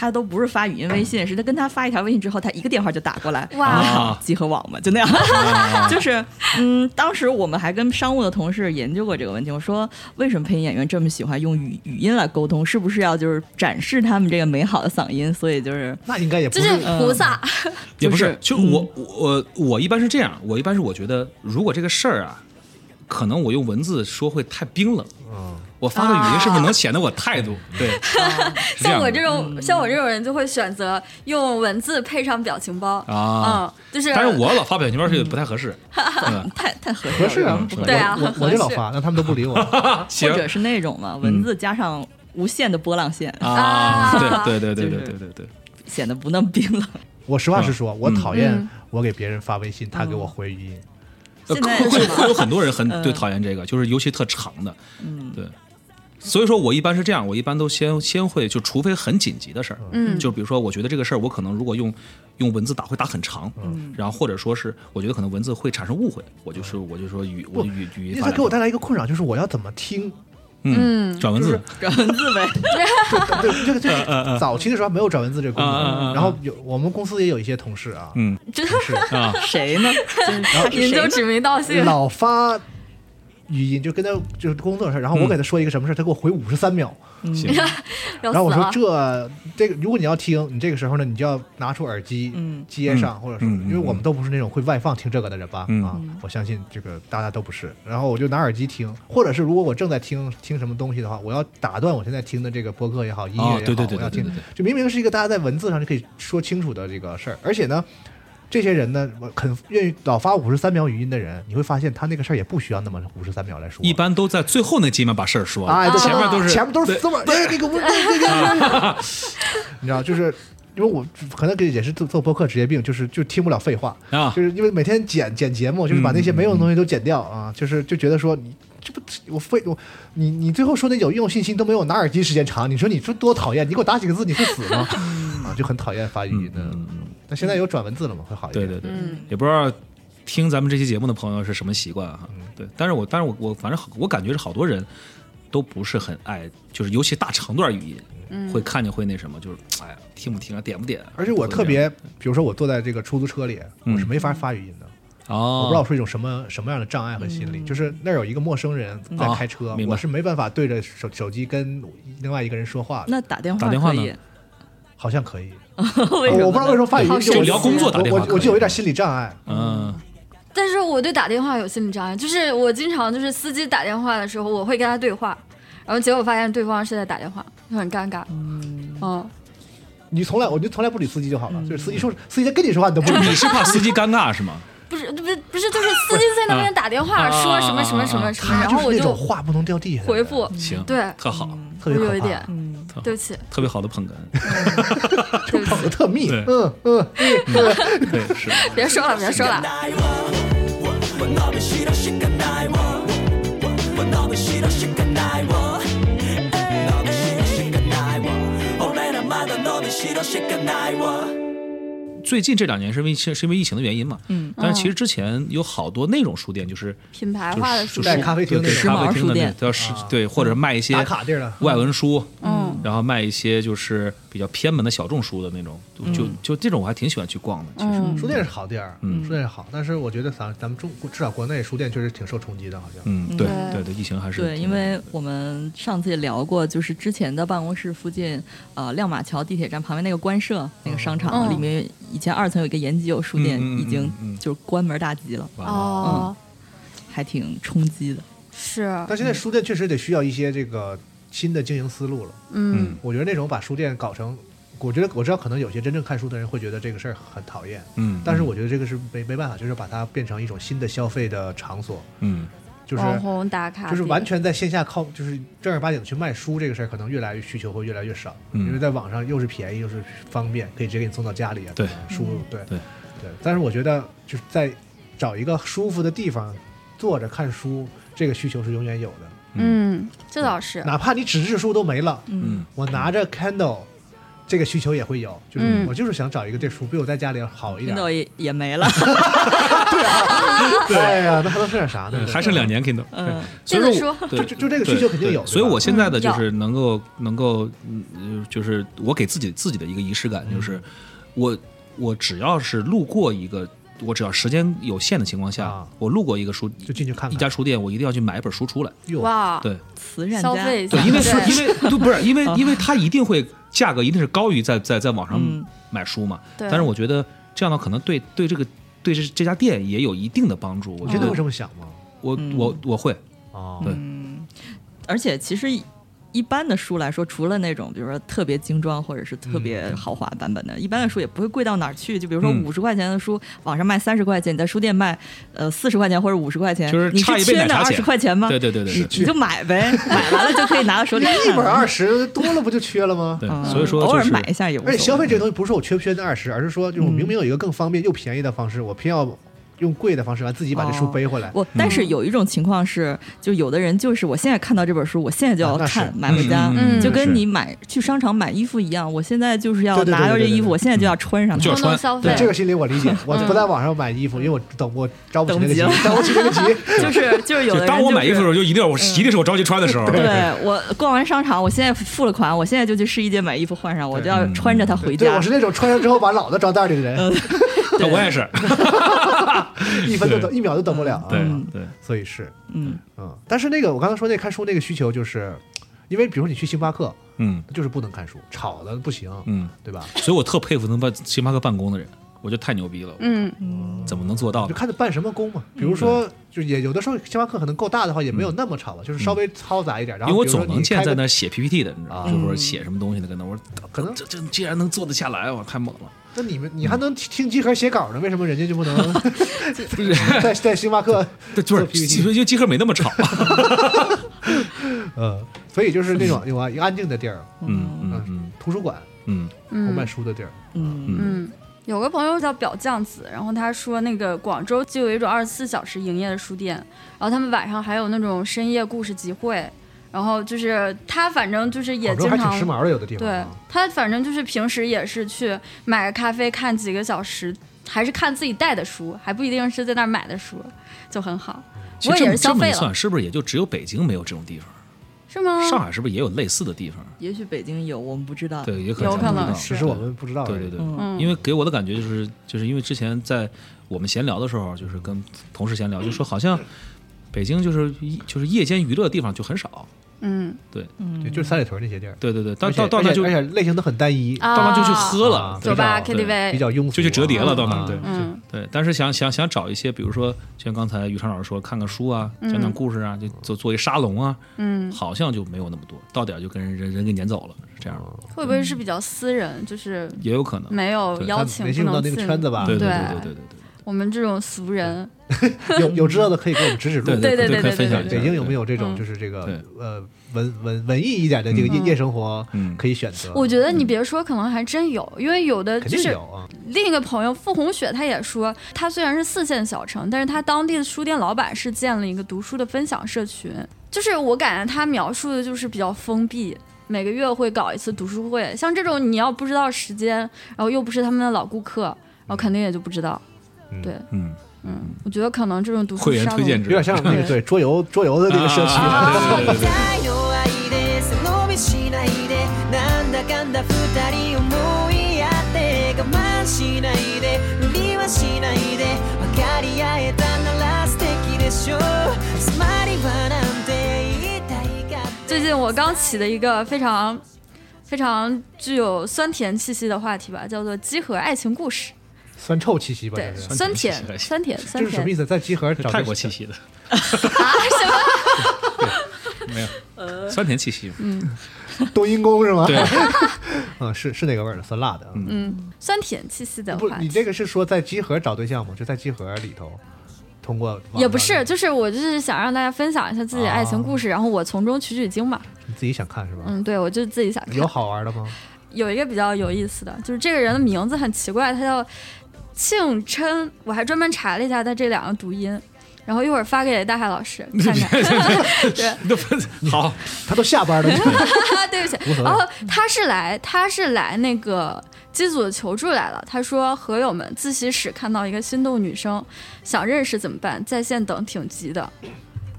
G: 他都不是发语音微信，是他跟他发一条微信之后，他一个电话就打过来，
E: 哇
G: 啊集合网嘛，就那样， 就是嗯，当时我们还跟商务的同事研究过这个问题，我说为什么配音演员这么喜欢用语语音来沟通，是不是要就是展示他们这个美好的嗓音？所以就是
D: 那应该也不
E: 就是
D: 是
E: 菩萨，
F: 也不，
G: 就是嗯
F: 就我我我一般是这样，我一般是我觉得，如果这个事儿啊，可能我用文字说会太冰冷，我发个语音是不是能显得我态度？对， 是
E: 像
F: 样
E: 我
F: 的
E: 这种像我这种人就会选择用文字配上表情包
F: 啊，
E: 嗯，就是
F: 但是我老发表情包是不太合 适，嗯
G: 太太合适
D: 合
G: 了，
D: 适啊
G: 不，
D: 我
G: 合
E: 对啊
D: 我
E: 很合
D: 我就老
E: 适
D: 发，那他们都不理我。
F: 行
G: 或者是那种嘛，文字加上无限的波浪线，
F: 啊，对对对对
G: 就
F: 对
G: 是
F: 对对对，
G: 显得不那么冰冷。
D: 我实话实说，我讨
E: 嗯
D: 厌我给别人发微信，他给我回语音。
F: 呃
G: 现在
F: 会会有很多人很
G: 嗯
F: 对讨厌这个，就是尤其特长的，对，所以说我一般是这样，我一般都先先会就，除非很紧急的事儿，
E: 嗯
F: 就比如说我觉得这个事儿，我可能如果用用文字打会打很长，嗯，然后或者说是我觉得可能文字会产生误会，我就是我就说语我语语
D: 因
F: 音
D: 为它
F: 发展
D: 给我带来一个困扰，就是我要怎么听？
F: 嗯转文字，
G: 转文 字呗，
D: 对，这个这个早期的时候还没有转文字这个功
F: 嗯嗯嗯
D: 能，
F: 嗯
D: 然后有我们公司也有一些同事啊，
F: 嗯
E: 这
D: 同事
F: 啊，
G: 谁呢？就是他是
E: 您
G: 谁
E: 就
G: 呢？
E: 指名道姓，
D: 老发语音，就跟他就是工作的事儿，然后我
F: 嗯
D: 给他说一个什么事儿，他给我回五十三秒，
F: 行，
D: 嗯
E: 要
D: 然后我
E: 死
D: 说
E: 了。
D: 这这个，如果你要听，你这个时候呢，你就要拿出耳机
G: 嗯
D: 接上，或者是
F: 嗯嗯
D: 因为我们都不是那种会外放听这个的人吧？
F: 嗯
D: 啊，我相信这个大家都不是。然后我就拿耳机听，或者是如果我正在听听什么东西的话，我要打断我现在听的这个播客也好，音乐也好，
F: 哦对对对
D: 我要
F: 对对
D: 听
F: 对对，
D: 就明明是一个大家在文字上就可以说清楚的这个事儿，而且呢。这些人呢，肯愿意老发五十三秒语音的人，你会发现他那个事儿也不需要那么五十三秒来说，
F: 一般都在最后那几秒把事儿说了，
D: 啊，对
F: 前面都是
D: 前面都是丝袜，哎，那个我那个， 你知道，就是因为我可能给也是做做播客职业病，就是就听不了废话，
F: 啊嗯
D: 就是因为每天剪剪节目，就是把那些没用的东西都剪掉啊，就是就觉得说你。这不，我废我，你你最后说那有用信息都没有，我拿耳机时间长，你说你这多讨厌！你给我打几个字，你会死吗？ 啊，就很讨厌发语音的。那现在有转文字了吗？会好一
F: 嗯对
D: 点。
F: 对对，
E: 嗯
F: 也不知道听咱们这期节目的朋友是什么习惯哈、
D: 嗯
F: 对，但是我但是我我反正好我感觉是好多人都不是很爱，就是尤其大长段语音，
E: 嗯
F: 会看见会那什么，就是哎呀听不听啊，点不点啊、
D: 而且我
F: 都会
D: 特
F: 这
D: 别
F: 样，
D: 比如说我坐在这个出租车里，我
F: 嗯
D: 是没法发语音的。
F: 哦，
D: 我不知道是一种什么什么样的障碍和心
E: 嗯
D: 理，就是那儿有一个陌生人在开车，
F: 啊明白
D: 我是没办法对着手手机跟另外一个人说话的，
G: 那打电
F: 打
G: 话
F: 电话
G: 可
F: 呢
G: 以？
D: 好像可以，
G: 为什
D: 我
G: 么
D: 我不知道为
G: 呢
D: 什么发语
E: 好
D: 音
E: 神
D: 我
E: 奇啊聊工作
F: 打电话
D: 我
F: 可以
D: 我我就有一点心理障碍，
F: 嗯
E: 但是我对打电话有心理障碍，就是我经常就是司机打电话的时候，我会跟他对话，然后结果发现对方是在打电话，就很尴尬。嗯，
D: 你从来我就从来不理司机就好了，就是司机说司机在跟你说话你都不
F: 就
D: 理，
F: 你是怕司机尴尬是吗？
E: 不是，不是，不是，就是司机在那边打电话
F: 啊
E: 说什么什么什么什么，
D: 他
E: 然
D: 就
E: 后
D: 是
E: 我
D: 那种
E: 就
D: 话不能掉地下的
E: 回
D: 人，
E: 复，
F: 行，
E: 嗯对
F: 特好，
D: 特
E: 我
D: 别
E: 有
D: 可
E: 一点
D: 怕，，
E: 对不起，
F: 特别好的捧哏，
E: 对不
D: 跑 的
E: 起，
D: 特密，
F: 对
D: 嗯嗯，
F: 对是，
E: 别说了，别 说了。
F: 最近这两年是因为是因为疫情的原因嘛，嗯，但是其实之前有好多那种书店就是
E: 品牌
F: 就
E: 化的
F: 是就
E: 书
D: 带
F: 是
D: 咖啡厅
F: 对
D: 那
G: 种
F: 咖啡厅的
G: 时髦书
F: 那
G: 店
F: 叫是对，或者卖一些
D: 打卡地儿了，
F: 外文书，
E: 嗯，
F: 然后卖一些就是比较偏门的小众书的那种，就就就这种我还挺喜欢去逛的。其实，
D: 书店是好地儿，书店是好，但是我觉得咱咱们中至少国内书店确实挺受冲击的，好像。
F: 嗯，对
E: 嗯
F: 对对，疫情还是
G: 对，因为我们上次也聊过，就是之前的办公室附近，呃，亮马桥地铁站旁边那个官舍那个商场、
E: 嗯
G: 里面，以前二层有一个延吉有书店，
F: 嗯嗯嗯
G: 已经
F: 嗯嗯
G: 就是关门大吉了，
E: 哦，
G: 还挺冲击的。
E: 是，
D: 嗯但现在书店确实得需要一些这个新的经营思路了。
E: 嗯
D: 我觉得那种把书店搞成，我觉得我知道可能有些真正看书的人会觉得这个事儿很讨厌，
F: 嗯，
D: 但是我觉得这个是没没办法，就是把它变成一种新的消费的场所，
F: 嗯
D: 就是
E: 网红打卡地，
D: 就是完全在线下靠，就是正儿八经去卖书这个事儿，可能越来越需求会越来越少，
F: 嗯
D: 因为在网上又是便宜又是方便，可以直接给你送到家里啊，
F: 对嗯
D: 书对
F: 对
D: 对但是我觉得就是在找一个舒服的地方坐着看书，这个需求是永远有的，
E: 嗯，这倒是，
D: 哪怕你纸质书都没了，
F: 嗯
D: 我拿着 Kindle，这个需求也会有，就是
E: 嗯
D: 我就是想找一个这书比我在家里要好一点。
G: Kindle 也也 没了，
D: 对呀、那还能剩点啥呢
F: 嗯，？还剩两年 Kindle，
G: 嗯，
F: 所
E: 接
F: 以说
E: 着
F: 我
E: 说，
F: 对
D: 就就就这个
F: 对
D: 需求肯定
F: 对
D: 有，
F: 所以
D: 对吧
F: 我现在的
E: 嗯
F: 就是能够能够，嗯呃就是我给自己自己的一个仪式感，
D: 嗯
F: 就是我我只要是路过一个，我只要时间有限的情况下
D: 啊，
F: 我路过一个书
D: 就进去看看
F: 一家书店，我一定要去买一本书出来。
D: 哟，
G: 啊
E: 哇，
F: 对
G: 慈善
E: 消
G: 家，
E: 费一下
F: 对，，因为
E: 对
F: 书因 为都不是因为因为它一定会价格一定是高于在在在网上
G: 嗯
F: 买书嘛，
E: 对
F: 但是我觉得这样的可能对对这个对这这家店也有一定的帮助。我
D: 你
F: 觉
D: 真的
G: 嗯
F: 得
D: 会这么想吗？
F: 我我我会
D: 哦，
F: 对
G: 而且其实一。一般的书来说，除了那种比如说特别精装或者是特别豪华版本的，一般的书也不会贵到哪儿去。就比如说
F: 嗯
G: 五十块钱的书，网上卖三十块钱，你在书店卖呃四十块钱或者五十块钱，
F: 就是
G: 你
F: 差
G: 是
F: 一杯
G: 缺
F: 奶
G: 那
F: 茶
G: 二
F: 钱
G: 十块钱吗？
F: 对对对对对
G: 你你就买呗，买完了就可以拿到手 里看了。
D: 一本二十多了不就缺了吗？
F: 对
G: 嗯，
F: 所以说
G: 偶
F: 就
G: 尔
F: 是
G: 买一下也无所
D: 而
G: 谓。
D: 且消费这个东西不是说我缺不缺那二十，而是说就是我明明有一个更方便又便宜的方式，我偏要用贵的方式完自己把这书
G: 哦
D: 背回来。
G: 我但是有一种情况是，就有的人就是我现在看到这本书，我现在就要
D: 啊那是
G: 看，买回家，
E: 嗯
G: 就跟
F: 是
G: 你买去商场买衣服一样，我现在就是要
D: 对对对
G: 拿到
D: 对
G: 这
D: 对对
G: 衣服，我现在就要穿上
F: 就
G: 它
F: 要。
E: 冲动
F: 穿
E: 消
D: 对
E: 费，
D: 这个心理我理解，我不在网上买衣服，因为我等我 着不起那个急，等不起那个急。
G: 就是就是有
F: 就
G: 的人
F: 当我买衣服的时
G: 就是
F: 候，就一定
E: 嗯
F: 要我一定是我着急穿的时候。
G: 对我逛完商场，我现在付了款，我现在就去试衣间买衣服换上，我就要
F: 嗯
G: 穿着它回
D: 对，
G: 家
D: 我。是那种穿上之后把脑袋装袋里的人，
F: 那我也是。
D: 一分都等一秒都等不了啊。
F: 嗯对对，
D: 所以是，
G: 嗯，
D: 嗯，但是那个我刚才说那看书那个需求，就是因为比如说你去星巴克，
F: 嗯
D: 就是不能看书，吵的不行，
F: 嗯，
D: 对吧？
F: 所以我特佩服能办星巴克办公的人，我觉得太牛逼了，
E: 嗯，
F: 怎么能做到
D: 就
F: 呢？
D: 看他办什么工嘛。
F: 嗯
D: 比如说，就也有的时候星巴克可能够大的话，也没有那么吵了，就是稍微嘈杂一点。然
F: 嗯因为
D: 后
F: 我
D: 比如说
F: 总能
D: 你
F: 见
D: 开
F: 在
D: 个
F: 那儿写 PPT 的，你知道吗？
D: 啊
E: 嗯
F: 就是说写什么东西的，跟那嗯儿我说
D: 可能
F: 这这既然能做得下来，我太猛了。
D: 那你们你还能听听集合写稿呢？为什么人家就不 能在在星巴克？
F: 对，就是
D: 做 PPT
F: 因为集合没那么吵。啊
D: 嗯，所以就是那种有啊一个安静的地儿，
F: 嗯嗯嗯
D: 图书馆
F: 嗯
D: 或
E: 嗯
D: 卖书的地儿。
G: 嗯，
E: 嗯，有个朋友叫表酱子，然后他说那个广州就有一种二十四小时营业的书店，然后他们晚上还有那种深夜故事集会，然后就是他反正就是也
D: 广州
E: 经
D: 还挺时
E: 常。
D: 髦的，有的地方
E: 对
D: 啊。
E: 他反正就是平时也是去买个咖啡看几个小时，还是看自己带的书，还不一定是在那儿买的书，就很好。
F: 其
E: 我
F: 实这么
E: 也是消
F: 这么
E: 费
F: 一
E: 了，嗯
F: 算，是不是也就只有北京没有这种地方？
E: 是吗？
F: 上海是不是也有类似的地方？
G: 也许北京有，我们不知道。
F: 对，也可
E: 有
F: 能
E: 可
F: 不知
E: 能
F: 道
E: 是
D: 只是我们不知道而
F: 对
D: 已。
F: 对对，
E: 嗯
F: 因为给我的感觉就是，就是因为之前在我们闲聊的时候，就是跟同事闲聊，就说好像北京就是一就是夜间娱乐的地方就很少。
E: 嗯
D: 对，就是三里屯那些地儿。
F: 对对对，到
D: 而且
F: 到到那
D: 而且
F: 就
D: 而且类型都很单一，
E: 啊，
F: 到那就去喝了
D: 啊，
E: 酒吧、
F: 对对
E: KTV，
D: 比较庸俗，
F: 就去折叠了，到那
D: 啊
F: 儿对。
E: 嗯
F: 对，但是想想想找一些，比如说像刚才于昌老师说，看看书啊，讲讲故事啊，就做做一沙龙啊，
E: 嗯，
F: 好像就没有那么多，到点儿就跟人人人给撵走了，是这样吗？
E: 会不会是比较私人？就是
F: 也有可能。
E: 嗯没有
F: 对
E: 邀请，
D: 没
E: 不
D: 进入到
E: 能
D: 那
E: 进
D: 个圈子吧？
F: 对对
E: 对
F: 对对对对对。
E: 我们这种俗人，
D: 有有知道的可以给我们指指路。
F: 对
E: 对
F: 对
E: 对
F: 可以
E: 对
F: 分享一下
E: 对
D: 北京有没有这种
E: 嗯
D: 就是这个
F: 对
D: 呃文文文艺一点的这个夜夜生活
F: 嗯
D: 可以选择？
E: 我觉得你别说，可能还真有，因为有的
D: 嗯肯
E: 就
D: 定
E: 是
D: 有啊，
E: 另一个朋友傅红雪，他也说，他虽然是四线小城，但是他当地的书店老板是建了一个读书的分享社群，就是我感觉他描述的就是比较封闭。每个月会搞一次读书会，像这种你要不知道时间，然后又不是他们的老顾客，然后肯定也就不知道。
D: 嗯
E: 对，
F: 嗯，
E: 嗯，我觉得可能这种读书
F: 会员
E: 商
F: 推荐制
D: 有点像那个对桌游桌游的那个社区
F: 啊
D: 啊，
H: みたいの愛で背伸びしないでなんだかんだ二人思いやって我慢しないで無理はしないで分かり合えたなら素敵でしょうつまりはなんて言いたいか
E: 最近我刚起的一个非常非常具有酸甜气息的话题吧，叫做“集合爱情故事
D: 酸臭气息”。吧，
E: 对，
D: 这是
E: 酸甜，酸甜，酸
D: 就是什么意
E: 甜。
D: 思？在集合找
F: 泰
D: 这
F: 国气息的 没有酸甜气息，
E: 嗯
D: 冬阴功是吗？
F: 对，
D: 嗯，是是那个味儿的，酸辣的啊。
E: 嗯，酸甜气息的
D: 不
E: 话，
D: 你
E: 题。
D: 这个是说在集合找对象吗？就在集合里头，通过网
E: 也不
D: 上
E: 是，就是我就是想让大家分享一下自己的爱情故事，然后我从中取取经嘛。
D: 你自己想看是吧？
E: 嗯，对，我就自己想看。
D: 有好玩的吗？
E: 有一个比较有意思的，就是这个人的名字很奇怪，他叫庆琛，我还专门查了一下他这两个读音，然后一会儿发给大海老师 看看。对，
F: 那不好，
D: 他都下班了，
E: 啊，对不起。然后他是来，他是来那个机组求助来了。他说何友们自习室看到一个心动女生，想认识怎么办？在线等挺急的。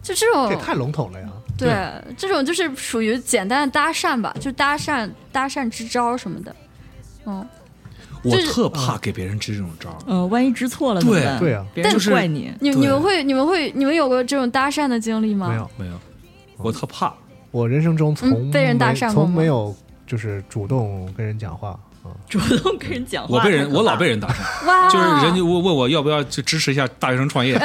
E: 就这
D: 这也
E: 种，
D: 太笼统了呀。
E: 对这种就是属于简单的搭讪吧，就搭讪搭讪支招什么的。嗯，
F: 我
E: 就是
F: 特怕给别人支这种招儿。
G: 嗯，万一知错了怎么
F: 对
G: 办？
D: 对啊
G: 别人
F: 就是
G: 怪你。
E: 你
F: 对
E: 你们会你们会你们有过这种搭讪的经历吗？
D: 没有，
F: 没有，我特怕。
D: 我人生中从
E: 嗯被人
D: 没
E: 搭讪过
D: 从
E: 吗
D: 没有就是主动跟人讲话啊。
G: 主动跟人讲话，
F: 我被人，我老被
G: 人。
F: 人打讪，
E: 哇，
F: 就是人家问问我要不要就支持一下大学生 创业，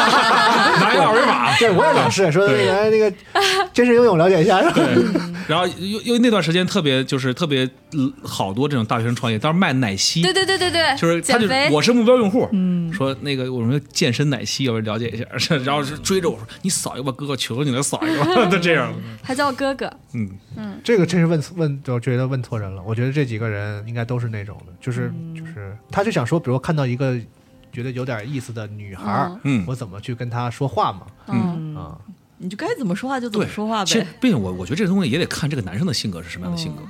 F: 拿一个二维码，
D: 对，我也老是说那个哎那个 真实游泳了解一下，是吧？
E: 嗯
F: 然后又又那段时间特别就是特别嗯好多这种大学生创业，当时卖奶昔，
E: 对对对对对，
F: 就是他
E: 减
F: 就
E: 肥。嗯
F: 我是目标用户，
G: 嗯
F: 说那个我们健身奶昔，要不要了解一下？ 然后是追着我说你扫一个吧，哥哥，求求你了，扫一个吧， 就这样。
E: 还叫哥哥，
F: 嗯，
D: 这个真是问错问，我觉得问错
E: 嗯
D: 人了。我觉得这几个人应该都是那种的，就是就是，他就想说，比如看到一个觉得有点意思的女孩儿，
F: 嗯
D: 我怎么去跟她说话嘛？
E: 嗯，
D: 啊、
G: 你就该怎么说话就怎么
F: 对，
G: 说话
F: 其实
G: 呗。，嗯
F: 并且我我觉得这个东西也得看这个男生的性格是什么样的性
G: 哦
F: 格，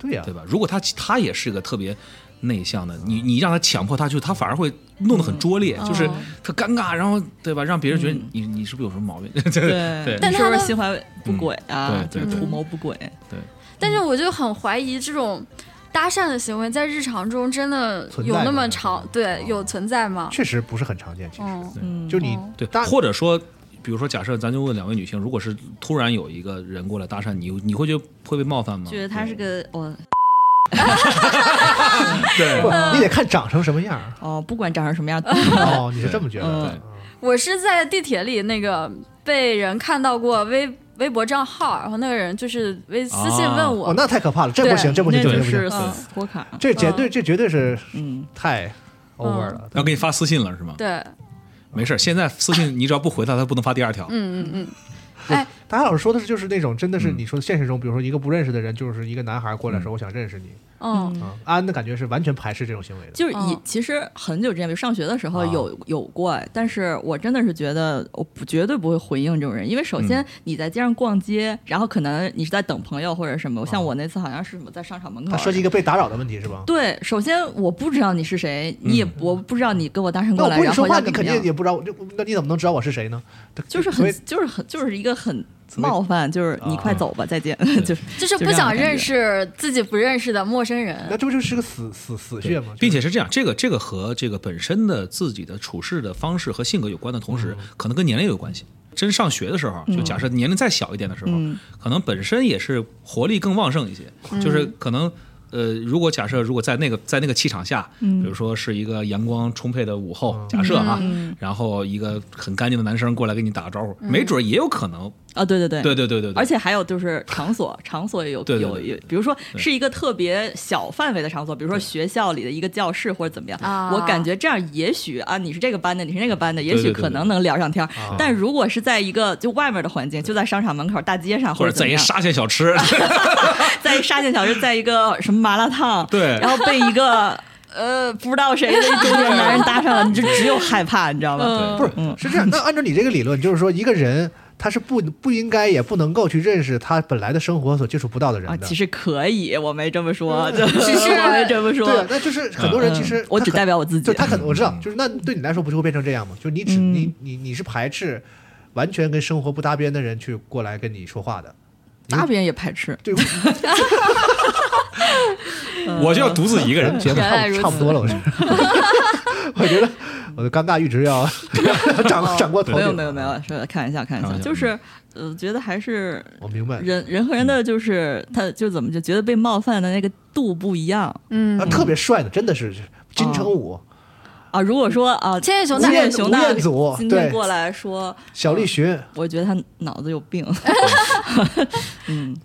D: 对呀、
F: 对吧？如果他他也是个特别内向的，你你让他强迫他去，他反而会弄得很拙劣，
E: 哦嗯
F: 就是特尴尬，然后对吧？让别人觉得你你是不是有什么毛病？ 对
E: 但
G: 你
E: 他
G: 是不
E: 的
G: 是心怀不轨啊
F: 嗯？
G: 就
F: 对
G: 是
F: 对
G: 图
F: 对
G: 谋不轨。
F: 对，
E: 但
D: 嗯
E: 是我就很怀疑这种搭讪的行为在日常中真的
D: 存在
E: 有那
D: 吗
E: 么长，对，有存在吗？
D: 确实哦不是很常见，其实、
E: 嗯
G: 嗯，
D: 就你
F: 对，
D: 大
F: 或者说，比如说，假设咱就问两位女性，如果是突然有一个人过来搭讪你，你会觉得会被冒犯吗？
G: 觉得他是个哦我
D: 不，你得看长成什么样儿
G: 哦，不管长成什么样，
D: 哦，你是这么觉得？
G: 嗯
E: 我是在地铁里那个被人看到过微微博账号，然后那个人就是微私信
F: 啊
E: 问我，
D: 哦，那太可怕了，这不行，这不行，
G: 那
D: 这不
G: 就
D: 行，这不
G: 是
D: 行
G: 死活卡。
D: 这绝对这绝对是
G: 嗯，
D: 太 over 了。
F: 然后给你发私信了是吗？
E: 对，嗯
F: 没事儿，现在私信你只要不回他，他不能发第二条。
E: 嗯嗯嗯，
D: 大家老师说的是，就是那种真的是
F: 嗯
D: 你说现实中，比如说一个不认识的人，就是一个男孩过来说我想认识你
E: 嗯
D: 啊，安安的感觉是完全排斥这种行为的。
G: 就是以
E: 嗯
G: 其实很久之前，比如上学的时候
D: 啊
G: 有有过，但是我真的是觉得我不绝对不会回应这种人，因为首
D: 嗯
G: 先你在街上逛街，然后可能你是在等朋友或者什么，像我那次好像是什么在商场门口
D: 啊他
G: 儿。
D: 涉及一个被打扰的问题是吧？
G: 对，首先我不知道你是谁，你也我不知道你跟我搭讪
D: 嗯那
G: 过
D: 我
G: 来，
D: 不会
G: 然
D: 说
G: 后
D: 话，
G: 要
D: 你
G: 怎么
D: 肯定
G: 样？
D: 也不知道，就那你怎么能知道我是谁呢？
G: 就是
D: 所以
G: 很就是很就是一个很
D: 谓
G: 冒犯，就是你
D: 啊
G: 快走吧，再见， 就是
E: 就是不想认识自己不认识的陌生
D: 那
E: 人，
D: 这不就是个死死死
F: 对
D: 穴吗？
F: 并且是这样，这个这个和这个本身的自己的处事的方式和性格有关的同时，
G: 嗯
F: 可能跟年龄有关系。真上学的时候，啊就假设年龄再小一点的时候，
G: 嗯
F: 可能本身也是活力更旺盛一些，就是可能。呃，如果假设如果在那个在那个气场下，
G: 嗯
F: 比如说是一个阳光充沛的午后，假设啊，
G: 嗯
F: 然后一个很干净的男生过来跟你打个招呼，没准儿也有可能，
G: 啊，对对嗯对
F: 对对对对对，
G: 而且还有就是 场所，场所也有
F: 对对对
G: 有有，比如说是一个特别小范围的场所，比如说学校里的一个教室或者怎么样，
E: 啊
G: 我感觉这样也许啊，你是这个班的，你是那个班的，也
F: 对
G: 许
F: 对对啊
G: 可能能聊上天儿。但如果是在一个就外面的环境，就在商场门口、大街上，
F: 或者
G: 者
F: 在
G: 怎么
F: 一
G: 样，
F: 沙县小吃，
G: 在一沙县小吃，在一个什么麻辣烫，
F: 对
G: 然后被一个呃不知道谁的一中年男人搭上了，你就只有害怕，你知道吗？嗯
D: 不是是 这样。那按照你这个理论，就是说一个人他是不不应该也不能够去认识他本来的生活所接触不到的人
G: 啊，
D: 的。
G: 其实可以，我没这么 说，只
E: 是
G: 我没这么说，
D: 对，那就是很多人其实
G: 嗯我
D: 他
G: 只
D: 可
G: 代表我自己
D: 就他可能我知道，就是那对你来说不就会变成这样吗？就是你只
G: 嗯
D: 你你你是排斥完全跟生活不搭边的人去过来跟你说话的。
G: 大便也排斥。
D: 对，
G: 嗯
F: 我就要独自一个人。
D: 节目
E: 原
D: 差
E: 来
D: 不
E: 如
D: 差不多了，我 觉得，我觉得我的尴尬阈值要 涨涨过头顶
G: 没有
D: 了。
G: 没有没有，是看一下看一
F: 开
G: 下，
F: 玩笑
G: 就是呃，觉得还是
D: 我明白。
G: 人人和人的就是他就怎么就觉得被冒犯的那个度不一样
E: 嗯
D: 啊，，特别帅的，真的是金城武、
G: 啊。如果说啊，
E: 千叶熊
G: 吴
E: 大
G: 彦
D: 彦
G: 雄
D: 祖
G: 大
D: 吴彦 祖
G: 今天
D: 对
G: 过来说，
D: 小栗旬，
G: 我觉得他脑子有病。 嗯，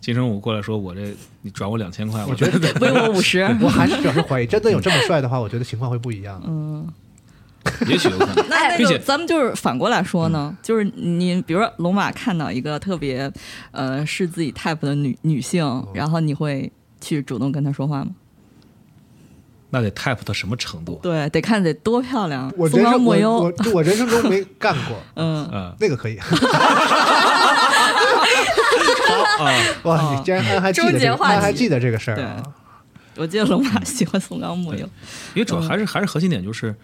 F: 金城武过来说：“我这你转我两千块，
D: 我觉得
G: 微我五十，
D: 我还是表示怀疑。真的有这么帅的话，我觉得情况会不一样。
G: 嗯，
F: 也许有可能。
G: 那那
F: 并且嗯
G: 就咱们就是反过来说呢，就是你比如说龙马看到一个特别呃是自己 type 的女女
F: 哦
G: 性，然后你会去主动跟她说话吗？
F: 那得 type 到什么程度？
G: 对，得看得多漂亮，
D: 我
G: 风
D: 人
G: 光
D: 生
G: 莫
D: 我
G: 忧
D: 我。我人生中没干过，
G: 嗯，
F: 嗯，
D: 那个 可以。啊哇，你竟然还还记得
E: 终
D: 这
E: 结
D: 个，
E: 话题
D: 还还记得这个事儿啊？
G: 我记得龙马喜欢松冈木有，
F: 因为主要还是还是核心点就是，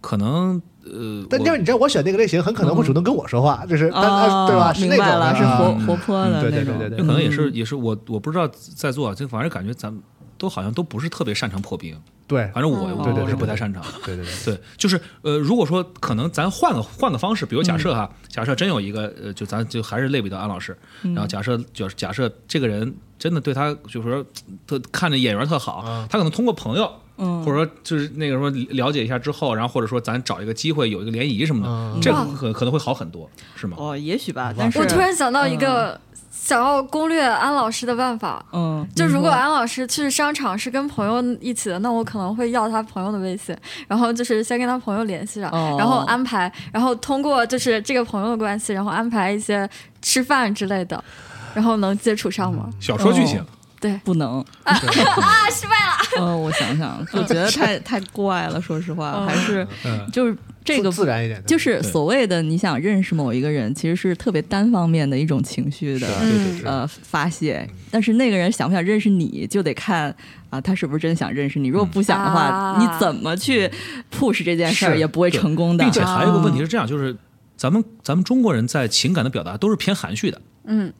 F: 可能呃，
D: 嗯但这样
F: 我
D: 你知道，我选那个类型很可
F: 嗯
D: 能会主动跟我说话，就是 但
G: 哦
D: 但对吧？是
G: 明
D: 那种
G: 白
D: 的
G: 了，
D: 啊
G: 是活活泼
F: 嗯
G: 的
D: 对
G: 那
D: 对
G: 种。
D: 对对
F: 有
D: 对。
F: 可能也是也是我我不知道在座啊，就反正感觉咱们都好像都不是特别擅长破冰，
D: 对
F: 反正我
D: 嗯对对
F: 我是不太擅长。
D: 对对对，
F: 对，就是呃，如果说可能咱换个换个方式，比如假设哈，
D: 嗯
F: 假设真有一个呃，就咱就还是类比到安老师，然后假设就是假设这个人真的对他就是说特看着眼缘特好，他可能通过朋友。
G: 嗯
F: 或者说就是那个什么了解一下之后，然后或者说咱找一个机会有一个联谊什么的，
D: 嗯
F: 这可可能会好很多，是吗？
G: 哦，也许吧，但是
E: 我突然想到一个想要攻略安老师的办法。
G: 嗯，
E: 就如果啊
G: 你说
E: 安老师去商场是跟朋友一起的，那我可能会要他朋友的微信，然后就是先跟他朋友联系上，
G: 哦
E: 然后安排，然后通过就是这个朋友的关系，然后安排一些吃饭之类的，然后能接触上吗？
F: 小说剧情，
E: 对
G: 不能，
E: 啊，失败了。
G: 呃，我想想，我觉得 太太怪了，说实话，
E: 嗯
G: 还是
D: 嗯，
G: 就是这个
D: 自然一点，
G: 就是
F: 对
G: 所谓的你想认识某一个人，其实是特别单方面的一种情绪的
F: 啊
D: 对
E: 嗯
D: 对对，
G: 呃发泄。
F: 嗯
G: 但是那个人想不想认识你，就得看啊，他是不是真想认识你。如果不想的话，
E: 啊
G: 你怎么去 push 这件事儿
F: 是
G: 也不会成功的
F: 并。且还有一个问题是这样，就是咱们咱们中国人在情感的表达都是偏含蓄的，
E: 嗯，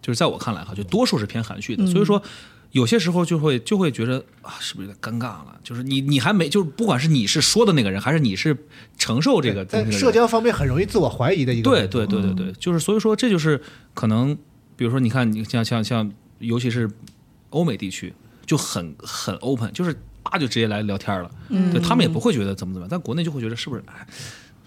F: 就是在我看来哈，就多数是偏含蓄的，所以说。有些时候就会就会觉得啊，是不是有点尴尬了？就是你你还没就是不管是你是说的那个人，还是你是承受这个
D: 在
F: 东西的人
D: 社交方面很容易自我怀疑的一个
F: 对
D: 人，嗯
F: 对对对对，就是所以说这就是可能，比如说你看你像像像，尤其是欧美地区就很很 open，就是啊就直接来聊天了，
G: 嗯
F: 对他们也不会觉得怎么怎么样，但国内就会觉得是不是哎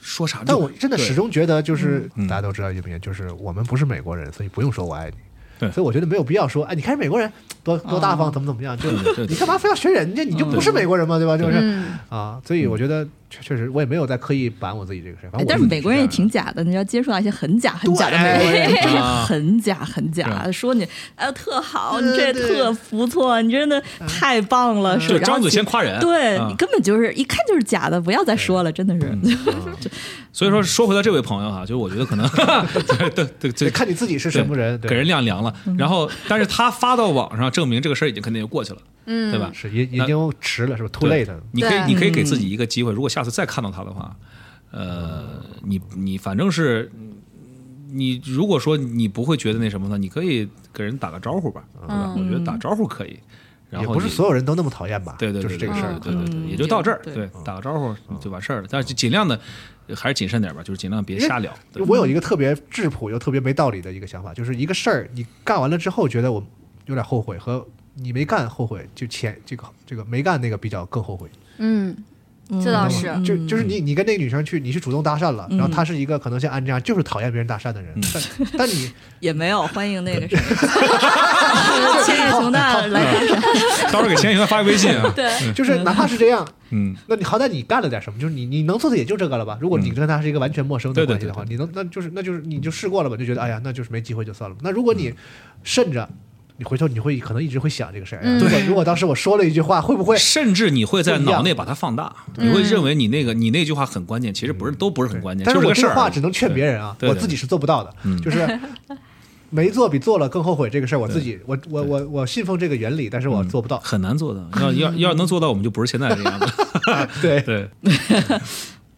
F: 说啥就？
D: 但我真的
F: 对
D: 始终觉得，就是
F: 嗯
D: 大家都知道一点，就是我们不是美国人，所以不用说我爱你。
F: 对啊
D: 所以我觉得没有必要说，哎，你看美国人多多大方，怎么怎么样，就
F: 对对
D: 你干嘛非要学人家？你就不是美国人嘛，对吧？就是
E: 嗯，
D: 啊，所以我觉得确确实我也没有在刻意板我自己这个事儿。反
G: 哎
D: 正我
G: 但
D: 自
G: 是
D: 己
G: 美国人也挺假的，你要接触到一些很假很假的美国 人，
F: 对
G: 真是
F: 啊
G: 很假很假，
F: 对
G: 说你哎特好，你
D: 对
G: 这也
D: 对
G: 特不错，你真的太棒了，是
F: 就
G: 吧
F: 嗯张嘴先夸人，
G: 对、
F: 啊
G: 你根本就是一看就是假的，不要再说了，真的是。
F: 嗯 所以说说回到这位朋友哈，就是我觉 得可能对对对
D: 得
F: 对，
D: 看你自己是什么人，对
F: 给人晾凉了，
G: 嗯
F: 然后但是他发到网上证明这个事儿已经肯定就过去了，嗯，对吧？
D: 是也已
F: 那
D: 经迟了，是吧？Too
F: 对
D: late。
F: 你可以
E: 对
F: 你可以给自己一个机会，如果下次再看到他的话，呃，你你反正是你如果说你不会觉得那什么呢，你可以给人打个招呼吧，对
E: 嗯
F: 吧？我觉得打招呼可以，然
D: 也
F: 后
D: 不是
F: 你
D: 所有人都那么讨厌吧？
F: 对对对，
D: 就是这个
F: 对
D: 事儿。嗯
F: 对对对，
G: 嗯
F: 也就到这儿，
G: 对
F: 对，打个招呼就完事儿了，但是尽量的还是谨慎点吧，就是尽量别瞎聊，对
D: 我有一个特别质朴又特别没道理的一个想法，就是一个事儿你干完了之后觉得我有点后悔，和你没干后悔，就前这个这个没干那个比较更后悔。
E: 嗯，这倒是，
D: 就就是你你跟那个女生去，你是主动搭讪了，然后她是一个可能像安这样就是讨厌别人搭讪的人，但但你
G: 也没有欢迎那个谁，千叶 熊大来打赏。
F: 到时候给钱云发个微信啊，
E: 对，
D: 就是哪怕是这样，
F: 嗯，
D: 那你好歹你干了点什么，就是你你能做的也就这个了吧。如果你跟他是一个完全陌生的
F: 对对
D: 关系的话，你能那就是那就是你就试过了吧，就觉得哎呀那就是没机会就算了吧。那如果
F: 嗯
D: 你慎着，你回头你会可能一直会想这个事儿，哎呀
E: 嗯
D: 如果如果当时我说了一句话，会不会
F: 甚至你会在
D: 不一样
F: 脑内把它放大，你会认为你那个你那句话很关键，其实不是都不是很关键，
D: 嗯但
F: 就是是
D: 我
F: 个
D: 这
F: 事
D: 个
F: 儿
D: 话
F: 而已
D: 只能劝别人啊，
F: 对对嗯
D: 我
F: 对
D: 自己是做不到的，就是没做比做了更后悔这个事儿，我自己我我我我信奉这个原理，但是我
F: 嗯
D: 做不 到。
F: 很难做到。要要要能做到，我们就不是现在这样子。
D: 对，
F: 对，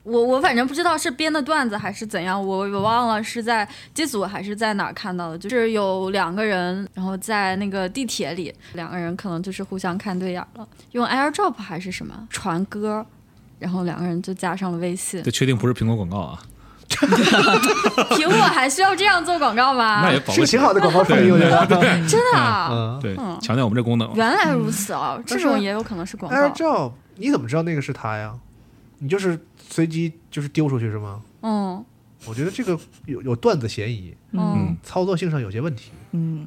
E: 我我反正不知道是编的段子还是怎样，我我忘了是在机组还是在哪儿看到的，就是有两个人，然后在那个地铁里，两个人可能就是互相看对眼儿了，用 AirDrop 还是什么传歌，然后两个人就加上了微 信。
F: 这确定不是苹果广告啊？
E: 苹果还需要这样做广告吗
F: 那？也保
D: 是
F: 不
D: 个
F: 齐
D: 挺。好的广告创意，我觉得。
E: 真的、啊？
D: 嗯
F: 对，强调我们这功能。嗯
E: 原来如此哦，这
D: 但
E: 种
D: 是
E: 也有可能是广告。
D: ，AirDrop，你哎怎么知道那个是他呀？你就是随机就是丢出去是吗？
E: 嗯
D: 我觉得这个有有段子嫌疑，
E: 嗯
F: 嗯，
D: 操作性上有些问题。
G: 嗯，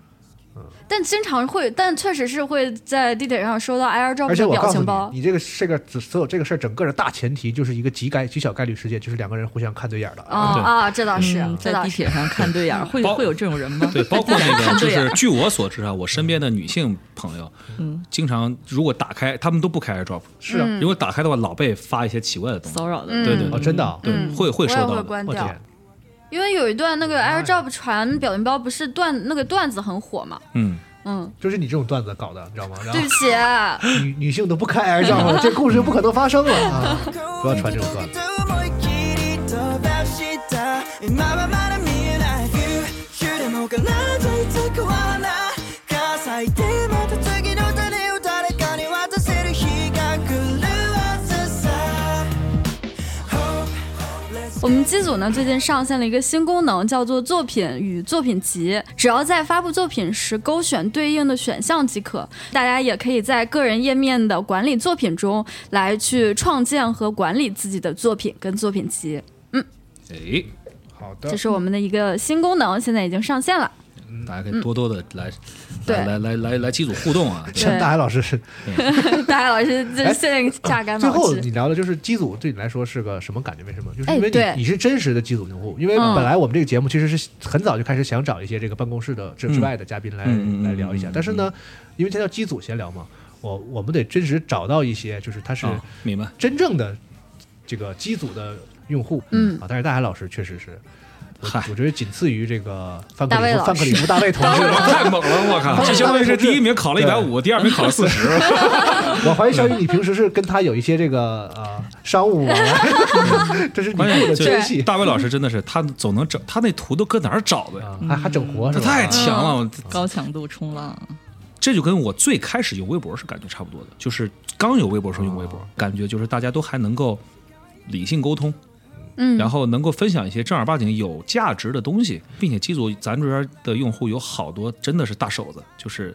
E: 但经常会，但确实是会在地铁上收到 AirDrop
D: 而且
E: 的
D: 我
E: 表
D: 告诉
E: 情
D: 你
E: 包，。
D: 你这个这个所有这个事儿整个的大前提就是一个极概极小概率事件，就是两个人互相看对眼儿了。
E: 啊啊，这倒是，
G: 嗯
E: 这
G: 在
E: 倒
G: 地
E: 是。
G: 铁上看对 眼儿，会
F: 包
G: 会有这种人吗？
F: 对，包括那个，
G: 看
F: 就
G: 对眼
F: 是
G: 儿
F: 据我所知啊，我身边的女性朋友，经常如果打开，他们都不开 AirDrop，
D: 是
E: 嗯
D: 啊，
F: 如果打开的话，老被发一些奇怪的东西。
G: 骚扰的，
F: 对对
D: 哦，
F: 对
D: 真的啊，
E: 嗯
F: 对，会会收
E: 我也
F: 到
E: 会
F: 的。哦
E: 关
D: 我
E: 掉，
D: 天，
E: 因为有一段那个 AirDrop 传表情包不是段那个段子很火嘛，
F: 嗯，
E: 嗯，
D: 就是你这种段子搞的，你知道吗？
F: 啊
D: 然后
E: 对不起，
D: 女女性都不开 AirDrop 了，这故事就不可能发生了 啊！不要传这种段子。
I: 思いっきり飛ばした今はまだ見えないフューでも体痛くはなかさいてまた次の種を誰かに渡せる日が来るはずさ Hope
E: 我们机组呢最近上线了一个新功能，叫做作品与作品集。只要在发布作品时勾选对应的选项即可。大家也可以在个人页面的管理作品中来去创建和管理自己的作品跟作品集。
F: 哎，
D: 好的
E: 这是我们的一个新功能，现在已经上线了。
F: 大家可以多多的来
E: 对
F: 来来来来来机组互动啊。对
D: 像大海老师是
E: 大家老师这
D: 哎
E: 现在榨干
D: 最
E: 脑
D: 后
E: 汁。
D: 你聊的就是机组对你来说是个什么感觉？为什么？就是
E: 哎
D: 因为
E: 对
D: 你你是真实的机组用户，因为
E: 嗯
D: 本来我们这个节目其实是很早就开始想找一些这个办公室的之之外的嘉宾来
F: 嗯嗯嗯
D: 来聊一下
F: 嗯，
D: 但是呢，因为他叫机组闲聊嘛。我我们得真实找到一些，就是他是
F: 啊，明白。
D: 真正的这个机组的用户，
E: 嗯
D: 啊，但是大海老师确实是，我
F: 嗨
D: 我觉得仅次于这个范克
E: 大
D: 里
E: 卫
D: 夫
E: 老
D: 范克里夫大卫同志，
F: 太猛了，我靠！这相当于是第一名考了一百五，第二名考了四十。
D: 我怀疑小雨你平时是跟他有一些这个呃商务 往来，这是你
F: 关键
D: 的
F: 就
D: 奸细
F: 是，大卫老师真的是，他总能整，他那图都搁哪儿找的呀？
D: 啊还还整活
F: 他
D: 是吧？
F: 太强了，我
G: 高强度冲浪，
F: 这就跟我最开始用微博是感觉差不多的，就是刚有微博的时候用微博，
D: 啊
F: 感觉就是大家都还能够理性沟通，
E: 嗯，
F: 然后能够分享一些正儿八经有价值的东西，并且机组咱这边的用户有好多真的是大手子，就是。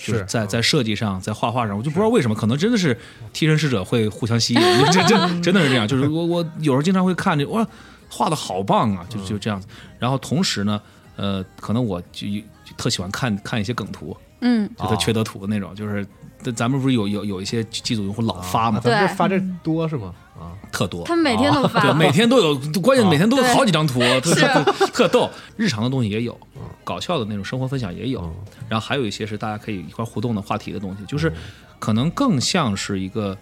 F: 就是
D: 是
F: 在在设计上，在画画上，我就不知道为什么，可能真的是替身使者会互相吸引，这这真的是这样。就是我我有时候经常会看这哇，画的好棒啊，就就这样子。然后同时呢，呃，可能我就就特喜欢看看一些梗图，
E: 嗯，
F: 就他缺德图的那种，就是但咱们不是有有有一些机组用户老发嘛，
D: 咱们这
E: 对
D: 发这多是吗？啊，
F: 特多，
E: 他们每天都发，
F: 哦对， 每天都有，关键每天都有
E: 对
F: 好几张图，啊特特特逗，日常的东西也有，搞笑的那种生活分享也有，
D: 嗯
F: 然后还有一些是大家可以一块儿互动的话题的东西，就是可能更像是一个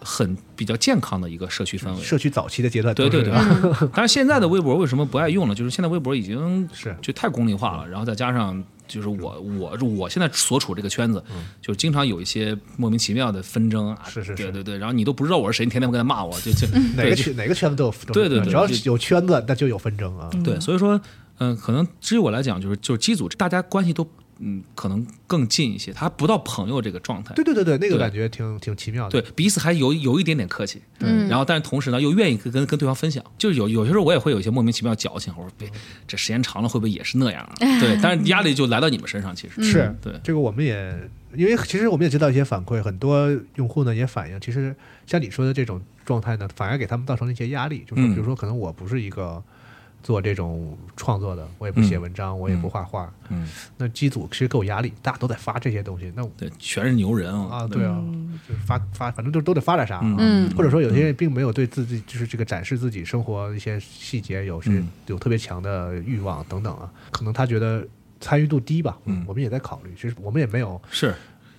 F: 很比较健康的一个社区氛围，
D: 嗯社区早期的阶段都
F: 对
D: 是，
F: 对对，
E: 嗯
F: 但是现在的微博为什么不爱用了？就是现在微博已经
D: 是
F: 就太功利化了，然后再加上就是我我我现在所处这个圈子，就经常有一些莫名其妙的纷争啊，
D: 嗯是是是
F: 对对对，然后你都不知道我是谁，你天天跟他骂我，就就
D: 哪
F: 对
D: 个
F: 就
D: 圈哪个圈子都有纷争，
F: 对对对
D: 只要
F: 就是
D: 有圈子那就有纷争啊。
F: 对，所以说，嗯、可能至于我来讲，就是就是机组大家关系都嗯可能更近一些，他不到朋友这个状态，
D: 对对对对，那个
F: 对
D: 感觉挺挺奇妙的。
F: 对，彼此还有有一点点客气，
E: 嗯
F: 然后但是同时呢又愿意跟跟跟对方分享，就是有有些时候我也会有一些莫名其妙矫情，我说别这时间长了会不会也是那样啊？ 对，但是压力就来到你们身上，
E: 嗯
F: 其实
D: 是
F: 对
D: 这个我们也因为其实我们也接到一些反馈，很多用户呢也反映，其实像你说的这种状态呢，反而给他们造成了一些压力，就是
F: 嗯
D: 比如说可能我不是一个。做这种创作的，我也不写
F: 嗯
D: 文章，我也不画画。
F: 嗯，
D: 那机组其实给我压力，大家都在发这些东西，那我
F: 对，全是牛人啊
D: 啊，对啊，就是发发，反正就都得发点啥啊。
E: 嗯
D: 或者说有些人并没有对自己就是这个展示自己生活一些细节有是
F: 嗯
D: 有特别强的欲望等等啊，可能他觉得参与度低吧，
F: 嗯
D: 我们也在考虑，其实我们也没有
F: 是。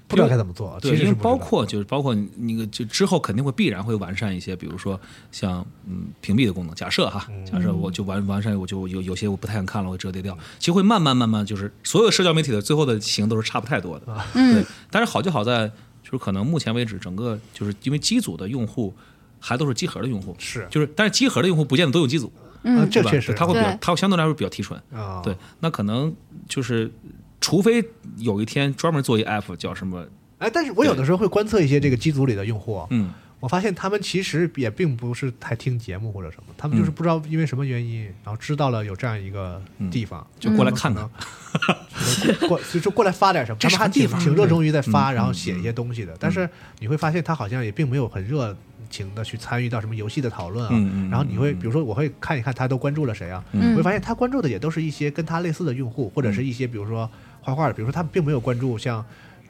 D: 不知道该怎么做，
F: 对，
D: 啊其实
F: 因
D: 是
F: 为
D: 不知道嗯
F: 包括就是包括那个就之后肯定会必然会完善一些，比如说像嗯屏蔽的功能。假设哈，
D: 嗯
F: 假设我就完完善，我就有有些我不太想看了，我会折叠掉。其实会慢慢慢慢就是所有社交媒体的最后的形都是差不太多的。
D: 嗯
E: 嗯
F: 对，但是好就好在就是可能目前为止整个就是因为机组的用户还都是机核的用户，
D: 是
F: 就是但是机核的用户不见得都有机组，
E: 嗯
D: 啊，这
F: 对吧
D: 确实
F: 它会比较
E: 对
F: 它会相对来说比较提纯。
D: 啊，
F: 对，，那可能就是除非有一天专门做一 app 叫什么。
D: 哎，但是我有的时候会观测一些这个机组里的用户啊，
F: 嗯，
D: 我发现他们其实也并不是太听节目或者什么，他们就是
F: 嗯
D: 不知道因为什么原因，然后知道了有这样一个地方，嗯
F: 就过来看看，
D: 过过就就过来发点什么，他们还挺挺热衷于在
F: 嗯
D: 发，然后写一些东西的。但是你会发现，他好像也并没有很热情的去参与到什么游戏的讨论啊。
F: 嗯嗯嗯
D: 然后你会比如说，我会看一看他都关注了谁啊，
E: 嗯
D: 我会发现他关注的也都是一些跟他类似的用户，或者
F: 嗯
D: 是一些比如说画画的，比如说他们并没有关注像。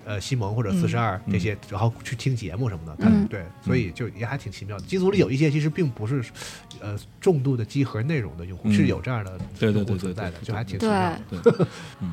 D: 呃，西蒙或者四十二
F: 嗯
D: 这些，然后去听节目什么的，但是对，所以就也还挺奇妙的。机组里有一些其实并不是，呃，重度的机核内容的用户，
F: 嗯
D: 是有这样的
F: 对对
D: 用户
F: 对对
D: 存在
F: 对
D: 的，
F: 对
D: 就还挺奇
E: 对
D: 妙的。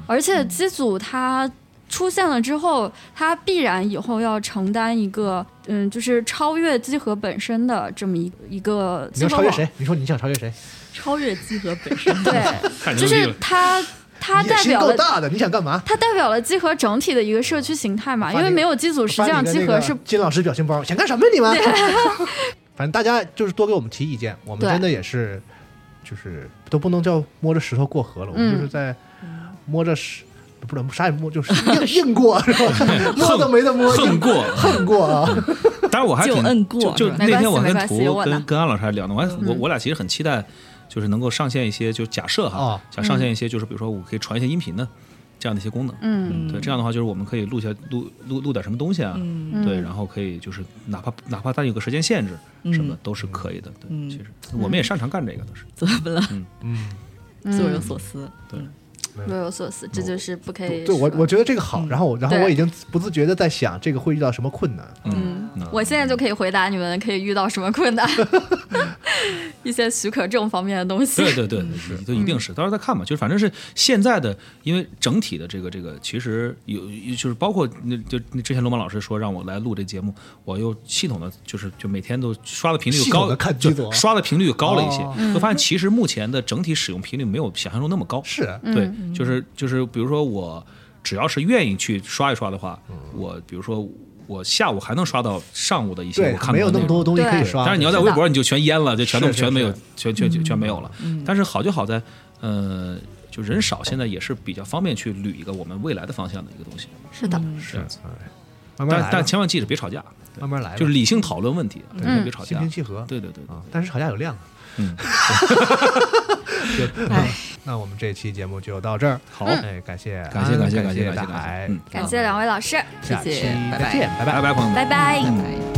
E: 而且机组它出现了之后，它必然以后要承担一个，嗯，就是超越集合本身的这么一一个
D: 你
E: 集
D: 要超
E: 合网
D: 越谁？你说你想超越谁？
G: 超越集合本身。
E: 对，
F: 太
E: 就
F: 牛逼
E: 是
F: 了！
E: 它它
D: 野
E: 代
D: 心
E: 表
D: 够
E: 了。
D: 大的，你想干嘛？
E: 它代表了集合整体的一个社区形态嘛，
D: 发
E: 因为
D: 那个
E: 没有机组，实际上
D: 发你的
E: 集
D: 那
E: 合
D: 个
E: 是
D: 金老师表情包，想干什么呀你们？ 反正大家就是多给我们提意见，我们
E: 对
D: 真的也是，就是都不能叫摸着石头过河了，我们
E: 嗯
D: 就是在摸着石，不能啥也摸， 就是硬硬过是吧？摸都没得摸，
F: 恨
D: 硬
F: 过，
D: 恨过啊！
F: 当然我还挺
G: 就摁过
F: 就就
G: 对
F: 那天我
E: 没
F: 跟
E: 关系没关系有
F: 图
E: 我嗯呢
F: 跟跟安老师还聊呢，我还我我俩其实很期待，就是能够上线一些，就是假设
D: 哦
F: 哈，想上线一些，就是比如说我可以传一些音频的这样的一些功能。
E: 嗯
F: 对，这样的话就是我们可以录下录录录点什么东西啊，
G: 嗯
E: 嗯
F: 对，然后可以就是哪怕哪怕它有个时间限制，什么的
G: 嗯
F: 都是可以的。对，
G: 嗯
F: 其实我们也擅长干这个，倒是。
G: 怎么了？
D: 嗯，
G: 若有所思。
F: 对
G: 嗯
D: 嗯
E: 若有所思，这就是不可以
D: 对，我
E: 说
D: 我觉得这个好。
G: 嗯
D: 然后我，然后
E: 对
D: 我已经不自觉的在想，这个会遇到什么困难？
E: 嗯
F: 嗯，
E: 我现在就可以回答你们可以遇到什么困难， 一些许可证方面的东西。
F: 对对对，是，就一定是，到时候再看吧。就是反正是现在的，因为整体的这个这个，其实有就是包括那就那之前罗马老师说让我来录这节目，我又系统的就是就每天都刷的频率又
D: 系统
F: 高，
D: 地看
F: 就
D: 剧组啊
F: 刷的频率又高了一
D: 哦
F: 些，会发现其实目前的整体使用频率没有想象中那么高。
D: 是，
F: 对，就是就是，比如说我只要是愿意去刷一刷的话，
D: 嗯
F: 我比如说我下午还能刷到上午的一些
D: 对
F: 我，看
D: 没有
F: 过的
D: 那么
F: 内
D: 多
F: 容
D: 东西可以
E: 对
D: 刷。
F: 但是你要在微博，你就全淹了，就全都
D: 啊是是
F: 全没有
D: 是，嗯
F: 全全全全没有了。但是好就好在，呃，就人少，现在也是比较方便去捋一个我们未来的方向的一个东西。
E: 是的，
F: 是，
D: 哎慢慢
F: 嗯但
D: 来吧
F: 但，千万记着别吵架，对
D: 慢慢来吧，
F: 就是理性讨论问题，啊
E: 嗯
F: 别吵
D: 心
F: 架
D: 平。气和。
F: 对对对，
D: 啊，但是吵架有量啊。
F: 嗯，
E: 哎，
D: 那我们这期节目就到这儿。
F: 好
D: 哎，感谢安，
F: 感谢感谢
D: 感
F: 感谢
D: 大
F: 感谢
D: 海
F: 嗯，
E: 感谢两位老师，
D: 下期
G: 谢谢拜拜
D: 再见，拜拜
F: 拜。拜，朋友们。
E: 拜拜。
G: 拜拜。